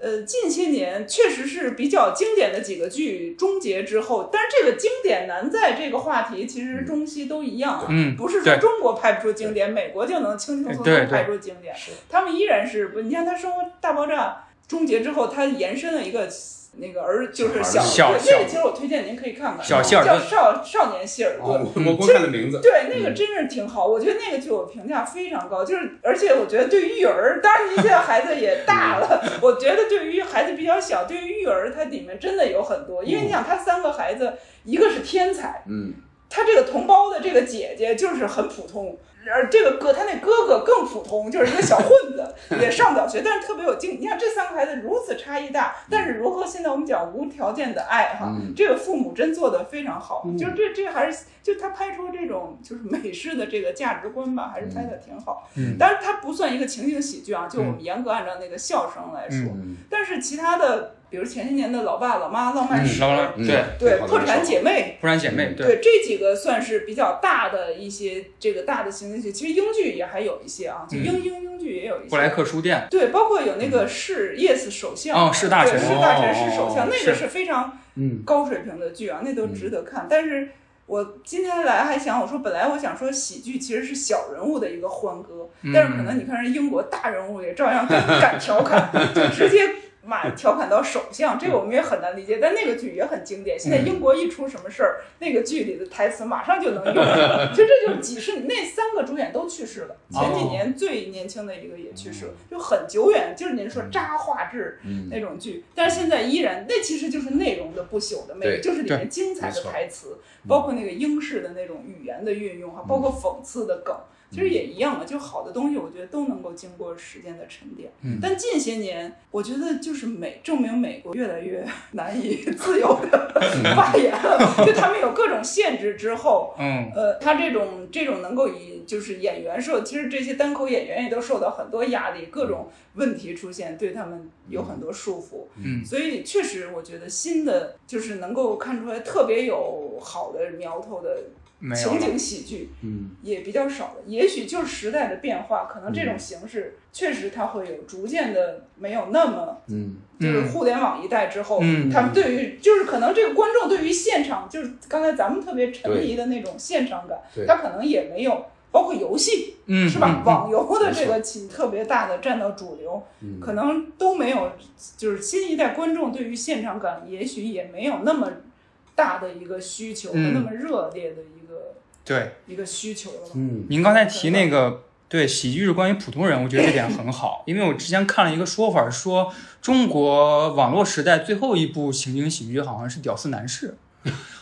Speaker 2: 呃，近些年确实是比较经典的几个剧终结之后，但是这个经典难在这个话题其实中西都一样啊，
Speaker 3: 嗯
Speaker 2: 不是说
Speaker 3: 对
Speaker 2: 中国拍不出经典，美国就能轻轻松
Speaker 3: 对
Speaker 2: 松
Speaker 3: 对
Speaker 2: 拍出经典，他们依然是，你看他《生活大爆炸》终结之后，他延伸了一个那个儿就是小
Speaker 3: 小
Speaker 2: 对
Speaker 3: 小
Speaker 2: 那个其实我推荐您可以看看，
Speaker 3: 小希尔
Speaker 2: 叫
Speaker 3: 顿
Speaker 2: 少少年希尔
Speaker 1: 哦
Speaker 2: 顿。
Speaker 1: 我我光看了名字，
Speaker 2: 对，那个真是挺好，我觉得那个剧我评价非常高，就是而且我觉得对于育儿，当然您现在孩子也大了，我觉得对于孩子比较小，对于育儿它里面真的有很多，因为你想他三个孩子，一个是天才，
Speaker 1: 嗯，
Speaker 2: 他这个同胞的这个姐姐就是很普通，而这个哥他那哥哥更普通，就是一个小混子，也上不了学，但是特别有劲。你看这三个孩子如此差异大，但是如何现在我们讲无条件的爱哈，这个父母真做的非常好，就这这还是就他拍出这种就是美式的这个价值观吧，还是拍的挺好。
Speaker 3: 嗯
Speaker 2: 但是它不算一个情景喜剧啊，就我们严格按照那个笑声来说，
Speaker 3: 嗯
Speaker 2: 但是其他的，比如前些年的老爸老妈浪漫史。
Speaker 3: 老老
Speaker 1: 嗯
Speaker 3: 对，
Speaker 2: 对
Speaker 1: 非常
Speaker 2: 破产姐妹，
Speaker 3: 不然姐妹对
Speaker 2: 对这几个算是比较大的一些这个大的情景剧，其实英剧也还有一些啊，就英英英剧也有一些。
Speaker 3: 嗯布莱克书店
Speaker 2: 对，包括有那个是 Yes 首相
Speaker 3: 哦是大
Speaker 2: 对
Speaker 3: 神
Speaker 2: 是大
Speaker 3: 哦
Speaker 2: 神是首相，那个
Speaker 3: 是
Speaker 2: 是非常
Speaker 3: 嗯
Speaker 2: 高水平的剧啊，那都值得看。但是我今天来还想，我说本来我想说喜剧其实是小人物的一个欢歌，但是可能你看人英国大人物也照样敢敢调侃，就直接。马调侃到首相，这个我们也很难理解，但那个剧也很经典。现在英国一出什么事儿，那个剧里的台词马上就能用了。其实这就是几十那三个主演都去世了，前几年最年轻的一个也去世了，就很久远，就是您说渣画质那种剧，但是现在依然，那其实就是内容的不朽的魅
Speaker 1: 对
Speaker 2: 力，就是里
Speaker 3: 对
Speaker 2: 面精彩的台词，包括那个英式的那种语言的运用哈，包括讽刺的梗，其实也一样啊嘛。就好的东西，我觉得都能够经过时间的沉淀。
Speaker 3: 嗯
Speaker 2: 但近些年，我觉得就是美证明美国越来越难以自由的发言了，就他们有各种限制之后，
Speaker 3: 嗯
Speaker 2: 呃，他这种这种能够以就是演员受，其实这些单口演员也都受到很多压力，各种问题出现，对他们有很多束缚。
Speaker 3: 嗯
Speaker 2: 所以确实，我觉得新的就是能够看出来特别有好的苗头的
Speaker 3: 没有
Speaker 2: 情
Speaker 3: 了
Speaker 2: 景喜剧，嗯，也比较少了。也许就是时代的变化，可能这
Speaker 3: 嗯
Speaker 2: 种形式确实它会有逐渐的没有那么，
Speaker 1: 嗯，
Speaker 2: 就是
Speaker 3: 嗯
Speaker 2: 互联网一代之后，
Speaker 3: 嗯
Speaker 2: 他们对于就是可能这个观众对于现场，就是刚才咱们特别沉迷的那种现场感
Speaker 1: 对，
Speaker 2: 他可能也没有。包括游戏
Speaker 3: 嗯
Speaker 2: 是吧？
Speaker 3: 嗯嗯
Speaker 2: 网游的这个起特别大的占到主流，
Speaker 3: 嗯
Speaker 2: 可能都没有，就是新一代观众对于现场感，也许也没有那么大的一个需求和
Speaker 3: 嗯
Speaker 2: 那么热烈的一个
Speaker 3: 对。
Speaker 2: 一个需求了吧。
Speaker 3: 您刚才提那个对喜剧是关于普通人，我觉得这点很好，因为我之前看了一个说法，说中国网络时代最后一部情景喜剧好像是《屌丝男士》。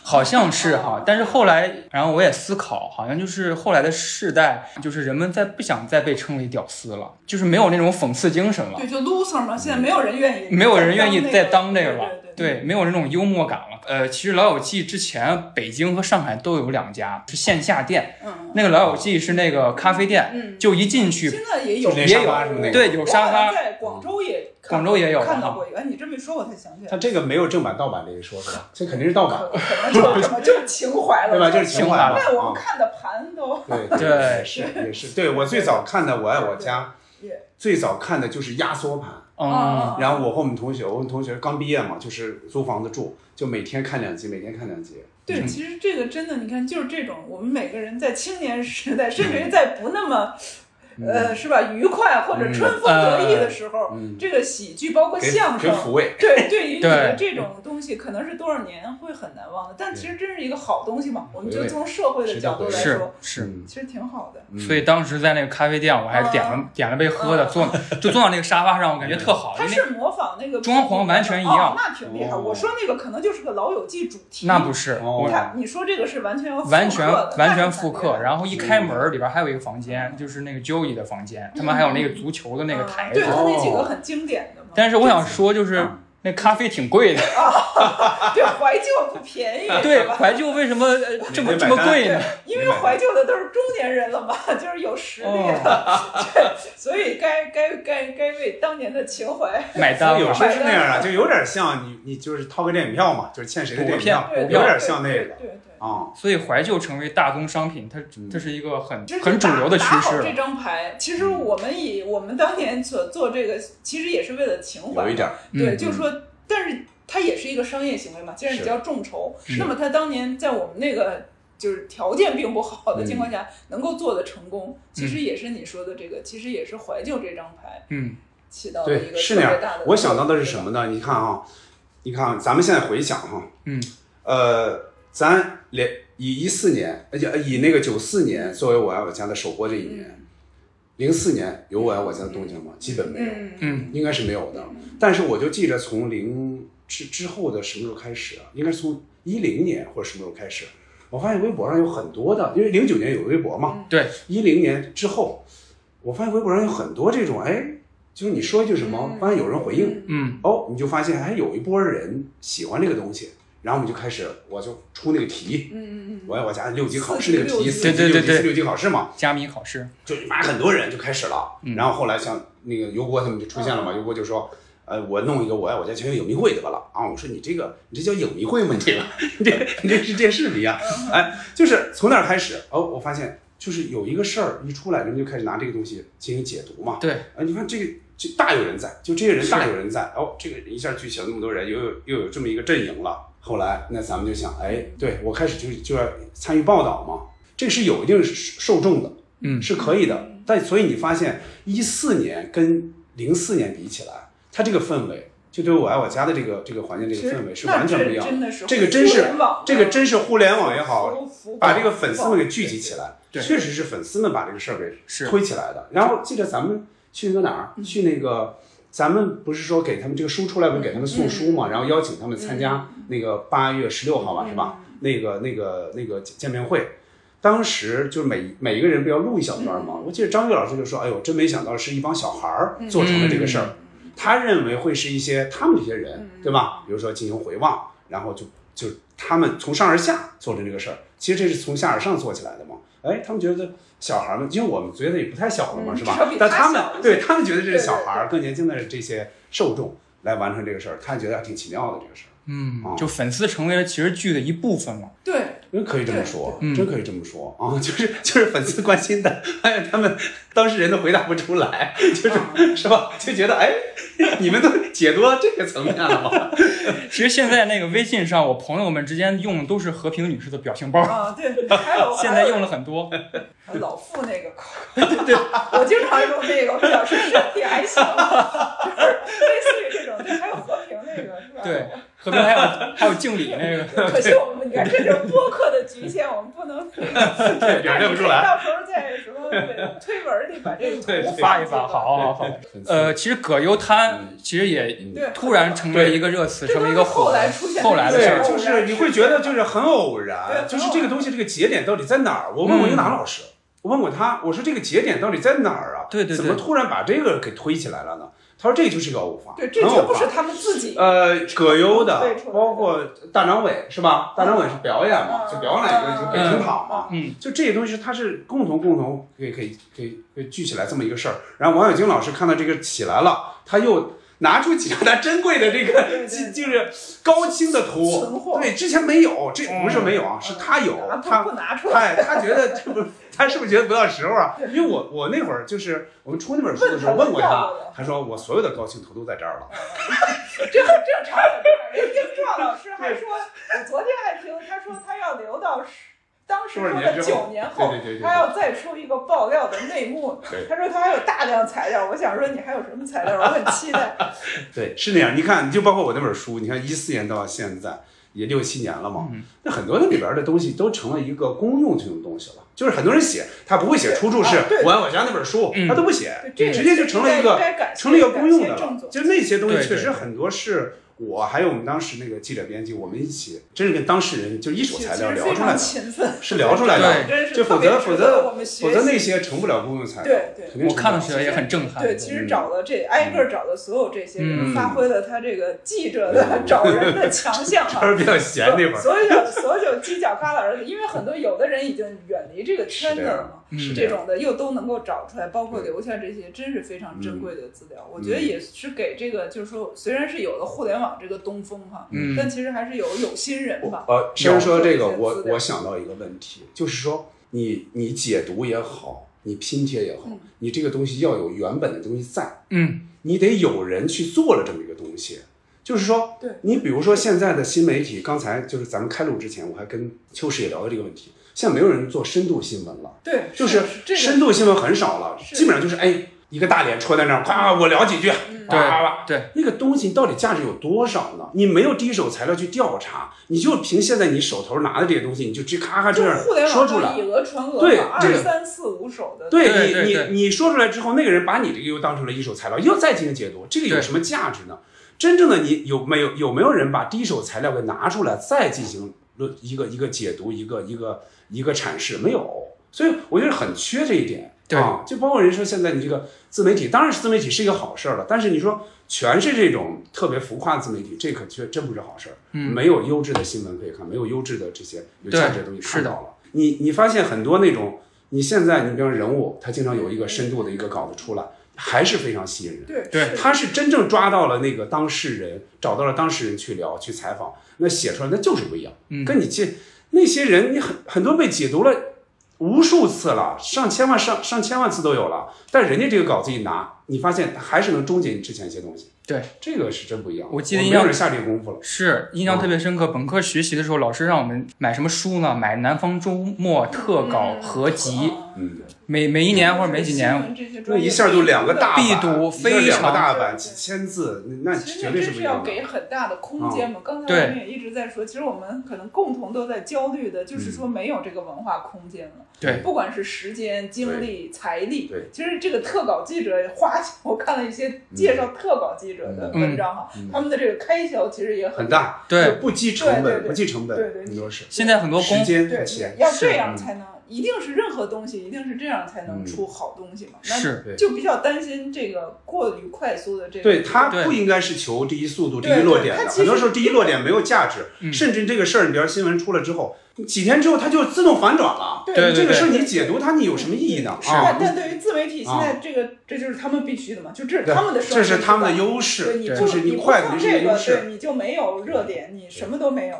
Speaker 3: 好像是哈，但是后来，然后我也思考，好像就是后来的世代，就是人们再不想再被称为屌丝了，就是没有那种讽刺精神了
Speaker 2: 对，，就 loser 嘛，现在没有人愿意，
Speaker 3: 嗯没有人愿意再当这
Speaker 2: 这
Speaker 3: 个了，
Speaker 2: 对
Speaker 3: 对，没有那种幽默感了。呃，其实《老友记》之前北京和上海都有两家是线下店，
Speaker 2: 嗯，
Speaker 3: 那个《老友记》是那个咖啡店，
Speaker 2: 嗯
Speaker 3: 就一进去
Speaker 2: 现在也有
Speaker 1: 就那
Speaker 3: 也
Speaker 1: 沙
Speaker 3: 有
Speaker 1: 发什么那个
Speaker 3: 对，有沙
Speaker 2: 我好像
Speaker 3: 发，嗯
Speaker 2: 在广州也看
Speaker 3: 广州也有
Speaker 2: 看到
Speaker 3: 啊
Speaker 2: 过一个，哎你这么一说我才想起来
Speaker 1: 他，这个没有正版盗版这一说是吧？这肯定是盗版，
Speaker 2: 可能就是什么就是 情怀了，
Speaker 1: 对吧？就是情怀嘛。
Speaker 2: 那我
Speaker 1: 啊
Speaker 2: 们看的盘都
Speaker 1: 对
Speaker 3: 对
Speaker 1: 是也是，对我最早看的《我爱我家
Speaker 2: 也》，
Speaker 1: 最早看的就是压缩盘。
Speaker 2: 哦啊
Speaker 3: 嗯，
Speaker 1: 然后我和我们同学，我们同学刚毕业嘛，就是租房子住，就每天看两集，每天看两集。
Speaker 3: 嗯
Speaker 2: 对，其实这个真的，你看，就是这种，我们每个人在青年时代，甚至于在不那么，
Speaker 1: 嗯
Speaker 2: 呃，是吧，愉快或者春风得
Speaker 3: 呃
Speaker 2: 意的时候，这个喜剧包括
Speaker 1: 嗯给
Speaker 2: 相
Speaker 1: 给
Speaker 2: 声，
Speaker 1: 抚慰，
Speaker 2: 对，对于你的
Speaker 3: 对
Speaker 2: 这种东西，可能是多少年会很难忘的，但其实真是一个好东西嘛。我们
Speaker 1: 回
Speaker 2: 就
Speaker 1: 味
Speaker 2: 从社会的角度来
Speaker 3: 是
Speaker 2: 说，
Speaker 3: 是。
Speaker 1: 嗯
Speaker 2: 其实挺好的。
Speaker 3: 所以当时在那个咖啡店，我还点了
Speaker 2: 嗯
Speaker 3: 点了杯喝的，坐就坐到那个沙发上，我感觉特好。
Speaker 2: 它
Speaker 3: 因为
Speaker 2: 是模仿那个
Speaker 3: 装潢完全一样
Speaker 2: 哦那挺厉害。
Speaker 1: 哦
Speaker 2: 我说那个可能就是个《老友记》主题，
Speaker 3: 那不是，
Speaker 1: 哦
Speaker 3: 我
Speaker 2: 嗯它你说这个是完全要复刻的
Speaker 3: 完全
Speaker 2: 那
Speaker 3: 完全
Speaker 2: 很
Speaker 3: 复
Speaker 2: 厉
Speaker 3: 刻。
Speaker 2: 害
Speaker 3: 然后一开门，里边还有一个房间，就是那个 Joey 的房间，他们还有那个足球的那个
Speaker 2: 嗯
Speaker 3: 台
Speaker 2: 对，
Speaker 3: 子。哦
Speaker 2: 它那几个很经典的嘛。
Speaker 3: 但是我想说，就是
Speaker 1: 嗯
Speaker 3: 那咖啡 挺贵的，
Speaker 2: 对怀旧不便宜，
Speaker 3: 对，
Speaker 2: 吧？
Speaker 3: 怀旧为什么呃这么
Speaker 1: 你得买
Speaker 3: 这么贵
Speaker 2: 对
Speaker 3: 呢？，
Speaker 2: 因为怀旧的都是中年人了嘛， 就是有实力了，
Speaker 3: 哦
Speaker 2: 对，所以该该该该为当年的情怀，
Speaker 3: 买单
Speaker 1: 有
Speaker 3: 了
Speaker 1: 时。候是那样的，就有点像你你就是掏个电影票嘛，就是欠谁的电影票，
Speaker 2: 对
Speaker 1: 有
Speaker 2: 对对
Speaker 1: 点像那个
Speaker 2: 对对对。
Speaker 1: 啊。
Speaker 3: 所以怀旧成为大宗商品，它
Speaker 1: 嗯
Speaker 3: 它是一个很
Speaker 2: 就是
Speaker 3: 啊很主流的趋
Speaker 2: 打打
Speaker 3: 势嗯
Speaker 2: 好
Speaker 3: 了
Speaker 2: 这。张牌，其实我们以我们当年所做这个，其实也是为了情怀嘛，
Speaker 1: 有一点儿
Speaker 2: 对，
Speaker 3: 嗯
Speaker 2: 就是说，但是它也是一个商业行为嘛。既然你
Speaker 1: 是
Speaker 2: 叫众筹，那么它当年在我们那个就是条件并不好
Speaker 1: 嗯
Speaker 2: 的情况下，能够做的成功，其实也是你说的这个，其实也是怀旧这张牌
Speaker 3: 嗯，
Speaker 2: 哦起到了一
Speaker 1: 对，
Speaker 2: 个
Speaker 1: 是
Speaker 2: 特
Speaker 1: 那
Speaker 2: 别
Speaker 1: 样
Speaker 2: 大的。。
Speaker 1: 我想到的是什？么呢？你看啊，你看，咱们现在回想哈，
Speaker 3: 嗯，
Speaker 1: 呃，咱连以一四年，而且以那个九四年作为《我爱我家》的首播这一年，
Speaker 2: 嗯
Speaker 1: 零四、年有《我爱我家》的动静吗？基本没有，
Speaker 2: 嗯
Speaker 3: 嗯
Speaker 1: 应该是没有的。但是我就记着从零之之后的什么时候开始啊？应该是从一零年或者什么时候开始，我发现微博上有很多的，因为零九年有微博嘛，
Speaker 2: 嗯
Speaker 3: 对，
Speaker 1: 一零年之后，我发现微博上有很多这种，哎，就是你说一句什么，发现有人回应，
Speaker 3: 嗯
Speaker 1: 哦，你就发现哎，有一波人喜欢这个东西，然后我们就开始，我就出那个题，
Speaker 2: 嗯嗯嗯，
Speaker 1: 我要我家六级考试
Speaker 2: 四
Speaker 1: 那
Speaker 2: 级
Speaker 1: 个题，
Speaker 2: 六级
Speaker 1: 四级
Speaker 3: 对对
Speaker 1: 六级
Speaker 3: 对对
Speaker 1: 四六级考试嘛，
Speaker 3: 加密考试，
Speaker 1: 就妈很多人就开始了，
Speaker 3: 嗯
Speaker 1: 然后后来像那个油锅他们就出现了嘛，油锅就说。呃，我弄一个我爱我家全球影迷会得了啊！我说你这个，你这叫影迷会吗？你这个，你这你这是电视迷啊！哎，就是从那儿开始哦，我发现就是有一个事儿一出来，人们就开始拿这个东西进行解读嘛。
Speaker 3: 对，
Speaker 1: 啊，你看这个这大有人在，就这些人大有人在，哦，这个人一下聚起了那么多人，又有又有这么一个阵营了。后来那咱们就想，哎，对我开始就就要参与报道嘛，这是有一定受众的，
Speaker 3: 嗯
Speaker 1: 是可以的。但所以你发现一四年跟零四年比起来，它这个氛围。就对我爱我家的这个这个环境这
Speaker 2: 其
Speaker 1: 个
Speaker 2: 实
Speaker 1: 氛围是
Speaker 2: 那
Speaker 1: 完全
Speaker 2: 这
Speaker 1: 不一样
Speaker 2: 真的是
Speaker 1: 这个真
Speaker 2: 互
Speaker 1: 是
Speaker 2: 联网
Speaker 1: 这个真是互联网也好，
Speaker 2: 服
Speaker 1: 把这个粉丝们给聚集起来，
Speaker 3: 对
Speaker 1: 确实是粉丝们把这个事儿
Speaker 3: 是
Speaker 1: 给推起来的。然后记得咱们去那个哪儿，
Speaker 3: 嗯
Speaker 1: 去那个咱们不是说给他们这个书出来，不是给他们送书
Speaker 3: 嗯
Speaker 1: 嘛，然后邀请他们参加那个八月十六号吧，是吧？那个那个那个见面会。当时就是每每一个人不要录一小段嘛，
Speaker 3: 嗯
Speaker 1: 我记得张悦老师就说：“哎呦，真没想到是一帮小孩儿做成了这个事儿。
Speaker 2: 嗯
Speaker 1: 他认为会是一些他们这些人，对吧？比如说进行回望，然后就就他们从上而下做成这个事儿，其实这是从下而上做起来的嘛。哎，他们觉得小孩儿们，因为我们觉得也不太小了嘛，
Speaker 2: 嗯
Speaker 1: 是吧
Speaker 2: 至少比？
Speaker 1: 但
Speaker 2: 他
Speaker 1: 他们
Speaker 2: 小一些
Speaker 1: 对他们觉得这是
Speaker 2: 对对
Speaker 1: 小孩儿，更年轻的这些受众来完成这个事儿，他觉得还挺奇妙的这个事儿，
Speaker 3: 嗯
Speaker 1: 哦，
Speaker 3: 就粉丝成为了其实剧的一部分了。
Speaker 2: 对，
Speaker 1: 真可以这么说，
Speaker 3: 对对
Speaker 1: 真可以这么说啊！ 就是就是粉丝关心的， 哎，他们当事人都回答不出来， 就是、是吧？就觉得哎， 你们都解读到这个层面了吗？
Speaker 3: 其实现在那个微信上，我朋友们之间用的都是和平女士的表情包，
Speaker 2: 啊对，还有
Speaker 3: 现在用了很多。
Speaker 2: 还有老傅那个， 对，我经常用那个，表示身体还行， 就是类似于这种，对，还有和平那个是吧？
Speaker 3: 对，和平还有还有敬礼那 个，
Speaker 2: 可惜我们，你看，这就是播客的局限，我们不能
Speaker 1: 表现不出来。
Speaker 2: 到时候在什么呃推文里把 这个
Speaker 1: 对
Speaker 2: 图
Speaker 1: 对
Speaker 3: 发一发，好好好。呃，其实葛优他其实也
Speaker 2: 对，
Speaker 3: 突然成为一个热词，成为一个
Speaker 2: 这都是后
Speaker 3: 火
Speaker 2: 来出现的
Speaker 3: 后来的事
Speaker 1: 对，
Speaker 3: 儿。
Speaker 1: 就是你会觉得就是很偶然，就
Speaker 2: 对
Speaker 1: 是这个东西这个节点到底在哪儿？我问过
Speaker 3: 嗯
Speaker 1: 英达老师，我问过他，我说这个节点到底在哪儿啊？
Speaker 3: 对对对
Speaker 1: 怎么突然把这个给推起来了呢？他说这就是个偶发，
Speaker 2: 对，这
Speaker 1: 很
Speaker 2: 就
Speaker 1: 偶
Speaker 2: 不
Speaker 1: 发
Speaker 2: 是。他们自己，
Speaker 1: 呃，葛优的
Speaker 2: 对出来，的
Speaker 1: 包括大张伟是吧？大张伟是表演嘛，
Speaker 2: 嗯
Speaker 1: 就表演了一个
Speaker 2: 嗯
Speaker 1: 北京跑嘛，
Speaker 3: 嗯，
Speaker 1: 就这些东西它是共同共同给给给给聚起来这么一个事儿。然后王小晶老师看到这个起来了，他又拿出几张他珍贵的这个
Speaker 2: 对对
Speaker 1: 就就是高清的
Speaker 2: 存
Speaker 1: 图
Speaker 2: 货，嗯
Speaker 1: 对，之前没有，这
Speaker 3: 嗯
Speaker 1: 不是没有啊，是他有
Speaker 2: 拿，不
Speaker 1: 他
Speaker 2: 不拿出来，
Speaker 1: 哎，他觉得这不，他是不是觉得不到时候啊？因为我我那会儿就是我们出那本书的时候
Speaker 2: 问
Speaker 1: 问
Speaker 2: 他
Speaker 1: 过
Speaker 2: 要
Speaker 1: 他
Speaker 2: 不要，
Speaker 1: 他说我所有的高清图都在这儿了。
Speaker 2: 这很正常的事儿。人英壮老师还说，我昨天还听他说他要留到十，当时说的九年后，
Speaker 1: 对对对对对
Speaker 2: 他要再出一个爆料的内幕
Speaker 1: 对。
Speaker 2: 他说他还有大量材料，我想说你还有什么材料？我很 期待。
Speaker 1: 对，是那样。你看，你就包括我那本书，你看一四年到现在也六七年了嘛，那很多那里边的东西都成了一个公用这种东西了。就是很多人写，他不会写出处是
Speaker 2: 啊对
Speaker 1: 我爱我家那本书，
Speaker 3: 嗯
Speaker 1: 他都不写，
Speaker 2: 对这个
Speaker 1: 直接就成了一
Speaker 2: 应
Speaker 1: 个
Speaker 2: 该应该感谢
Speaker 1: 成了一个公用的
Speaker 2: 感谢郑
Speaker 1: 了
Speaker 2: 总。
Speaker 1: 就那些东西
Speaker 3: 对
Speaker 1: 确实
Speaker 3: 对
Speaker 1: 很多是。我还有我们当时那个记者编辑，我们一起，真是跟当事人就一手
Speaker 2: 其
Speaker 1: 材料
Speaker 2: 实
Speaker 1: 聊
Speaker 2: 非
Speaker 1: 出来
Speaker 2: 常
Speaker 1: 的，
Speaker 2: 勤奋，
Speaker 1: 是聊出来的，
Speaker 2: 真是
Speaker 1: 就
Speaker 2: 特
Speaker 1: 否
Speaker 2: 别
Speaker 1: 则否
Speaker 2: 值得我
Speaker 1: 则
Speaker 2: 们学
Speaker 1: 否则那
Speaker 2: 习。
Speaker 1: 些成不了公用材料，
Speaker 2: 对对
Speaker 1: 肯定
Speaker 3: 我
Speaker 1: 成不
Speaker 3: 看的
Speaker 1: 了
Speaker 3: 时候也很震撼。
Speaker 2: 对，其
Speaker 1: 嗯
Speaker 2: 实找了这挨个儿找的所有这些人，
Speaker 3: 嗯
Speaker 2: 发挥了他这个记者的
Speaker 1: 嗯
Speaker 2: 找人的强项啊
Speaker 1: 当。时比较闲那会儿，
Speaker 2: 所有脚所有脚犄角旮旯的，因为很多有的人已经远离这个圈子了嘛，
Speaker 1: 是
Speaker 2: 这
Speaker 1: 这样，
Speaker 2: 种的又都能够找出来，包括留下这些，真是非
Speaker 1: 嗯
Speaker 2: 常珍贵的资料。我觉得也是给这个，就是说，虽然是有了互联网这个东风哈，
Speaker 3: 嗯
Speaker 2: 但其实还是有有心人吧。
Speaker 1: 呃，先说这个，
Speaker 2: 有这些
Speaker 1: 我
Speaker 2: 资料
Speaker 1: 我想到一个问题，就是说你你解读也好，你拼贴也好，
Speaker 2: 嗯
Speaker 1: 你这个东西要有原本的东西在，
Speaker 3: 嗯，
Speaker 1: 你得有人去做了这么一个东西。就是说
Speaker 2: 对，
Speaker 1: 你比如说现在的新媒体，刚才就是咱们开录之前，我还跟秋实也聊到这个问题，现在没有人做深度新闻了。
Speaker 2: 对，
Speaker 1: 就是是
Speaker 2: 这个
Speaker 1: 深度新闻很少了，
Speaker 2: 是
Speaker 1: 基本上就是哎，一个大脸戳在那儿，夸我聊几句，
Speaker 2: 嗯
Speaker 3: 对
Speaker 1: 哇哇哇，
Speaker 3: 对，
Speaker 1: 那个东西到底价值有多少呢？你没有第一手材料去调查，你就凭现在你手头拿的这些东西，你就直咔咔这
Speaker 2: 就
Speaker 1: 样
Speaker 2: 是互联
Speaker 1: 说
Speaker 2: 网
Speaker 1: 出
Speaker 2: 上
Speaker 1: 来
Speaker 2: 以。讹传讹
Speaker 1: 对
Speaker 2: 嘛，
Speaker 1: 这
Speaker 2: 二
Speaker 1: 个
Speaker 2: 三四五手的，
Speaker 1: 对
Speaker 3: 对
Speaker 1: 你，
Speaker 3: 对对
Speaker 1: 你你说出来之后，那个人把你这个又当成了一手材料，又再进行解读，这个有
Speaker 3: 对
Speaker 1: 什么价值呢？真正的你有没有有没有人把第一手材料给拿出来，再进行论一个一个解读，一个一个一个阐释？没有，所以我觉得很缺这一点。
Speaker 3: 对
Speaker 1: 啊，就包括人说现在你这个自媒体，当然是自媒体是一个好事儿了，但是你说全是这种特别浮夸的自媒体，这可确真不是好事儿。
Speaker 3: 嗯
Speaker 1: 没有优质的新闻可以看，没有优质的这些有价值的东西
Speaker 3: 对是
Speaker 1: 看
Speaker 3: 的
Speaker 1: 到了。你你发现很多那种，你现在你比方人物，他经常有一个深度的一个稿子出来，还是非常吸引人。
Speaker 2: 对
Speaker 3: 对
Speaker 2: 是
Speaker 1: 他是真正抓到了那个当事人，找到了当事人去聊、去采访，那写出来那就是不一样。
Speaker 3: 嗯
Speaker 1: 跟你这那些人，你很很多被解读了无数次了，上千万、上上千万次都有了，但人家这个稿子一拿，你发现还是能终结你之前一些东西。
Speaker 3: 对，
Speaker 1: 这个是真不一样。
Speaker 3: 我
Speaker 1: 我
Speaker 3: 记得
Speaker 1: 没
Speaker 3: 印象
Speaker 1: 有人下这个功夫了。
Speaker 3: 是印象特别深刻。本科学习的时候，老师让我们买什么书呢？买《南方周末特稿合集》，
Speaker 1: 嗯，
Speaker 3: 每每一年或者每
Speaker 2: 嗯
Speaker 3: 几年，
Speaker 1: 那一下就两个大版，
Speaker 3: 必读非常
Speaker 1: 一下两个大版，几千字，那那
Speaker 2: 其实
Speaker 1: 绝对
Speaker 2: 这
Speaker 1: 是
Speaker 2: 是
Speaker 1: 不一
Speaker 2: 要
Speaker 1: 样的。嗯
Speaker 2: 给很大的空间嘛。刚才
Speaker 3: 对
Speaker 2: 我们也一直在说，其实我们可能共同都在焦虑的，
Speaker 1: 嗯
Speaker 2: 就是说没有这个文化空间了。
Speaker 3: 对
Speaker 2: 不管是时间、精力、财力，
Speaker 1: 对
Speaker 2: 其实这个特稿记者花钱，我看了一些介
Speaker 1: 嗯
Speaker 2: 绍特稿记者的文章哈，他们的这个开销其实也
Speaker 1: 很
Speaker 2: 很。
Speaker 1: 大，
Speaker 3: 对
Speaker 1: 就不计成
Speaker 2: 对对
Speaker 1: 本，
Speaker 2: 对
Speaker 1: 不计成
Speaker 2: 对对
Speaker 1: 本，
Speaker 2: 对
Speaker 1: 很多是
Speaker 3: 现在很多
Speaker 1: 时
Speaker 3: 公
Speaker 1: 间、
Speaker 2: 对
Speaker 1: 钱，，嗯
Speaker 2: 要
Speaker 3: 是
Speaker 2: 这样才能，一定是任何东西一定是这样才能出好东西嘛。那
Speaker 3: 是
Speaker 1: 对
Speaker 2: 就比较担心这个过于快速的这个。
Speaker 1: 对他
Speaker 3: 对
Speaker 1: 不应该是求第一速度、第
Speaker 2: 对
Speaker 1: 一落点
Speaker 2: 对
Speaker 1: 的，
Speaker 2: 他其
Speaker 1: 很
Speaker 2: 实
Speaker 1: 多时候第一落点没有价值，
Speaker 3: 嗯
Speaker 1: 甚至这个事儿，你比方新闻出了之后，几天之后它就自动反转了。
Speaker 2: 对
Speaker 3: 对
Speaker 1: 这个
Speaker 3: 对
Speaker 1: 事儿你解读它，你有什么意义呢？
Speaker 2: 但
Speaker 1: 啊，
Speaker 2: 但对于自媒体，现在这个这就是他们必须的嘛，就这是
Speaker 1: 对
Speaker 2: 他们的生
Speaker 1: 这
Speaker 2: 存
Speaker 1: 是他们的优
Speaker 2: 之道对，
Speaker 1: 势，
Speaker 2: 你
Speaker 3: 对
Speaker 2: 不
Speaker 1: 就是
Speaker 2: 你
Speaker 1: 你
Speaker 2: 不
Speaker 1: 快
Speaker 2: 放
Speaker 1: 的
Speaker 2: 这
Speaker 1: 这个
Speaker 2: 个，
Speaker 1: 优势。嗯
Speaker 2: 对你就没有热点，你什么都没有。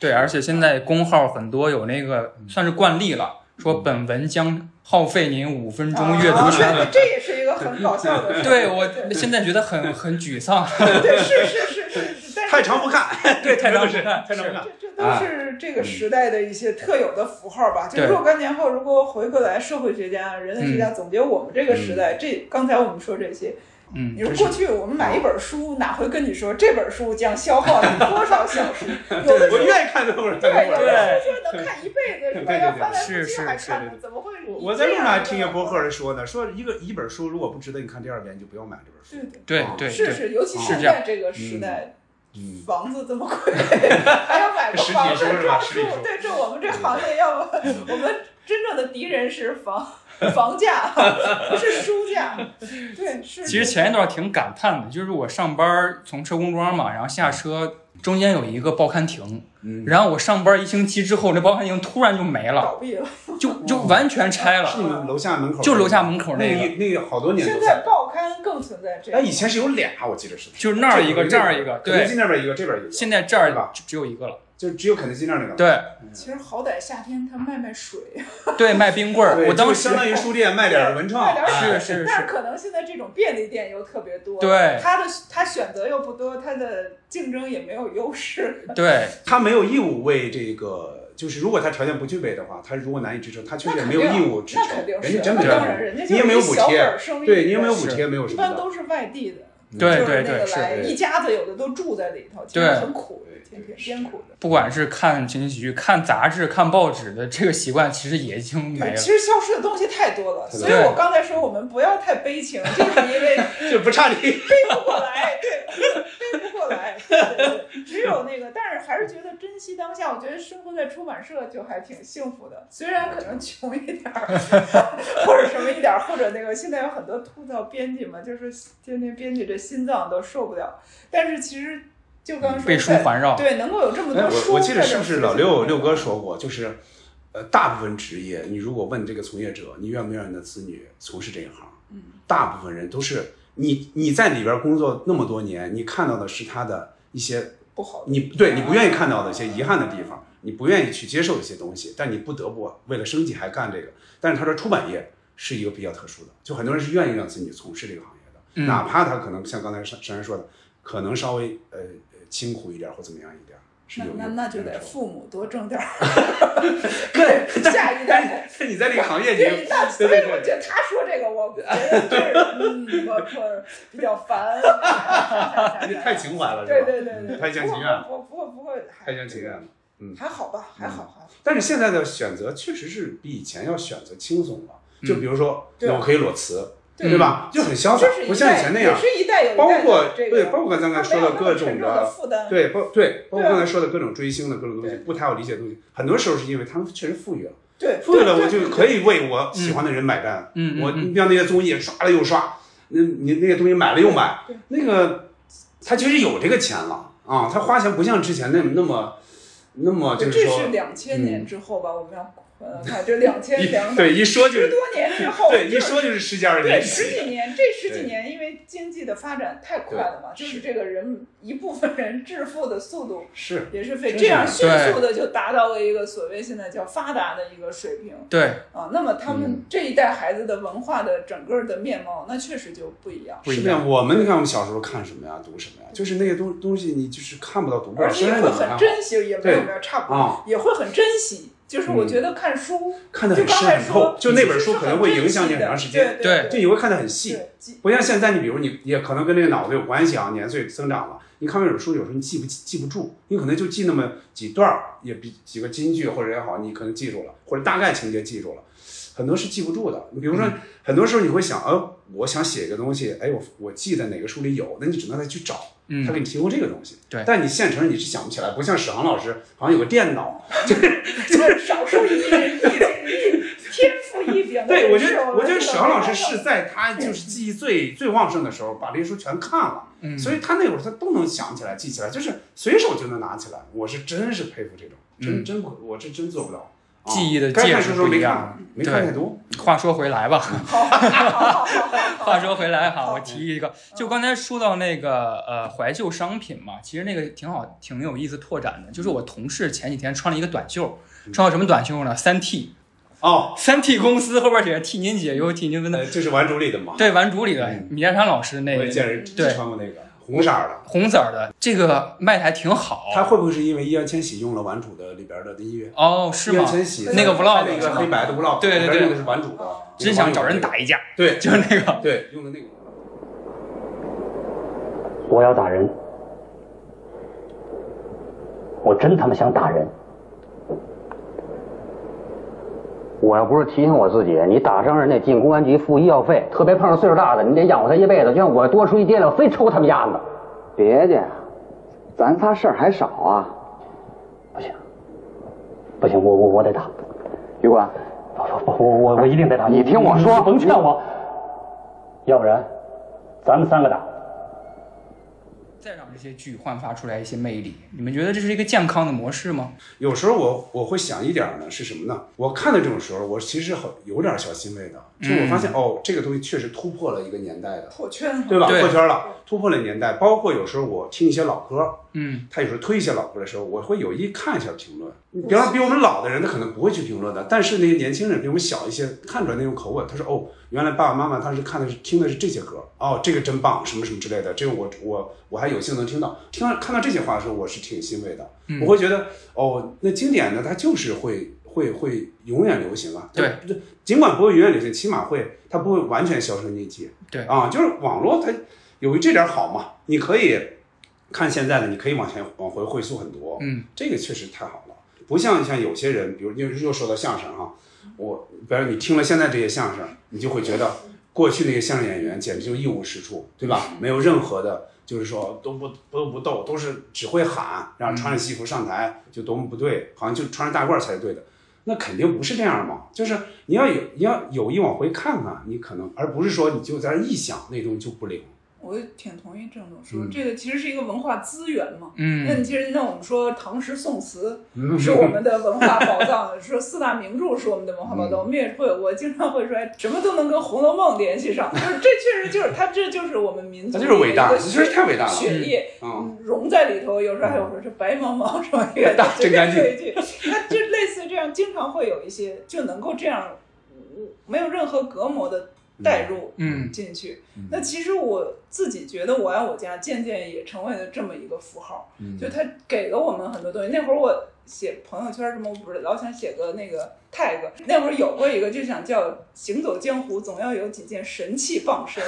Speaker 3: 对，而且现在公号很多有那个算是惯例了，说本文将耗费您五分钟阅读
Speaker 2: 啊
Speaker 3: 时间。
Speaker 2: 这这也是一个很搞笑的事儿。
Speaker 3: 对我现在觉得很很沮丧，
Speaker 2: 对是是是是是，但是
Speaker 1: 太长不看，
Speaker 3: 对，太让
Speaker 1: 是
Speaker 3: 人看
Speaker 1: 太 长不看。
Speaker 2: 这这都是这个时代的一些特有的符号吧。就
Speaker 3: 对
Speaker 2: 若干年后，如果回过来，社会学家、人类学
Speaker 1: 嗯
Speaker 2: 家总结我们这个时代，这刚才我们说这些，
Speaker 3: 嗯
Speaker 2: 你，说过去我们买一本
Speaker 1: 啊
Speaker 2: 书，哪会跟你说这本书将消耗你多少 小时？有的时
Speaker 1: 我
Speaker 2: 候
Speaker 1: 愿意看都是
Speaker 2: 对，有
Speaker 1: 我
Speaker 2: 的书说能看一辈子
Speaker 1: 对对
Speaker 2: 是吧？
Speaker 1: 对
Speaker 2: 要翻来覆
Speaker 3: 是
Speaker 2: 去
Speaker 3: 是
Speaker 2: 还
Speaker 3: 是
Speaker 2: 看呢
Speaker 3: 对，
Speaker 2: 怎么会是一这样的？
Speaker 1: 我在路上还听见博客人说呢，说一个一本书如果不值得你看第二遍，你就不要买这本书。
Speaker 2: 对对。
Speaker 3: 对
Speaker 1: 啊
Speaker 3: 对
Speaker 2: 是
Speaker 3: 对，
Speaker 2: 是，尤其
Speaker 1: 是
Speaker 2: 现
Speaker 3: 这样
Speaker 2: 在这个时代，
Speaker 1: 嗯，
Speaker 2: 房子这么贵，还要买个
Speaker 1: 实体
Speaker 2: 房子
Speaker 1: 书是吧
Speaker 2: 装
Speaker 1: 实
Speaker 2: 束
Speaker 1: 体书，
Speaker 2: 对，这我们这行业，要么我们真正的敌人是房房价，啊不是书价。对，是。
Speaker 3: 其实前一段挺感叹的，就是我上班儿从车公庄嘛，然后下车中间有一个报刊亭，
Speaker 1: 嗯
Speaker 3: 然后我上班一星期之后，那报刊亭突然就没了，
Speaker 2: 倒闭了，
Speaker 3: 就就完全拆
Speaker 1: 是你
Speaker 3: 了，
Speaker 1: 们楼下门口，
Speaker 3: 就楼下门口
Speaker 1: 那
Speaker 3: 那个，
Speaker 1: 一那个好多年
Speaker 2: 现
Speaker 1: 都
Speaker 2: 在
Speaker 1: 在。
Speaker 2: 报刊更存在这
Speaker 1: 哎，
Speaker 2: 样。
Speaker 1: 以前是有俩，我记得是。
Speaker 3: 就是那儿一个
Speaker 1: 肯
Speaker 3: 这
Speaker 1: 德基
Speaker 3: 儿一个，
Speaker 1: 肯德
Speaker 3: 对，
Speaker 1: 基那边一个，这边一个，
Speaker 3: 现在这
Speaker 1: 对
Speaker 3: 儿
Speaker 1: 吧
Speaker 3: 就只有一个了，
Speaker 1: 就只有肯德基那儿那个。
Speaker 3: 对
Speaker 2: 其实好歹夏天他卖卖水，
Speaker 3: 对，卖冰棍儿，
Speaker 1: 对，
Speaker 3: 我当
Speaker 1: 就
Speaker 3: 时
Speaker 1: 相当于书店卖点儿文创
Speaker 2: 卖，点水
Speaker 3: 是是
Speaker 2: 但
Speaker 3: 是，
Speaker 2: 可能现在这种便利店又特别多，
Speaker 3: 对
Speaker 2: 它的它选择又不多，它的竞争也没有优势，
Speaker 3: 对
Speaker 1: 他没有义务为这个，就是如果他条件不具备的话，他如果难以支撑，他确实也没有
Speaker 2: 那肯定
Speaker 1: 义务支
Speaker 2: 那
Speaker 1: 撑，
Speaker 2: 肯定是
Speaker 1: 人家真没
Speaker 2: 那
Speaker 1: 有
Speaker 2: 当然人家就是
Speaker 1: 你也没有补
Speaker 2: 小
Speaker 1: 贴
Speaker 2: 本生，意
Speaker 1: 对你也没有补
Speaker 3: 是
Speaker 1: 贴，没有什
Speaker 2: 一
Speaker 1: 么
Speaker 2: 般
Speaker 1: 的，
Speaker 2: 都是外地的，
Speaker 3: 对
Speaker 2: 就是
Speaker 3: 对
Speaker 2: 那个
Speaker 3: 对是。
Speaker 2: 来，
Speaker 1: 对
Speaker 2: 一家子有的都住在里头，其实
Speaker 3: 对
Speaker 2: 很苦的，挺挺艰苦的。
Speaker 3: 不管是看情景喜剧、看杂志、看报纸的这个习惯，其实也已经没
Speaker 2: 对，
Speaker 3: 了
Speaker 2: 其。实消失的东西太多了，
Speaker 1: 对
Speaker 2: 所以我刚才说我们不要太悲情， 就是因为
Speaker 1: 这不差你。
Speaker 2: 背不过来，对，背不过 来，对对对，只有那个，但是还是觉得珍惜当下。我觉得生活在出版社就还挺幸福的，虽然可能穷一点儿，或者什么一点儿，或者那个现在有很多吐槽编辑嘛，就是天天编辑这心脏都受不了，但是其实就刚刚
Speaker 1: 嗯
Speaker 2: 说
Speaker 3: 被书
Speaker 2: 在
Speaker 3: 环绕
Speaker 2: 对，能够有这么
Speaker 1: 哎
Speaker 2: 多书，
Speaker 1: 我我记得是不是老六六哥？说过，就是，呃，大部分职业，你如果问这个从业者，你愿不愿意你的子女从事这一行，嗯，大部分人都是你你在里边工作那么多年，你看到的是他的一些
Speaker 2: 不好的
Speaker 1: 你对你不
Speaker 2: 哦
Speaker 1: 愿意看到的一些遗憾的地方，你不愿意去接受一些东西，但你不得不为了生计还干这个。但是他说出版业是一个比较特殊的，就很多人是愿意让自己从事这个行业的，
Speaker 3: 嗯
Speaker 1: 哪怕他可能像刚才珊珊说的，可能稍微呃呃清苦一点或怎么样一点，是
Speaker 2: 那
Speaker 1: 有
Speaker 2: 那
Speaker 1: 有
Speaker 2: 那就 得
Speaker 1: 有时候
Speaker 2: 父母多挣 点 儿，对，下一代。
Speaker 1: 你在这个行业
Speaker 2: 对，
Speaker 1: 里，
Speaker 2: 那所以
Speaker 1: 对对
Speaker 2: 我觉得他说这个，我我觉得这儿，嗯，我我比 较烦。
Speaker 1: 太情怀了，是
Speaker 2: 对
Speaker 1: 吧？嗯
Speaker 2: 对对对，
Speaker 1: 太像情愿了，
Speaker 2: 不过不过不过，还
Speaker 1: 太像情愿了。嗯
Speaker 2: 还好吧，还好还好。
Speaker 1: 但是现在的选择确实是比以前要选择轻松了，就比如说，
Speaker 2: 嗯对
Speaker 1: 那我可以裸辞，
Speaker 2: 对
Speaker 1: 对吧？就很潇洒
Speaker 2: 这是一代，
Speaker 1: 不像以前那样
Speaker 2: 也。是一代有一代
Speaker 1: 包括
Speaker 2: 的这个
Speaker 1: 对，包括刚才咱说的各种
Speaker 2: 它没有那么沉重的负担
Speaker 1: 对，包对，包括
Speaker 2: 对啊
Speaker 1: 刚才说的各种追星的各种东西，
Speaker 2: 对
Speaker 1: 不太好理解的东西，很多时候是因为他们确实富裕了。
Speaker 2: 对，
Speaker 1: 富裕了，我
Speaker 2: 对
Speaker 1: 就可以为我喜欢的人买单。
Speaker 3: 嗯嗯嗯
Speaker 1: 我
Speaker 3: 嗯
Speaker 1: 你像那些综艺刷了又刷，那你那些东西买了又买，那个他其实有这个钱了啊，他花钱不像之前那么那么那么就
Speaker 2: 这
Speaker 1: 是说嗯
Speaker 2: 是两千年之后吧，我们要呃，看这两千两
Speaker 1: 一对一说就
Speaker 2: 十
Speaker 1: 是
Speaker 2: 多年之后，
Speaker 1: 对
Speaker 2: 就
Speaker 1: 一
Speaker 2: 是
Speaker 1: 说就是十几二十
Speaker 2: 对
Speaker 1: 年
Speaker 2: 十
Speaker 1: 前。
Speaker 2: 几年，这十几年因为经济的发展太快了嘛，就是这个人一部分人致富的速度
Speaker 1: 是
Speaker 2: 也是非
Speaker 1: 是
Speaker 2: 这样迅
Speaker 3: 对
Speaker 2: 速的就达到了一个所谓现在叫发达的一个水平
Speaker 3: 对，
Speaker 2: 啊。那么他们
Speaker 1: 嗯
Speaker 2: 这一代孩子的文化的整个的面貌，那确实就不一样。
Speaker 3: 不
Speaker 1: 是
Speaker 3: 一
Speaker 1: 这
Speaker 3: 样
Speaker 1: 样，我们你看我们小时候看什么呀，读什么呀，就是那些东东西你就是看不到读不
Speaker 2: 而
Speaker 1: 了，
Speaker 2: 且
Speaker 1: 虽
Speaker 2: 也
Speaker 1: 然你
Speaker 2: 会
Speaker 1: 还
Speaker 2: 很
Speaker 1: 好
Speaker 2: 珍惜，也没有
Speaker 1: 对
Speaker 2: 没有差不
Speaker 1: 啊嗯
Speaker 2: 多，也会很珍惜。就是我觉得看书，
Speaker 1: 看得
Speaker 2: 就
Speaker 1: 很
Speaker 2: 刚
Speaker 1: 深
Speaker 2: 才
Speaker 1: 很透
Speaker 2: 说，，
Speaker 1: 就那本书可能会影响你
Speaker 2: 其
Speaker 1: 很
Speaker 2: 实是珍
Speaker 1: 长时
Speaker 2: 惜
Speaker 1: 间
Speaker 2: 的。对
Speaker 3: 对
Speaker 1: 就你会看得很细
Speaker 2: 对记，
Speaker 1: 不像现在，你比如你也可能跟这个脑子有关系啊，年岁增长了，你看完一本书，有时候你记不记记不住，你可能就记那么几段儿，也比几个金句或者也好，你可能记住了，或者大概情节记住了，很多是记不住的。你比如说，
Speaker 3: 嗯
Speaker 1: 很多时候你会想，呃，我想写一个东西，哎，我我记得哪个书里有，那你只能再去找，
Speaker 3: 嗯
Speaker 1: 他给你提供这个东西。
Speaker 3: 对
Speaker 1: 但你现成你是想不起来，不像史航老师，好像有个电脑，
Speaker 2: 少数一人一天赋异禀。
Speaker 1: 对，我觉
Speaker 2: 是
Speaker 1: 得我觉得
Speaker 2: 知道
Speaker 1: 史航老师是在他就是记忆最最旺盛的时候把这些书全看了，
Speaker 3: 嗯
Speaker 1: 所以他那会儿他都能想起来、记起来，就是随手就能拿起来。我是真是佩服这种，真、
Speaker 3: 嗯
Speaker 1: 真不我这真做不到。啊
Speaker 3: 记忆的
Speaker 1: 该看
Speaker 3: 介
Speaker 1: 书
Speaker 3: 质
Speaker 1: 时候
Speaker 3: 不
Speaker 1: 没
Speaker 3: 一
Speaker 1: 看
Speaker 3: 样，，
Speaker 1: 没看
Speaker 3: 对
Speaker 1: 太多。
Speaker 3: 话说回来吧，
Speaker 2: 好好好好
Speaker 3: 话说回来哈，我提一个，
Speaker 1: 嗯
Speaker 3: 就刚才说到那个呃怀旧商品嘛，其实那个挺好，挺有意思拓展的。就是我同事前几天穿了一个短袖，
Speaker 1: 嗯
Speaker 3: 穿到什么短袖呢？三 T，
Speaker 1: 哦，
Speaker 3: 三 T 公司后边写着替您解忧，替您分
Speaker 1: 呃
Speaker 3: 担。
Speaker 1: 这是《玩主》里的嘛？
Speaker 3: 对，顽主里的
Speaker 1: 嗯
Speaker 3: 米家山老师那
Speaker 1: 我也见
Speaker 3: 个
Speaker 1: 人
Speaker 3: 对哦
Speaker 1: 穿过那个红色儿的。
Speaker 3: 红色儿的，这个卖的还挺好。
Speaker 1: 他会不会是因为易烊千玺用了《玩主》的里边的音乐？
Speaker 3: 哦，是
Speaker 1: 易
Speaker 3: 吗
Speaker 1: 烊千玺？
Speaker 3: 那个
Speaker 1: 拍了
Speaker 3: vlog
Speaker 1: 一
Speaker 3: 是
Speaker 1: 个
Speaker 3: 吗
Speaker 1: 黑白的 vlog，
Speaker 3: 对对
Speaker 1: 里边
Speaker 3: 对哦
Speaker 1: 用的是《玩主》的，
Speaker 3: 真想找人打一架，
Speaker 1: 对
Speaker 3: 就是那个。
Speaker 1: 对，用的那个。
Speaker 6: 我要打人，我真他妈想打人。我要不是提醒我自己，你打伤人得进公安局付医药费，特别碰上岁数大的，你得养活他一辈子。就像我多出一爹来，我非抽他们丫子。别介，啊咱仨事儿还少啊。不行，不行，我我我得打。余管，我我我我一定得打。你听我说，甭劝我，要不然咱们三个打。
Speaker 3: 再让这些剧焕发出来一些魅力，你们觉得这是一个健康的模式吗？
Speaker 1: 有时候我我会想一点儿呢，是什么呢？我看到这种时候，我其实很有点小欣慰的，就我发现、哦，这个东西确实突破了一个年代的，
Speaker 2: 破圈了
Speaker 1: 对吧？
Speaker 3: 对
Speaker 1: 破圈了，突破了年代。包括有时候我听一些老歌，
Speaker 3: 嗯，
Speaker 1: 他有时候推一些老歌的时候，我会有意看一下评论。你比方比我们老的人，他可能不会去评论的，但是那些年轻人比我们小一些，看出来那种口吻，他说哦，原来爸爸妈妈当时看的是听的是这些歌，哦，这个真棒，什么什么之类的，这个我我我还有幸能听到，听到看到这些话的时候，我是挺欣慰的，
Speaker 3: 嗯
Speaker 1: 我会觉得哦，那经典呢，它就是会。会会永远流行啊！它
Speaker 3: 对，
Speaker 1: 这尽管不会永远流行，起码会它不会完全销声匿迹。
Speaker 3: 对
Speaker 1: 啊，就是网络它由于这点好嘛，你可以看现在的，你可以往前往回回溯很多，
Speaker 3: 嗯，
Speaker 1: 这个确实太好了。不像像有些人，比如又又说到相声哈，我比如你听了现在这些相声，你就会觉得过去那些相声演员简直就一无是处，对吧？没有任何的，就是说都不都不逗，都是只会喊，然后穿着西服上台就多么不对，好像就穿着大褂才是对的。那肯定不是这样嘛，就是你要有你要有意往回看看，你可能而不是说你就在那儿臆想那东西就不灵。
Speaker 2: 我挺同意郑总说，这个其实是一个文化资源嘛。
Speaker 3: 嗯
Speaker 2: 那你其实那我们说唐诗宋词
Speaker 1: 嗯
Speaker 2: 是我们的文化宝藏，说四大名著是我们的文化宝藏，我们也会，我经常会说哎什么都能跟《红楼梦》联系上，就是这确实就是它，这就是我们民族，
Speaker 1: 它就是伟大这确实太伟大了
Speaker 2: 血液
Speaker 1: 嗯
Speaker 2: 融在里头，有时候还有说是白茫茫什么一个
Speaker 1: 大真干净
Speaker 2: 这一句，它就类似这样，经常会有一些就能够这样，嗯没有任何隔膜的代入
Speaker 3: 嗯
Speaker 2: 进去。那其实我自己觉得“我爱我家”渐渐也成为了这么一个符号，
Speaker 3: 嗯
Speaker 2: 就它给了我们很多东西。那会儿我写朋友圈什么，我不是老想写个那个 tag，那会儿有过一个就想叫“行走江湖总要有几件神器傍 身”，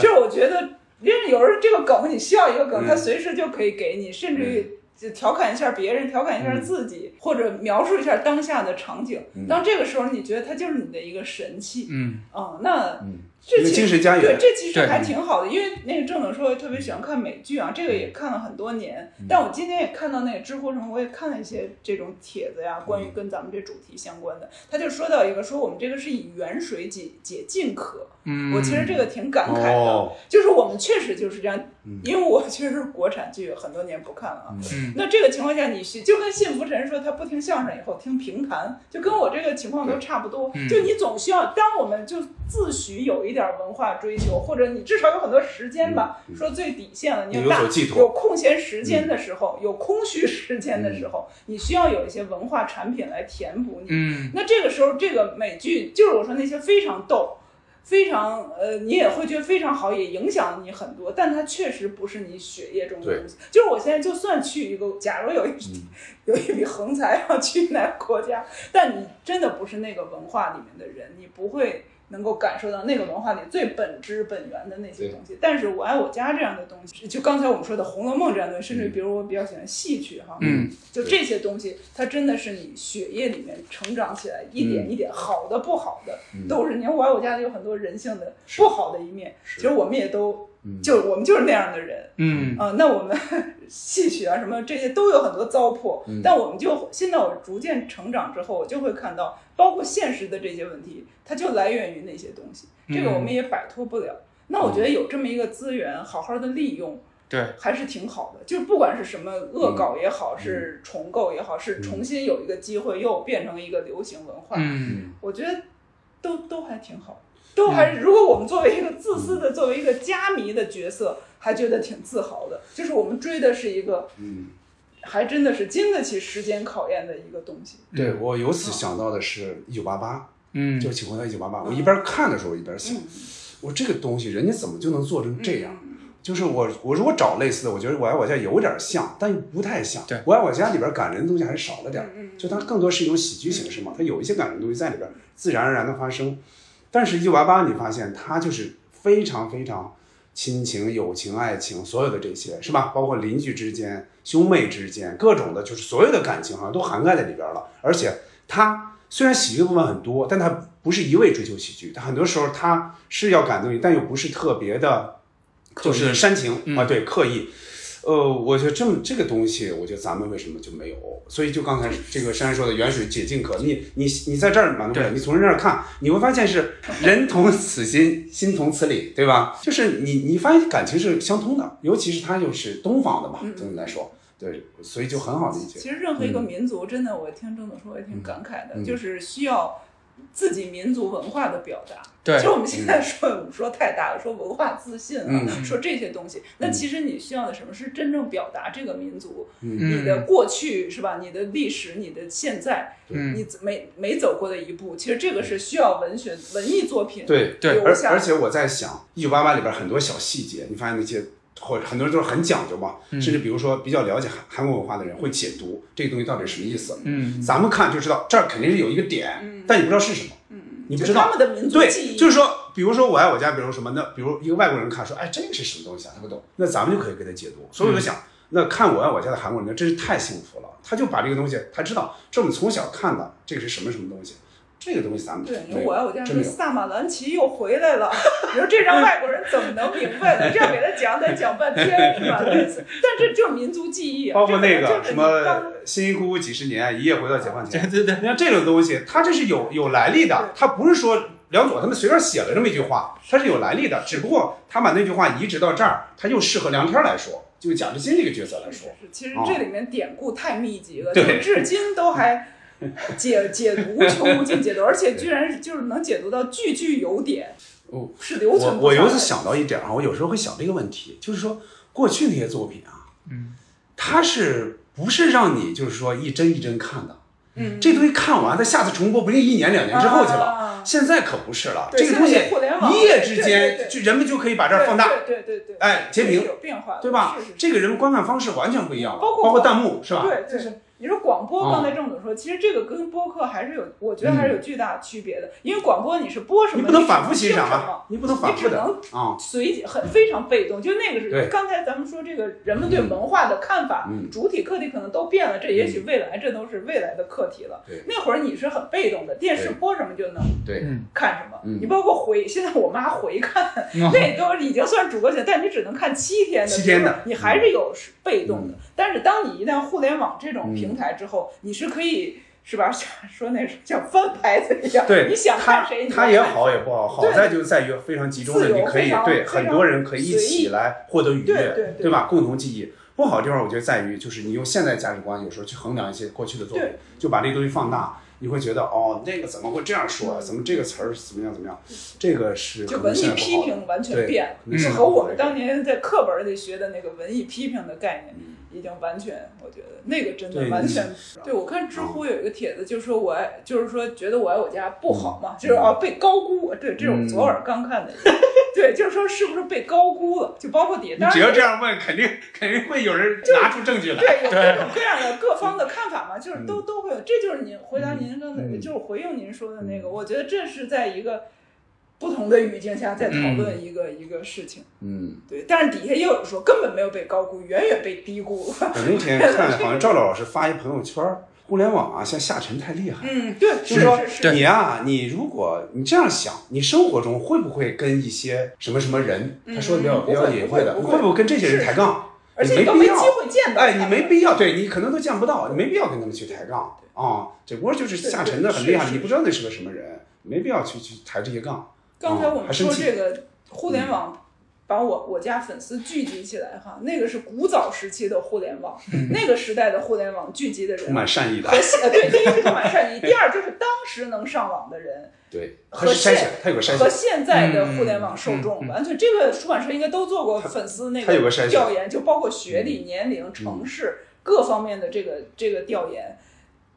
Speaker 2: 就是我觉得。因为有时候这个梗，你需要一个梗，它
Speaker 3: 嗯
Speaker 2: 随时就可以给你，甚至于就调侃一下别人，调侃一
Speaker 3: 嗯
Speaker 2: 下自己，或者描述一下当下的场景。当这个时候，你觉得它就是你的一个神器。
Speaker 3: 嗯，
Speaker 2: 啊，那
Speaker 1: 一
Speaker 2: 这
Speaker 1: 个
Speaker 2: 其
Speaker 1: 精
Speaker 2: 实
Speaker 1: 神家园
Speaker 2: 对，这其实
Speaker 3: 对
Speaker 2: 还挺好的，因为那个郑总说特别喜欢看美剧啊，这个也看了很多年。
Speaker 1: 嗯
Speaker 2: 但我今天也看到那个知乎上，我也看了一些这种帖子呀，
Speaker 1: 嗯
Speaker 2: 关于跟咱们这主题相关的。他就说到一个，说我们这个是以远水解解禁渴。
Speaker 3: 嗯
Speaker 2: 我其实这个挺感慨的，
Speaker 1: 哦，
Speaker 2: 就是我们确实就是这样，因为我确实国产剧很多年不看了啊。
Speaker 3: 嗯
Speaker 2: 那这个情况下，你是就跟信福臣说他不听相声以后听评弹，就跟我这个情况都差不多。
Speaker 3: 嗯
Speaker 2: 就你总需要，当我们就自诩有一点文化追求，或者你至少有很多时间吧，说最底线了，你
Speaker 1: 有
Speaker 2: 有大
Speaker 1: 所寄托
Speaker 2: 有空闲时间的时候，有空虚时间的时候，你需要有一些文化产品来填补你。
Speaker 3: 嗯
Speaker 2: 那这个时候，这个美剧就是我说那些非常逗，非常呃，你也会觉得非常好，也影响你很多，但它确实不是你血液中的东西。就是我现在就算去一个，假如有一、有一笔横财要去哪个国家，但你真的不是那个文化里面的人，你不会能够感受到那个文化里最本质本源的那些东西。但是我爱我家这样的东西，就刚才我们说的《红楼梦》这样的东西，甚至比如我比较喜欢戏曲哈，
Speaker 3: 嗯，
Speaker 2: 就这些东西，它真的是你血液里面成长起来，一点一点，好的不好的、都是。你看我爱我家里有很多人性的不好的一面，其实我们也都。就是我们就是那样的人，
Speaker 3: 嗯
Speaker 2: 啊、那我们 戏曲啊什么这些都有很多糟粕，但我们就现在我逐渐成长之后，我就会看到，包括现实的这些问题，它就来源于那些东西，这个我们也摆脱不了。那我觉得有这么一个资源，好好的利用，
Speaker 3: 对，
Speaker 2: 还是挺好的。就不管是什么
Speaker 1: 嗯
Speaker 2: 恶搞也好，是重构也好，是重新有一个机会又变成一个流行文化，
Speaker 3: 嗯
Speaker 2: 我觉得都都还挺好，都还
Speaker 1: 嗯
Speaker 2: 是如果我们作为一个自私的、作为一个家迷的角色，还觉得挺自豪的。就是我们追的是一个，
Speaker 1: 嗯，
Speaker 2: 还真的是经得起时间考验的一个东西。
Speaker 1: 对我由
Speaker 2: 嗯
Speaker 1: 此想到的是一九八八，
Speaker 3: 嗯
Speaker 1: 就《请回到一九八八》，我一边看的时候一边想，
Speaker 2: 嗯
Speaker 1: 我这个东西人家怎么就能做成这样？就是我，我如果找类似的，我觉得《我爱我家》有点像，但又不太像。
Speaker 3: 对
Speaker 1: 我爱我家》里边感人的东西还是少了点儿，
Speaker 2: 嗯嗯嗯
Speaker 1: 就它更多是一种喜剧形式嘛，它有一些感人的东西在里边，自然而然的发生。但是《一九八八》，你发现它就是非常非常亲情、友情、爱情，所有的这些是吧？包括邻居之间、兄妹之间，各种的，就是所有的感情好像都涵盖在里边了。而且它虽然喜剧部分很多，但它不是一味追求喜剧，它很多时候它是要感动你，但又不是特别的，就
Speaker 3: 刻
Speaker 1: 是
Speaker 3: 意
Speaker 1: 煽情、
Speaker 3: 嗯
Speaker 1: 啊，对，刻意。呃，我觉得这么这个东西，我觉得咱们为什么就没有？所以就刚才这个珊珊说的“远水解近渴”，你你你在这儿满足不了，
Speaker 3: 对
Speaker 1: 你从人那儿看，你会发现是人同此心，心同此理，对吧？就是你你发现感情是相通的，尤其是它又是东方的嘛，
Speaker 3: 嗯
Speaker 1: 总体来说，对，所以就很好理解。
Speaker 2: 其实任何一个民族，真的，我听郑总说，我也挺感慨的，
Speaker 1: 嗯
Speaker 2: 就是需要自己民族文化的表达。
Speaker 3: 对
Speaker 2: 其实我们现在说，我们说太大了，说文化自信啊，
Speaker 1: 嗯
Speaker 2: 说这些东西。那其实你需要的什么是真正表达这个民族，
Speaker 3: 嗯
Speaker 2: 你的过去是吧？你的历史，你的现在，
Speaker 3: 嗯
Speaker 2: 你每每走过的一步，其实这个是需要文学文艺作品
Speaker 1: 对
Speaker 3: 对
Speaker 2: 留
Speaker 1: 而
Speaker 2: 下
Speaker 1: 而且我在想，《一九八八》里边很多小细节，你发现那些或很多人都是很讲究嘛，
Speaker 2: 嗯
Speaker 1: 甚至比如说比较了解韩韩国文化的人会解读这个东西到底什么意思。
Speaker 3: 嗯
Speaker 1: 咱们看就知道这儿肯定是有一个点，但你不知道是什么，你不知
Speaker 2: 嗯就
Speaker 1: 道
Speaker 2: 他们的民族记
Speaker 1: 对，
Speaker 2: 忆
Speaker 1: 就是说，比如说我爱我家，比如什么那，比如一个外国人看说，哎，这个是什么东西啊？他不懂，那咱们就可以给他解读。所
Speaker 2: 嗯
Speaker 1: 以我就想，那看我爱我家的韩国人，那真是太幸福了，他就把这个东西，他知道这我们从小看的这个是什么什么东西，这个东西咱们
Speaker 2: 对，你
Speaker 1: 没
Speaker 2: 说
Speaker 1: 有
Speaker 2: 我要我家
Speaker 1: 真
Speaker 2: 说
Speaker 1: 没有。
Speaker 2: 萨马兰奇又回来了， 你说这让外国人怎么能明白呢？这要给他讲得讲半天是 吧？类似，但这就是民族记忆啊，
Speaker 1: 包括那个
Speaker 2: 这本来就是
Speaker 1: 什
Speaker 2: 你嗯
Speaker 1: 么
Speaker 2: 当
Speaker 1: 辛辛苦苦几十年，一夜回到解放前，
Speaker 3: 对对
Speaker 1: 你看这种东西，它这是有有来历的
Speaker 2: 对，
Speaker 1: 它不是说梁左他们随便写了这么一句话，它是有来历的。只不过他把那句话移植到这儿，它又适合梁天来说，就贾志新这个角色来说。
Speaker 2: 是其实这里面典故太密集了，
Speaker 1: 哦对
Speaker 2: 就至今都还解解无穷无尽解读，而且居然是就是能解读到句句有典，
Speaker 1: 哦，
Speaker 2: 是留存
Speaker 1: 我
Speaker 2: 不
Speaker 1: 我
Speaker 2: 下
Speaker 1: 有
Speaker 2: 来
Speaker 1: 一次想到一点啊，我有时候会想这个问题，就是说过去那些作品啊，
Speaker 3: 嗯，
Speaker 1: 它是不是让你就是说一帧一帧看的？
Speaker 2: 嗯
Speaker 1: 这东西看完，他下次重播不定一年两年之后去了
Speaker 2: 啊。
Speaker 1: 现在可不是了，
Speaker 2: 对
Speaker 1: 这个东西
Speaker 2: 现在有互联网
Speaker 1: 一夜之
Speaker 2: 对对
Speaker 1: 间
Speaker 2: 对
Speaker 1: 就人们就可以把这儿放大，
Speaker 2: 对对对对，
Speaker 1: 哎，截屏
Speaker 2: 有，变化的，
Speaker 1: 对吧
Speaker 2: 是是？是
Speaker 1: 这个人观看方式完全不一样了，
Speaker 2: 包括
Speaker 1: 包括弹幕是吧？哦
Speaker 2: 对，就是你说广播，刚才郑总说，其实这个跟播客还是有，我觉得还是有巨大区别的，因为广播你是播什么，
Speaker 1: 嗯你不能反复欣赏
Speaker 2: 你只能听什么
Speaker 1: 啊，你不能反复的
Speaker 2: 你
Speaker 1: 啊。
Speaker 2: 随机很非常被动，就那个
Speaker 1: 对
Speaker 2: 是刚才咱们说这个人们对文化的看法，
Speaker 1: 嗯
Speaker 2: 主体客体可能都变了，这也许未来这都是未来的课题了
Speaker 1: 对。
Speaker 2: 那会儿你是很被动的，电视播什么就能
Speaker 1: 对
Speaker 3: 嗯
Speaker 2: 看什么，
Speaker 1: 嗯
Speaker 2: 你包括回现在我妈 回看，
Speaker 3: 嗯
Speaker 2: 那都已经算主歌选，但你只能看七天的，
Speaker 1: 七天的嗯
Speaker 2: 就是你还是有被动的。但是当你一旦互联网这种平台之后，你是可以。是吧？ 像说那是像翻牌子一样，
Speaker 1: 对，
Speaker 2: 你想看谁，你就
Speaker 1: 他也
Speaker 2: 看谁
Speaker 1: 好也不好，好
Speaker 2: 对
Speaker 1: 在就在于非常集中的，
Speaker 2: 自由
Speaker 1: 你可以
Speaker 2: 非常
Speaker 1: 对
Speaker 2: 非常
Speaker 1: 很多人可以一
Speaker 2: 随
Speaker 1: 起
Speaker 2: 意
Speaker 1: 来获得愉
Speaker 2: 对
Speaker 1: 悦，
Speaker 2: 对对
Speaker 1: 吧？共同记忆。不好的地方，我觉得在于就是你用现在价值观有时候去衡量一些过去的作品
Speaker 2: 对，
Speaker 1: 就把这东西放大，你会觉得哦，那个怎么会这样说啊？怎么这个词儿怎么样怎么样？这个是
Speaker 2: 嗯就
Speaker 1: 可
Speaker 2: 文
Speaker 1: 能
Speaker 2: 艺
Speaker 1: 现在不
Speaker 2: 批
Speaker 1: 好的。
Speaker 2: 评完全
Speaker 1: 对
Speaker 2: 变
Speaker 1: 可
Speaker 2: 了，
Speaker 1: 能
Speaker 2: 就
Speaker 1: 现在
Speaker 2: 和
Speaker 1: 不
Speaker 2: 我
Speaker 1: 好
Speaker 2: 们
Speaker 1: 这个
Speaker 2: 当年在课本里学的那个文艺批评的概念，已经完全，我觉得那个真的
Speaker 1: 嗯对
Speaker 2: 完全
Speaker 1: 你。
Speaker 2: 对，我看知乎有一个帖子，就说我爱，就是说觉得我爱我家
Speaker 1: 嗯
Speaker 2: 不好嘛，就是啊被高估。对，这是我昨晚刚看 的一个，对，就是说是不是被高估了？就包括底下，
Speaker 1: 你
Speaker 2: 当然
Speaker 1: 只要
Speaker 2: 也
Speaker 1: 这样问，肯定肯定会有人拿出证据来。
Speaker 2: 对，有各种各样的各方的看法嘛，就是都都会有。这就是您回答您刚才，
Speaker 1: 嗯
Speaker 2: 就是回应您说的那个，我觉得这是在一个不同的语境下在讨论一个一个事情。
Speaker 1: 嗯，
Speaker 2: 对，但是底下也有人说根本没有被高估，远远被低估。
Speaker 1: 我那天看好像赵老师发一朋友圈儿，互联网啊，现在下沉太厉害了。
Speaker 2: 嗯，对，
Speaker 1: 就是说
Speaker 2: 是
Speaker 1: 你啊，你如果你这样想，你生活中会不会跟一些什么什么人，他说的比较比
Speaker 2: 嗯不会
Speaker 1: 较隐晦的，
Speaker 2: 不
Speaker 1: 你
Speaker 2: 会
Speaker 1: 会不会跟这些人
Speaker 2: 是
Speaker 1: 抬杠？
Speaker 2: 而且
Speaker 1: 你
Speaker 2: 你都
Speaker 1: 没
Speaker 2: 没
Speaker 1: 必
Speaker 2: 机
Speaker 1: 要
Speaker 2: 会见到他
Speaker 1: 哎，
Speaker 2: 们。
Speaker 1: 你没必要，对你可能都见不到，你没必要跟他们去抬杠啊。只不过就是
Speaker 2: 对
Speaker 1: 下
Speaker 2: 对
Speaker 1: 沉的很
Speaker 2: 是
Speaker 1: 厉害，
Speaker 2: 是
Speaker 1: 你不知道那是个什么人，没必要去去抬这些杠。
Speaker 2: 刚才我
Speaker 1: 哦还
Speaker 2: 们
Speaker 1: 生
Speaker 2: 说
Speaker 1: 气
Speaker 2: 这个互联网把我我家粉丝聚集起来哈，那个是古早时期的互联网，那个时代的互联网聚集
Speaker 1: 嗯
Speaker 2: 的
Speaker 1: 充
Speaker 2: 人
Speaker 1: 满善意的
Speaker 2: 和，现呃对，第一是充满善意，第二就是当时能上网的人
Speaker 1: 对，它
Speaker 2: 和
Speaker 1: 是筛
Speaker 2: 现
Speaker 1: 选，它有个筛选，
Speaker 2: 和
Speaker 1: 嗯
Speaker 2: 现在的互联网受众完全，这个出版社应该都做过粉丝那
Speaker 1: 它有个筛选嗯
Speaker 2: 调研，就包括学历、年龄、城市各方面的这个这个调研。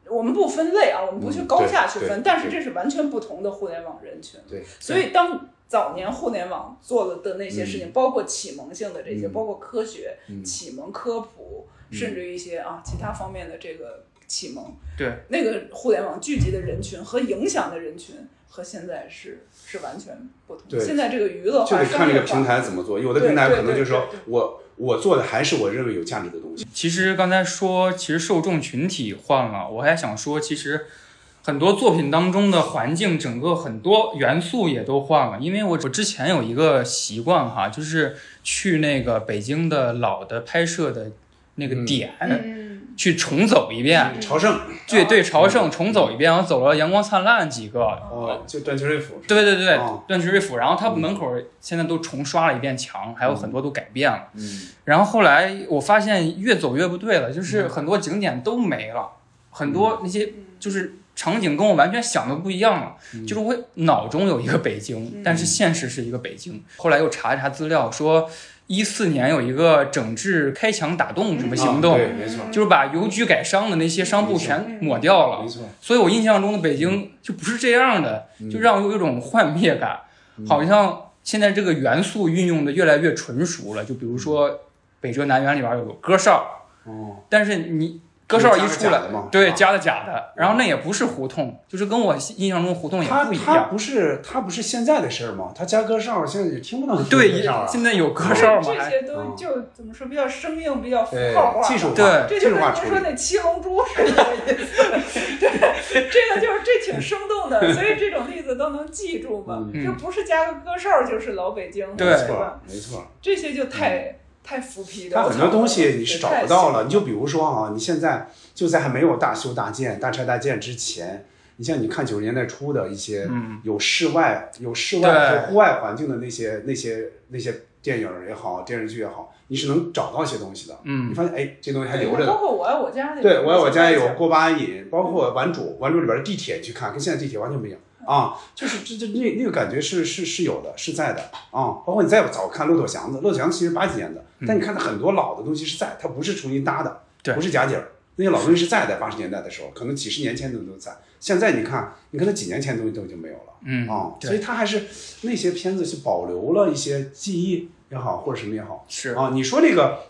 Speaker 2: 我们不分类啊，我们不去
Speaker 1: 嗯
Speaker 2: 高
Speaker 1: 对
Speaker 2: 下去
Speaker 1: 对
Speaker 2: 分，但是这是完全不同的互联网人群。
Speaker 1: 对，
Speaker 2: 所以当早年互联网做了的那些事情，包括启蒙性的这些，
Speaker 1: 嗯
Speaker 2: 包括科学、
Speaker 1: 嗯
Speaker 2: 启蒙科普，甚至于一些啊其他方面的这个启蒙，
Speaker 3: 对，
Speaker 2: 那个互联网聚集的人群和影响的人群和现在是是完全不同。
Speaker 1: 对
Speaker 2: 现在这个娱乐
Speaker 1: 就
Speaker 2: 化、
Speaker 1: 得看
Speaker 2: 商
Speaker 1: 这
Speaker 2: 业
Speaker 1: 个
Speaker 2: 化，
Speaker 1: 平台怎么做。有的
Speaker 2: 对
Speaker 1: 平台
Speaker 2: 对
Speaker 1: 可能
Speaker 2: 对
Speaker 1: 就说
Speaker 2: 对嗯对
Speaker 1: 我我做的还是我认为有价值的东西。
Speaker 3: 其实刚才说，其实受众群体换了，我还想说，其实很多作品当中的环境，整个很多元素也都换了。因为我我之前有一个习惯哈，就是去那个北京的老的拍摄的那个点、
Speaker 2: 嗯，
Speaker 3: 去重走一遍，
Speaker 1: 朝圣
Speaker 3: 对对，朝圣重走一遍，我走了阳光灿烂几个。
Speaker 1: 哦，就断桥瑞府，
Speaker 3: 对对对对
Speaker 1: 哦，
Speaker 3: 断直瑞府，然后它门口现在都重刷了一遍墙，还有很多都改变了。
Speaker 1: 嗯，
Speaker 3: 然后后来我发现越走越不对了，就是很多景点都没了，很多那些就是场景跟我完全想的不一样了。
Speaker 1: 嗯
Speaker 3: 就是我脑中有一个北京，但是现实是一个北京。后来又查一查资料，说一四年有一个整治开墙打洞什么行
Speaker 1: 啊
Speaker 3: 动，
Speaker 1: 对，没错，
Speaker 3: 就是把邮局改商的那些商铺全抹掉了
Speaker 1: 没。错。
Speaker 3: 所以我印象中的北
Speaker 1: 嗯
Speaker 3: 京就不是这样的，就让我有一种幻灭感，
Speaker 1: 嗯
Speaker 3: 好像现在这个元素运用的越来越纯熟了。就比如说
Speaker 1: 嗯
Speaker 3: 《北辙南辕》里边有个歌哨，
Speaker 1: 哦，
Speaker 3: 但是你歌哨一
Speaker 1: 加
Speaker 3: 出
Speaker 1: 了
Speaker 3: 来
Speaker 1: 假的嘛，
Speaker 3: 对，
Speaker 1: 啊
Speaker 3: 加了假的，然后那也不是胡同，就是跟我印象中胡同也
Speaker 1: 他
Speaker 3: 嗯不一
Speaker 1: 他
Speaker 3: 样。
Speaker 1: 不是他不是现在的事儿吗？他加歌哨现在也听不到
Speaker 3: 对，
Speaker 1: 歌
Speaker 3: 也
Speaker 1: 哨了，
Speaker 3: 现在有歌
Speaker 2: 但
Speaker 3: 哨
Speaker 2: 是
Speaker 3: 嘛，
Speaker 2: 这
Speaker 3: 还
Speaker 2: 些都就怎么说比较生硬，比较符
Speaker 1: 嗯对
Speaker 2: 号化，
Speaker 1: 哎技术化，
Speaker 3: 对
Speaker 2: 这
Speaker 1: 技
Speaker 2: 就
Speaker 1: 术
Speaker 2: 跟
Speaker 1: 化
Speaker 2: 您
Speaker 1: 处
Speaker 2: 说
Speaker 1: 理。
Speaker 2: 那七龙珠是一个 意思，对，这个就是这挺生动的，所以这种例子都能记住嘛。
Speaker 3: 嗯
Speaker 2: 就不是加个歌哨就是老北京，
Speaker 3: 对
Speaker 1: 没
Speaker 2: 是
Speaker 1: 错
Speaker 2: 吧，？
Speaker 1: 没错，
Speaker 2: 这些就太太浮皮的，
Speaker 1: 它很多东西
Speaker 2: 我
Speaker 1: 你是
Speaker 2: 操
Speaker 1: 找不到了。你就比如说啊，你现在就在还没有大修大建、大拆大建之前，你像你看九十年代初的一些
Speaker 3: 嗯
Speaker 1: 有室外、有室外
Speaker 3: 对
Speaker 1: 和户外环境的那些、那些、那些电影也好、电视剧也好，你是能找到一些东西的。你
Speaker 3: 嗯，
Speaker 1: 发现哎，这东西还
Speaker 2: 太
Speaker 1: 留着呢
Speaker 2: 包。括我爱我家那个，
Speaker 1: 对，我爱我家也嗯有
Speaker 2: 现在
Speaker 1: 过把瘾，包括玩主，玩主里边的地铁你去看，跟现在地铁完全不一样啊，就是这这那那个感觉是是是有的，是在的啊。包括你再早看《骆驼祥子》，《骆驼祥子》其实八几年的，但你看它很多老的东西是在，它不是重新搭的，
Speaker 3: 嗯对
Speaker 1: 不是假景儿，那那些老东西是在的，八十年代的时候，可能几十年前的都在。现在你看，你看他几年前的东西都已经没有了，
Speaker 3: 嗯
Speaker 1: 啊，
Speaker 3: 对
Speaker 1: 所以他还是那些片子是保留了一些记忆也好，或者什么也好，
Speaker 3: 是
Speaker 1: 啊。你说那个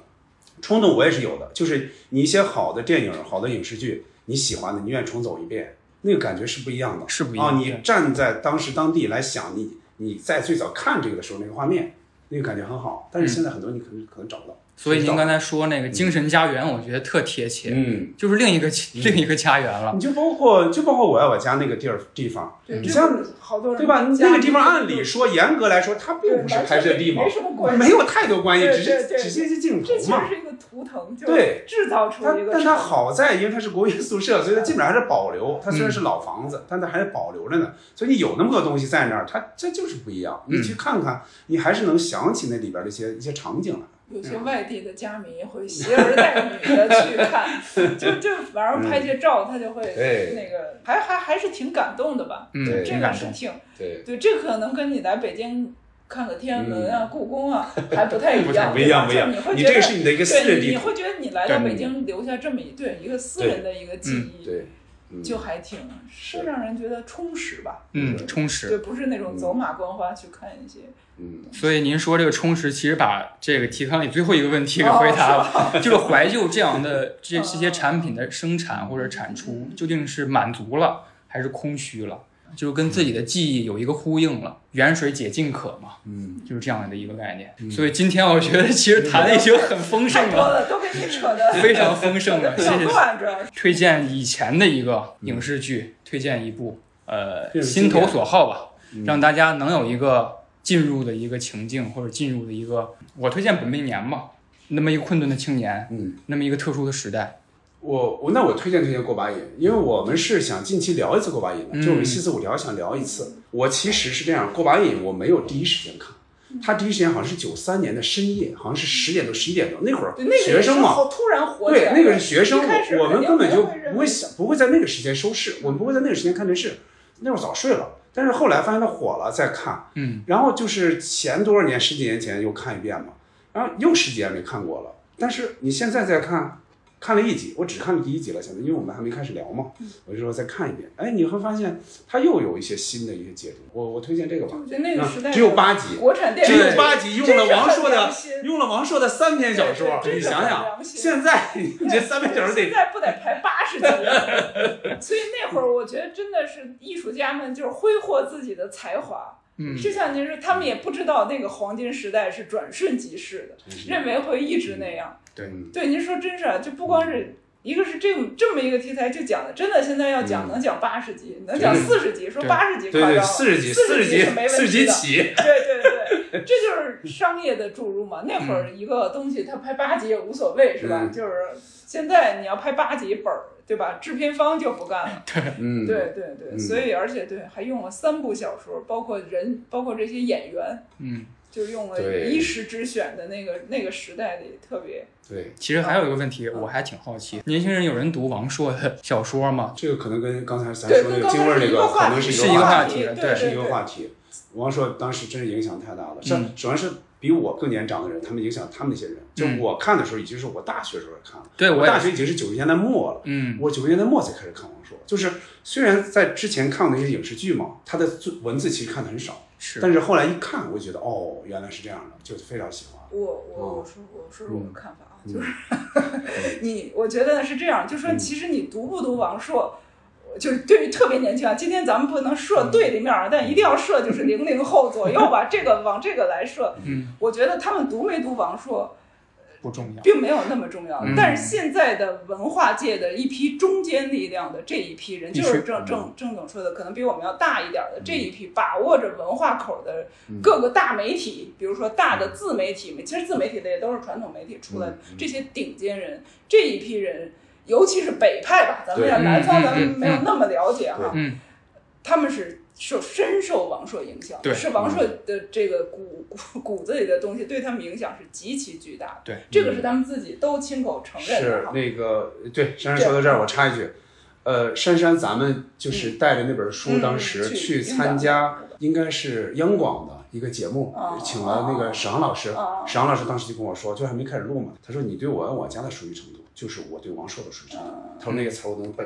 Speaker 1: 冲动，我也是有的，就是你一些好的电影、好的影视剧，你喜欢的，你愿意重走一遍，那个感觉是不一样的，
Speaker 3: 是不一样
Speaker 1: 啊。
Speaker 3: 对
Speaker 1: 你站在当时当地来想你，你在最早看这个的时候那个画面，那个感觉很好，但
Speaker 3: 嗯
Speaker 1: 是现在很多你可能、可能找不到。
Speaker 3: 所以您刚
Speaker 1: 才
Speaker 3: 才说那个精神家园，我觉得特贴切，
Speaker 1: 嗯。
Speaker 3: 就是另一个另一个家园了
Speaker 1: 你。就包括就包括我爱我家那个地儿地方，
Speaker 2: 对，
Speaker 1: 你
Speaker 2: 这
Speaker 1: 嗯像
Speaker 2: 好多人
Speaker 1: 对吧？
Speaker 2: 家
Speaker 1: 那个地方按理说严格来说，它并不是拍摄地嘛
Speaker 2: 没什么关，系
Speaker 1: 没有太多关系，
Speaker 2: 对
Speaker 1: 只
Speaker 2: 对
Speaker 1: 是
Speaker 2: 对
Speaker 1: 只是一些镜头
Speaker 2: 这其
Speaker 1: 嘛
Speaker 2: 实。是一个图腾，就
Speaker 1: 对
Speaker 2: 制造出
Speaker 1: 它
Speaker 2: 一个。
Speaker 1: 但它，好在，因为它是国营宿舍，所以它基本上还是保留。它虽然是老房子，但它还是保留着呢。所以你有那么多东西在那儿，它这就是不一样。你去看看，你还是能想起那里边的一些一些场景来。
Speaker 2: 有些外地的家迷会携儿带女的 去看，就就晚上拍些照，他就会
Speaker 1: 对
Speaker 2: 那个，还还还是挺感动的吧？
Speaker 3: 嗯
Speaker 1: 对，
Speaker 2: 这
Speaker 3: 挺
Speaker 2: 个
Speaker 3: 感
Speaker 2: 是
Speaker 3: 动。
Speaker 2: 挺
Speaker 1: 对，
Speaker 2: 对，这可能跟你来北京看个天安门啊、故宫 啊还不太一样，
Speaker 1: 不一样，不一
Speaker 2: 对吧
Speaker 1: 样
Speaker 2: 就你会。
Speaker 1: 你
Speaker 2: 觉
Speaker 1: 这
Speaker 2: 得
Speaker 1: 个是你的一个私
Speaker 2: 对
Speaker 1: 人
Speaker 2: 你
Speaker 1: 地
Speaker 2: 你
Speaker 1: 图，
Speaker 2: 会觉得你来到
Speaker 1: 对
Speaker 2: 北京留下这么一对一个私人的一个记忆，
Speaker 1: 对，嗯
Speaker 2: 就还挺是
Speaker 1: 是
Speaker 2: 让人觉得充实吧。
Speaker 3: 嗯，充
Speaker 2: 对，
Speaker 3: 实。
Speaker 2: 不是那种走马观花去看一些。
Speaker 1: 嗯，
Speaker 3: 所以您说这个充实，其实把这个提纲里最后一个问题给回答了，就是怀旧这样的这这些产品的生产或者产出，究竟是满足了还是空虚了？就是跟自己的记忆有一个呼应了，远水解近渴嘛，
Speaker 1: 嗯，
Speaker 3: 就是这样的一个概念。所以今天我觉得其实谈的已经很丰
Speaker 2: 太
Speaker 3: 盛
Speaker 2: 多
Speaker 3: 了，
Speaker 2: 了，都给你扯的
Speaker 3: 非常丰盛 了，谢
Speaker 2: 扯
Speaker 3: 谢。
Speaker 2: 乱，主要是。
Speaker 3: 推荐以前的一个影视剧，推荐一部，呃，
Speaker 1: 嗯这
Speaker 3: 《
Speaker 1: 是
Speaker 3: 心
Speaker 1: 经
Speaker 3: 头
Speaker 1: 典嗯
Speaker 3: 所好》吧，让大家能有一个进入的一个情境，或者进入的一个，我推荐本命年吧，那么一个困顿的青年，
Speaker 1: 嗯，
Speaker 3: 那么一个特殊的时代，
Speaker 1: 我我那我推荐推荐过把瘾，因为我们是想近期聊一次过把瘾的，
Speaker 3: 嗯
Speaker 1: 就我们西四五聊想聊一次。我其实是这样，过把瘾我没有第一时间看，
Speaker 2: 嗯
Speaker 1: 他第一时间好像是九三年的深夜，好像是十点多十一点多那会儿
Speaker 2: 对，那个
Speaker 1: 学生
Speaker 2: 也是
Speaker 1: 嘛，
Speaker 2: 好突然火起
Speaker 1: 对
Speaker 2: 来，
Speaker 1: 那个是学生
Speaker 2: 一开，始
Speaker 1: 我们根本就不会
Speaker 2: 会
Speaker 1: 想，不会在那个时间收视，我们不会在那个时间看电视，那会儿早睡了。但是后来发现它火了再看，
Speaker 3: 嗯，
Speaker 1: 然后就是前多少年，十几年前又看一遍嘛，然后又十几年没看过了。但是你现在再看，看了一集，我只看了第一集了，现在因为我们还没开始聊嘛，
Speaker 2: 嗯
Speaker 1: 我就说再看一遍，哎，你会发现它又有一些新的一些解读。我我推荐这个吧，
Speaker 2: 我觉得那个时代
Speaker 1: 啊只有八集，
Speaker 2: 国产电
Speaker 1: 只
Speaker 2: 影
Speaker 1: 有八集用了王朔
Speaker 2: 真是
Speaker 1: 的
Speaker 2: 很良心
Speaker 1: 用了王朔的三篇小说，
Speaker 2: 对对
Speaker 1: 你
Speaker 2: 真是
Speaker 1: 想
Speaker 2: 很
Speaker 1: 想，
Speaker 2: 良心
Speaker 1: 现在你这三篇小说
Speaker 2: 现
Speaker 1: 得
Speaker 2: 在不得排八十集，所以那会儿我觉得真的是艺术家们就是挥霍自己的才华。
Speaker 3: 嗯
Speaker 2: 就像您说，他们也不知道那个黄金时代是转瞬即逝的，认为会一直那样。
Speaker 1: 对
Speaker 2: 对，您说真是啊，就不光是一个是这种这么一个题材，就讲的真的现在要讲能讲八十集，能讲
Speaker 1: 对
Speaker 2: 四十集，说
Speaker 3: 对
Speaker 2: 八十集
Speaker 1: 嗯对
Speaker 2: 夸张
Speaker 1: 对
Speaker 2: 了，
Speaker 1: 四十集
Speaker 2: 四
Speaker 1: 四
Speaker 2: 十
Speaker 1: 十集
Speaker 2: 是没
Speaker 1: 四
Speaker 2: 问
Speaker 1: 十
Speaker 2: 题
Speaker 1: 集
Speaker 2: 的。
Speaker 1: 起，
Speaker 2: 对对对，这就是商业的注入 嘛。那会儿一个东西它拍八集也无所谓，是吧？
Speaker 1: 嗯
Speaker 2: 就是现在你要拍八集本儿，对吧？制片方就不干了。
Speaker 1: 嗯，
Speaker 2: 对对对，
Speaker 1: 嗯
Speaker 2: 所以而且对还用了三部小说，包括人，包括这些演员，
Speaker 3: 嗯，
Speaker 2: 就用了
Speaker 1: 对
Speaker 2: 一时之选的那个那个时代里特别。
Speaker 1: 对，
Speaker 3: 其实还有一个问题，我还挺好奇，年轻人有人读王朔的小说吗？
Speaker 1: 这个可能跟刚才咱
Speaker 2: 对
Speaker 1: 说那
Speaker 2: 跟
Speaker 1: 个
Speaker 2: 刚才
Speaker 1: 京味儿
Speaker 2: 是
Speaker 1: 那
Speaker 2: 一个
Speaker 1: 个
Speaker 2: 话
Speaker 1: 可能
Speaker 2: 题
Speaker 1: 是
Speaker 3: 是
Speaker 1: 一
Speaker 3: 一
Speaker 1: 个
Speaker 3: 个
Speaker 1: 话
Speaker 3: 话
Speaker 1: 题，
Speaker 3: 题
Speaker 2: 对
Speaker 3: 对
Speaker 1: 是一个话题。王朔当时真是影响太大了，是
Speaker 3: 嗯
Speaker 1: 主要是比我更年长的人，他们影响他们那些人。就
Speaker 3: 嗯
Speaker 1: 我看的时候，已经是我大学时候看了，
Speaker 3: 对我
Speaker 1: 我
Speaker 3: 也
Speaker 1: 大学已经是九十年代末了。
Speaker 3: 嗯
Speaker 1: 我九十年代末才开始看王朔，就是虽然在之前看过那些影视剧嘛，他的字文字其实看的很少，
Speaker 3: 是
Speaker 1: 但是后来一看，我就觉得哦，原来是这样的，就非常喜欢。
Speaker 2: 我我
Speaker 1: 哦
Speaker 2: 我说我说说我的看法啊，
Speaker 1: 嗯
Speaker 2: 就是 你，我觉得是这样，就说其实你读不读王朔，就是对于特别年轻啊，今天咱们不能
Speaker 1: 嗯
Speaker 2: 设对立面啊，但一定要设就是零零后左右 吧，这个往这个来设，
Speaker 3: 嗯，
Speaker 2: 我觉得他们读没读王朔
Speaker 3: 不重要，
Speaker 2: 并没有那么重要，
Speaker 3: 嗯
Speaker 2: 但是现在的文化界的一批中坚力量的这一批人，
Speaker 3: 必
Speaker 2: 就
Speaker 3: 须
Speaker 2: 是郑郑郑总说的，可能比我们要大一点的
Speaker 3: 嗯
Speaker 2: 这一批，把握着文化口的各个大媒体，比如说大的自媒体，
Speaker 3: 嗯
Speaker 2: 其实自媒体的也都是传统媒体出来的这些顶尖人，这一批人，尤其是北派吧，咱们
Speaker 1: 对
Speaker 2: 要南
Speaker 3: 嗯
Speaker 2: 方
Speaker 3: 嗯
Speaker 2: 咱们没有
Speaker 3: 嗯
Speaker 2: 那么了解哈，
Speaker 3: 嗯
Speaker 2: 他们是受深受王朔影响，
Speaker 3: 对嗯
Speaker 2: 是王朔的这个骨骨骨子里的东西对他们影响是极其巨大的。
Speaker 3: 对，
Speaker 2: 这个是他们自己都亲口承认
Speaker 1: 是
Speaker 2: 的哈。
Speaker 1: 那个对，珊珊说到这儿，我插一句，呃，珊珊，咱们就是带着那本书，
Speaker 2: 嗯
Speaker 1: 当时
Speaker 2: 去
Speaker 1: 去
Speaker 2: 云
Speaker 1: 参
Speaker 2: 南
Speaker 1: 加，应该是央广的一个节目
Speaker 2: 哦，
Speaker 1: 请了那个史航老师
Speaker 2: 哦。
Speaker 1: 史航老师当时就跟我说，就还没开始录嘛，他说你对我爱我家的熟悉程度，就是我对王朔的熟悉程
Speaker 2: 哦
Speaker 1: 度。他说那个词儿我能背。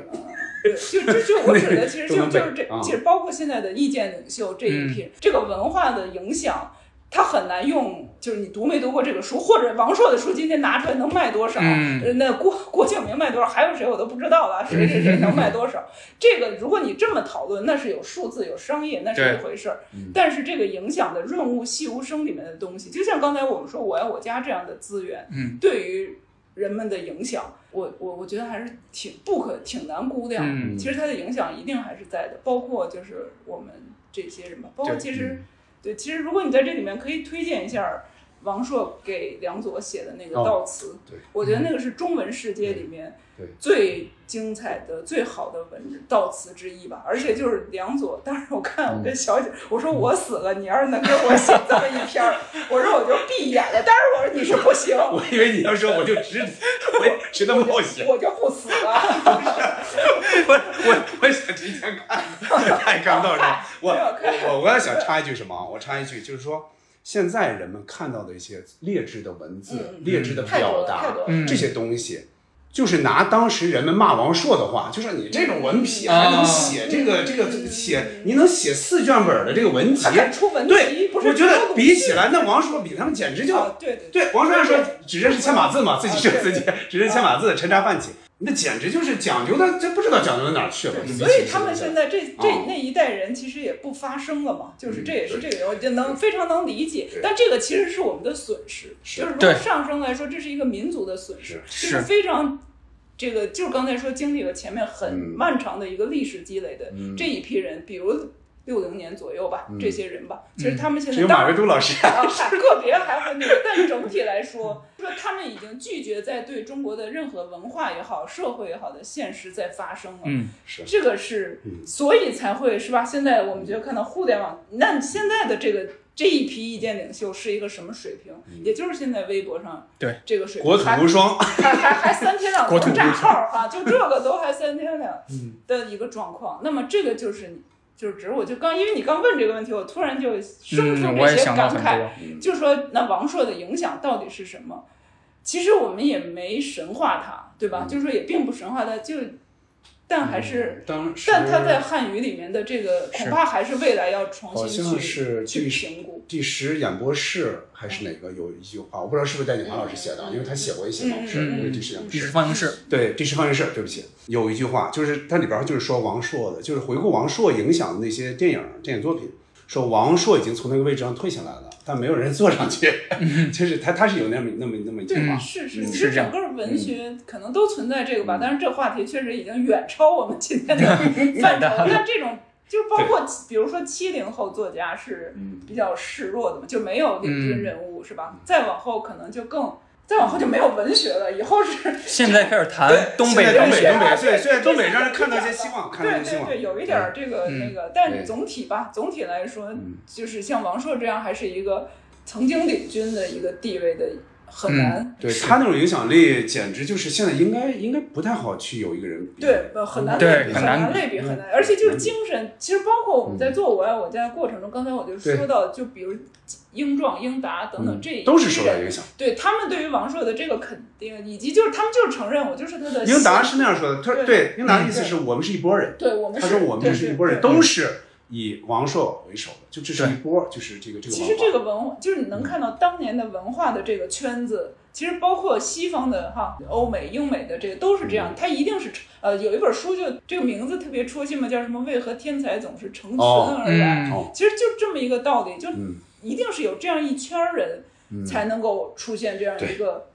Speaker 2: 就就就我指的，其实
Speaker 1: 都
Speaker 2: 就
Speaker 1: 能
Speaker 2: 就
Speaker 1: 背
Speaker 2: 是这
Speaker 1: 啊，嗯
Speaker 2: 其实包括现在的意见领袖这一批，这个文化的影响，它很难用，就是你读没读过这个书，或者王朔的书今天拿出来能卖多少，
Speaker 3: 嗯
Speaker 2: 呃那郭郭敬明卖多少，还有谁我都不知道了，谁谁谁能卖多少？这个如果你这么讨论，那是有数字有商业，那是
Speaker 3: 对嗯
Speaker 2: 一回事儿。但是这个影响的润物细无声里面的东西，就像刚才我们说我爱我家这样的资源，
Speaker 3: 嗯，
Speaker 2: 对于人们的影响，我我我觉得还是挺不可挺难估量的。
Speaker 3: 嗯
Speaker 2: 其实它的影响一定还是在的，包括就是我们这些什么，包括
Speaker 3: 对嗯
Speaker 2: 其实对其实如果你在这里面可以推荐一下王朔给梁左写的那个
Speaker 1: 哦
Speaker 2: 悼词，
Speaker 1: 对
Speaker 2: 我觉得那个是中文世界里面
Speaker 1: 嗯对对
Speaker 2: 最精彩的、最好的文字悼词之一吧。而且就是梁左，当时我
Speaker 1: 嗯
Speaker 2: 看我跟小姐我说我死了，你要是能给我写这么一篇儿，我说我就闭眼了。但是我说你是不行，
Speaker 1: 我以为你要说我就直， 我谁能冒险？
Speaker 2: 我就不死了。
Speaker 1: 我我我想提前看， 太尴尬了。我我我我要想插一句什么啊？我插一句就是说，现在人们看到的一些劣质的文字、
Speaker 2: 嗯
Speaker 1: 劣质的
Speaker 2: 太多
Speaker 1: 表
Speaker 2: 了太
Speaker 1: 达
Speaker 2: 多了
Speaker 3: 嗯
Speaker 1: 这些东西。就是拿当时人们骂王朔的话，就说你这种文痞还能写这个、这个这个写，你能写四卷本的这个文集，
Speaker 2: 他敢 出文集
Speaker 1: 对，
Speaker 2: 不是
Speaker 1: 我觉得
Speaker 2: 出
Speaker 1: 比起来，那王朔比他们简直就
Speaker 2: 啊对对对
Speaker 1: 对，王朔说只认识千把字嘛，自己说
Speaker 2: 啊
Speaker 1: 自己只认识千把字，陈茶饭起，那简直就是讲究的，这不知道讲究到哪儿去了。这
Speaker 2: 所以
Speaker 1: 比起
Speaker 2: 哎他们现在这
Speaker 1: 啊
Speaker 2: 这那一代人其实也不发声了嘛，就是这也是
Speaker 1: 嗯
Speaker 2: 这个原因，我就能非常能理解
Speaker 1: 对。
Speaker 2: 但这个其实是我们的损失，
Speaker 1: 是
Speaker 2: 就是如果
Speaker 3: 对
Speaker 2: 上升来说，这是一个民族的损失，
Speaker 3: 是
Speaker 2: 就是
Speaker 3: 是
Speaker 2: 非常。这个就是刚才说经历了前面很
Speaker 1: 嗯
Speaker 2: 漫长的一个历史积累的
Speaker 1: 嗯
Speaker 2: 这一批人，比如六零年左右吧，这些人吧，其实他们现
Speaker 1: 嗯只
Speaker 2: 在
Speaker 1: 有
Speaker 2: 当
Speaker 1: 马
Speaker 2: 然
Speaker 1: 未都老师，
Speaker 2: 啊，个别还会那个，但整体来说，说他们已经拒绝在对中国的任何文化也好、社会也好的现实在发生了。
Speaker 3: 嗯，
Speaker 1: 是
Speaker 2: 这个是，
Speaker 1: 嗯
Speaker 2: 所以才会是吧？现在我们觉得看到互联网，那现在的这个这一批意见领袖是一个什么水平？也就是现在微博上
Speaker 3: 对
Speaker 2: 这个水平，
Speaker 1: 嗯国土无双，
Speaker 2: 还还还三天两
Speaker 3: 国土
Speaker 2: 头
Speaker 3: 无嗯
Speaker 2: 炸
Speaker 3: 双
Speaker 2: 号儿啊哈，就这个都还三天两的一个状况。那么这个就是你，就是只是我就刚因为你刚问这个问题，我突然就生出
Speaker 3: 嗯，我
Speaker 2: 这
Speaker 3: 也
Speaker 2: 些
Speaker 3: 想到
Speaker 2: 感
Speaker 3: 很
Speaker 2: 慨，
Speaker 3: 多，
Speaker 1: 嗯
Speaker 2: 就说那王朔的影响到底是什么？其实我们也没神化他，对吧？就说也并不神化他，就但还是，
Speaker 1: 嗯当时
Speaker 2: 但他在汉语里面的这个恐怕还是未来要重
Speaker 1: 好
Speaker 2: 新
Speaker 1: 像
Speaker 2: 去
Speaker 1: 是
Speaker 2: 去
Speaker 1: 第
Speaker 2: 评估。
Speaker 1: 第十演播室还是哪个有一句话，我不知道是不是戴锦华老师写
Speaker 2: 嗯
Speaker 1: 的，啊因为他写过一些嘛，是那个第十演播
Speaker 3: 历史
Speaker 1: 室。
Speaker 3: 方程式，
Speaker 1: 对，第十放映室，对不起，有一句话就是它里边就是说王朔的，就是回顾王朔影响的那些电影电影作品，说王朔已经从那个位置上退下来了，但没有人坐上去，就是他他是有那么那么那么一句话
Speaker 2: 对，，是是，
Speaker 3: 嗯
Speaker 2: 其
Speaker 3: 是
Speaker 2: 实
Speaker 3: 这
Speaker 2: 整
Speaker 3: 样
Speaker 2: 个文学可能都存在这个吧，但是这话题确实已经远超我们今天的 范畴。那这种就包括比如说七零后作家是比较示弱的嘛，就没有领军人物是吧？再往后可能就更。再往后就没有文学了，以后是
Speaker 3: 现在开始谈东北
Speaker 1: 现在
Speaker 3: 文
Speaker 1: 东北
Speaker 3: 学
Speaker 1: 东
Speaker 3: 了，
Speaker 1: 北，对，现在东北让人看到一些希望，看到一
Speaker 2: 对
Speaker 1: 些希
Speaker 2: 对
Speaker 1: 望，
Speaker 2: 对，有一点儿这个那个，但
Speaker 1: 对嗯
Speaker 2: 总体吧，总体来说，就是像王朔这样，还是一个曾经领军的一个地位的，
Speaker 1: 嗯
Speaker 2: 很难
Speaker 1: 对他那种影响力，简直就是现在应该应该不太好去有一个人比
Speaker 2: 对，呃很难
Speaker 3: 对
Speaker 2: 类比，
Speaker 3: 很
Speaker 2: 难
Speaker 3: 难
Speaker 2: 类
Speaker 1: 嗯
Speaker 2: 比，很难。而且就是精神，其实包括我们在做我爱我家的过程中，刚才我就说到，就比如英壮、英达等等这一
Speaker 1: 嗯都是受
Speaker 2: 批
Speaker 1: 到
Speaker 2: 人
Speaker 1: 影响。
Speaker 2: 对他们对于王朔的这个肯定，以及就是他们就是承认我就是他的
Speaker 1: 英达
Speaker 2: 心
Speaker 1: 是那样说的，他
Speaker 2: 对
Speaker 1: 对英达的意思是我们是一拨人，
Speaker 2: 对我们
Speaker 1: 他
Speaker 2: 是，
Speaker 1: 说我
Speaker 2: 对
Speaker 1: 们是一
Speaker 2: 对
Speaker 1: 拨人，
Speaker 2: 对
Speaker 1: 都是以王朔为首的，就这是一波，就是这个这个
Speaker 2: 其
Speaker 1: 文
Speaker 2: 实这
Speaker 1: 化。
Speaker 2: 个文化，就是你能看到当年的文化的这个圈子，其实包括西方的哈，欧美、英美的这个都是这样，
Speaker 1: 嗯
Speaker 2: 它一定是呃，有一本书就这个名字特别戳心嘛，叫什么？为何天才总是成群
Speaker 1: 哦
Speaker 2: 而来？
Speaker 3: 嗯，
Speaker 1: 哦
Speaker 2: 其实就这么一个道理，就
Speaker 1: 嗯
Speaker 2: 一定是有这样一圈儿人才能够出现这样一个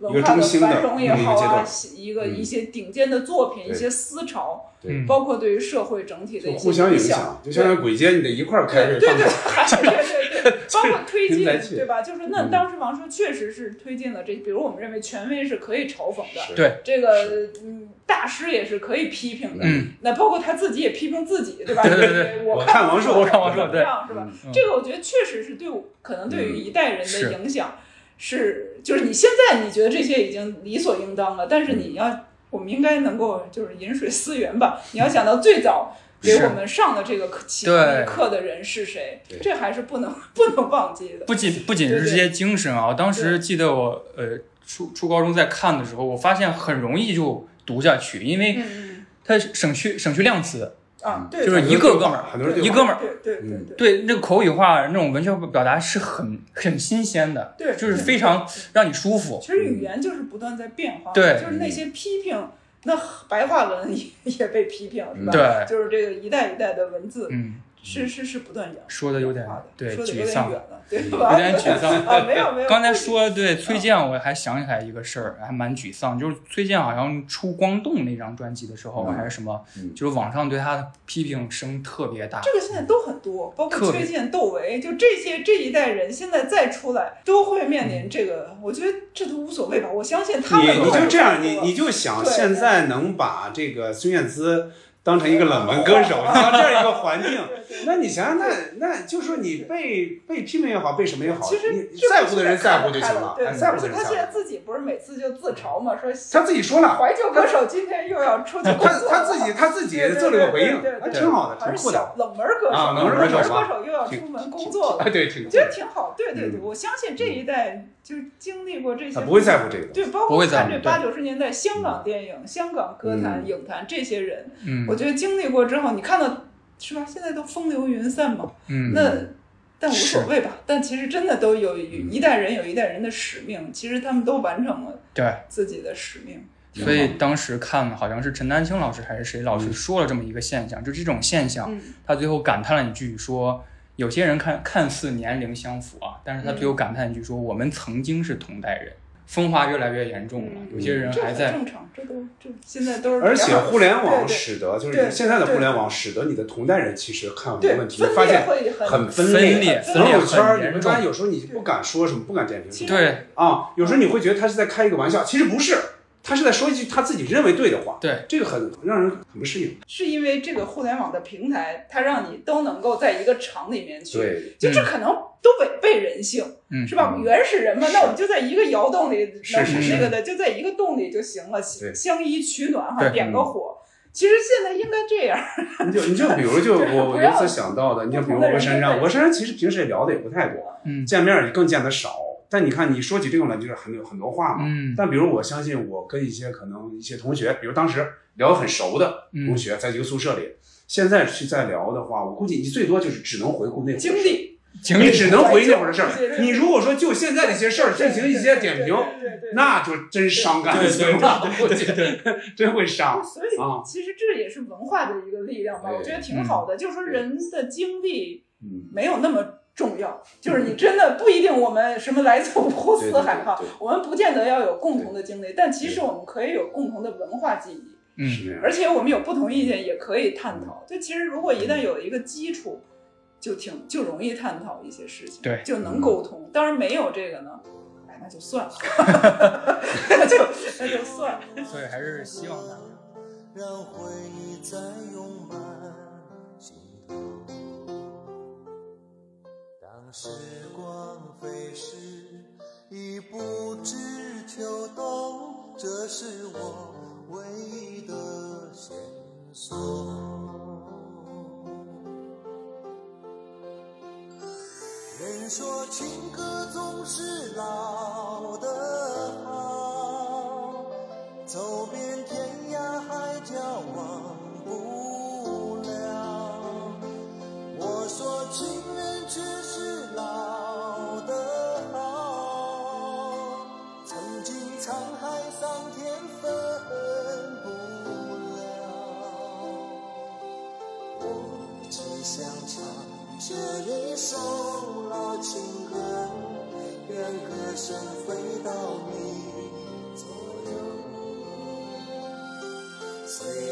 Speaker 1: 一
Speaker 2: 文
Speaker 1: 个
Speaker 2: 化
Speaker 1: 中心的
Speaker 2: 繁荣也好
Speaker 1: 一个阶
Speaker 2: 啊
Speaker 1: 段，
Speaker 2: 一个
Speaker 1: 嗯
Speaker 2: 一些顶尖的作品、
Speaker 1: 对
Speaker 2: 一些思潮，
Speaker 3: 嗯
Speaker 1: 对
Speaker 2: 包括对于社会整体的
Speaker 1: 就
Speaker 2: 一些
Speaker 1: 互相影响
Speaker 2: 响，，
Speaker 1: 就相当于鬼街，你得一块儿开会
Speaker 2: 对
Speaker 1: 放
Speaker 2: 对，
Speaker 1: 炮。
Speaker 2: 还是对对对，包括推进
Speaker 1: 人才去
Speaker 2: 对吧？就是那当时王朔确实是推进了这，比如我们认为权威是可以嘲讽的，
Speaker 3: 对，
Speaker 2: 这个嗯大师也是可以批评的，
Speaker 3: 嗯
Speaker 2: 那包括他自己也批评自己，对吧？
Speaker 3: 对对对
Speaker 2: 就是
Speaker 1: 我
Speaker 2: 我
Speaker 1: 看
Speaker 2: 看
Speaker 1: 王朔
Speaker 2: 朔，
Speaker 1: 我看
Speaker 3: 王朔对嗯
Speaker 2: 是吧？这个我觉得确实是对我，可能对于一代人的
Speaker 3: 是嗯
Speaker 2: 影响是，就是你现在你觉得这些已经理所应当了，但是你要我们应该能够就是饮水思源吧。你要想到最早给
Speaker 3: 是
Speaker 2: 我们上的这个课启蒙
Speaker 3: 对
Speaker 2: 课的人是谁
Speaker 1: 对，
Speaker 2: 这还是不能 不能忘记的。
Speaker 3: 不仅不仅是这些精神啊，我当时记得我呃初初高中在看的时候，我发现很容易就读下去，因为
Speaker 2: 嗯
Speaker 3: 它省去省去量词，
Speaker 2: 嗯啊，对，
Speaker 3: 就是一个哥们儿，
Speaker 1: 很多人
Speaker 2: 对
Speaker 1: 对
Speaker 3: 一哥们儿。
Speaker 2: 对对对
Speaker 1: 嗯
Speaker 2: 对
Speaker 3: 对那个口语化那种文学表达是很很新鲜的，
Speaker 2: 对
Speaker 3: 就是非常让你舒服。
Speaker 2: 其实
Speaker 1: 嗯
Speaker 2: 语言就是不断在变化，
Speaker 3: 对
Speaker 2: 就是那些批评，那白话文也也被批评，是吧？
Speaker 3: 对
Speaker 2: 就是这个一代一代的文字，
Speaker 3: 嗯，
Speaker 2: 是是是不断演
Speaker 3: 说的有点
Speaker 2: 化的，
Speaker 3: 对
Speaker 2: 说的有
Speaker 3: 沮
Speaker 2: 点
Speaker 3: 丧
Speaker 2: 远，了，对
Speaker 1: 嗯
Speaker 2: 吧？
Speaker 3: 有点沮丧。
Speaker 2: 啊，没有没有，
Speaker 3: 刚才说对崔健，我还想起来一个事儿，还蛮沮丧，就是崔健好像出《光动》那张专辑的时候，
Speaker 1: 嗯
Speaker 3: 还是什么，
Speaker 1: 嗯
Speaker 3: 就是网上对他的批评声特别大。
Speaker 2: 这个现在都很多，包
Speaker 3: 特
Speaker 2: 括
Speaker 3: 别
Speaker 2: 崔健、窦唯，就这些这一代人，现在再出来都会面临这个，我觉得这都无所谓吧。我相信他们
Speaker 1: 嗯你你
Speaker 2: 都会
Speaker 1: 就这样，
Speaker 2: 有
Speaker 1: 你你就想
Speaker 2: 对
Speaker 1: 现在能把这个孙燕姿当成一个冷门歌手，你像这样一个环境，那你想想，那那就说你被被批评也好，被什么也好，
Speaker 2: 其实
Speaker 1: 你
Speaker 2: 这
Speaker 1: 在乎的人
Speaker 2: 不是看
Speaker 1: 在
Speaker 2: 不
Speaker 1: 乎就
Speaker 2: 开
Speaker 1: 行了，
Speaker 2: 对，
Speaker 1: 哎在乎的
Speaker 2: 而
Speaker 1: 人
Speaker 2: 且他
Speaker 1: 在
Speaker 2: 现在
Speaker 1: 乎。
Speaker 2: 自己不是每次就自嘲嘛，说
Speaker 1: 他自己说了，
Speaker 2: 怀旧歌手今天又要出去
Speaker 1: 哎 他
Speaker 2: 工作了
Speaker 1: 他自己他自己做了个回应
Speaker 2: 对对对，
Speaker 1: 还
Speaker 2: 对
Speaker 1: 挺好的，
Speaker 2: 还
Speaker 1: 挺
Speaker 2: 是
Speaker 1: 酷的。
Speaker 2: 小冷门歌手，
Speaker 1: 啊冷门
Speaker 2: 歌
Speaker 1: 歌手
Speaker 2: 歌手又要出门工作了
Speaker 1: 啊，，对，挺
Speaker 2: 我
Speaker 1: 酷
Speaker 2: 觉得
Speaker 1: 的。
Speaker 2: 挺好。对对
Speaker 1: 嗯
Speaker 2: 对，我相信这一代就是经历过这些，
Speaker 1: 他不会在乎嗯这个，
Speaker 2: 对，包
Speaker 3: 不
Speaker 2: 括
Speaker 3: 会在
Speaker 2: 看
Speaker 3: 乎
Speaker 2: 这
Speaker 3: 对
Speaker 2: 八九十年代香港电影、香港歌坛、影坛这些人，
Speaker 3: 嗯
Speaker 2: 我觉得经历过之后，你看到是吧？现在都风流云散嘛，
Speaker 3: 嗯，
Speaker 2: 那但无所谓吧。但其实真的都有
Speaker 1: 嗯
Speaker 2: 一代人有一代人的使命，其实他们都完成了
Speaker 3: 对。
Speaker 2: 自己的使命。
Speaker 3: 所以当时看好像是陈丹青老师还是谁老师说了这么一个现象，就这种现象，
Speaker 2: 嗯
Speaker 3: 他最后感叹了一句说。有些人看看似年龄相符啊，但是他最
Speaker 2: 嗯
Speaker 3: 后感叹一句说：“我们曾经是同代人，风化越来越严重了，
Speaker 2: 嗯
Speaker 3: 有些人
Speaker 2: 这
Speaker 3: 还
Speaker 2: 很
Speaker 3: 在
Speaker 2: 正常，这都这现在都是
Speaker 1: 而且互联网
Speaker 2: 对
Speaker 1: 使得就是
Speaker 2: 对
Speaker 1: 你现在的
Speaker 2: 对
Speaker 1: 互联网使得你的同代人其实看很多
Speaker 2: 对
Speaker 1: 问题
Speaker 2: 分，裂
Speaker 1: 发现
Speaker 2: 会很
Speaker 1: 很
Speaker 3: 分
Speaker 1: 裂
Speaker 3: 裂。
Speaker 1: 朋友圈儿
Speaker 3: 分
Speaker 1: 你会
Speaker 3: 裂很严
Speaker 1: 发
Speaker 3: 重
Speaker 1: 现有时候你不敢说什么，不敢点评什么。
Speaker 3: 对
Speaker 1: 啊，有时候你会觉得他是在开一个玩笑，其实不是，他是在说一句他自己认为对的话。
Speaker 3: 对，
Speaker 1: 这个很让人很不适应。
Speaker 2: 是因为这个互联网的平台，它让你都能够在一个场里面去，
Speaker 1: 对，嗯
Speaker 2: 就这可能都违背人性，
Speaker 3: 嗯
Speaker 2: 是吧？原始人嘛，那我们就在一个窑洞里，
Speaker 1: 是
Speaker 2: 能
Speaker 1: 是
Speaker 3: 是
Speaker 2: 那个的就在一个洞里就行了，
Speaker 1: 对嗯
Speaker 2: 相依取暖哈，
Speaker 3: 对
Speaker 2: 点个火。其实现在应该这样，
Speaker 1: 你就你就比如就
Speaker 2: 对
Speaker 1: 我我
Speaker 2: 不
Speaker 1: 有
Speaker 2: 要
Speaker 1: 一次想到的，你就比如
Speaker 2: 不同的
Speaker 1: 我
Speaker 2: 人
Speaker 1: 珊
Speaker 2: 都
Speaker 1: 珊，
Speaker 2: 在
Speaker 1: 我珊珊其实平时也聊的也不太多，
Speaker 3: 嗯
Speaker 1: 见面儿也更见得少。但你看，你说起这种来，就是很有很多话嘛。
Speaker 3: 嗯
Speaker 1: 但比如我相信，我跟一些可能一些同学，比如当时聊得很熟的
Speaker 3: 嗯
Speaker 1: 同学，在一个宿舍里，现在去再聊的话，我估计你最多就是只能回顾那会儿的
Speaker 2: 经
Speaker 1: 事儿
Speaker 2: 历
Speaker 3: 经
Speaker 1: 你
Speaker 3: 历
Speaker 1: 只能回忆那会儿的事儿
Speaker 2: 对对。对
Speaker 1: 你如果说就现在的一些事儿进行一些点评，
Speaker 2: 对对对对
Speaker 1: 那就真伤感
Speaker 3: 对对
Speaker 1: 情了，我觉得真会伤。
Speaker 2: 所以
Speaker 1: 啊
Speaker 2: 其实这也是文化的一个力量吧，
Speaker 1: 对
Speaker 2: 我觉得挺好的。就是说人的经历
Speaker 1: 嗯，
Speaker 2: 没有那么重要，就是你真的不一定我们什么来自五湖四海哈
Speaker 1: 对对对对，
Speaker 2: 我们不见得要有共同的经历，但其实我们可以有共同的文化记忆，
Speaker 1: 是
Speaker 3: 嗯，
Speaker 1: 这样。
Speaker 2: 而且我们有不同意见也可以探讨。就其实如果一
Speaker 1: 嗯
Speaker 2: 旦有一个基础，就挺就容易探讨一些事情，
Speaker 3: 对
Speaker 2: 就能沟通。当然没有这个呢，哎，那就算 了， 那就那就算了。
Speaker 3: 所以还是希望大家。
Speaker 4: 让回忆再涌满心头。当时光飞逝，已不知秋冬，这是我唯一的线索。人说情歌总是老的好，走遍天涯海角忘不了。我说情人却是老的好，曾经沧海桑田分不了。我只想唱这一首老情歌，愿歌声飞到你左右。虽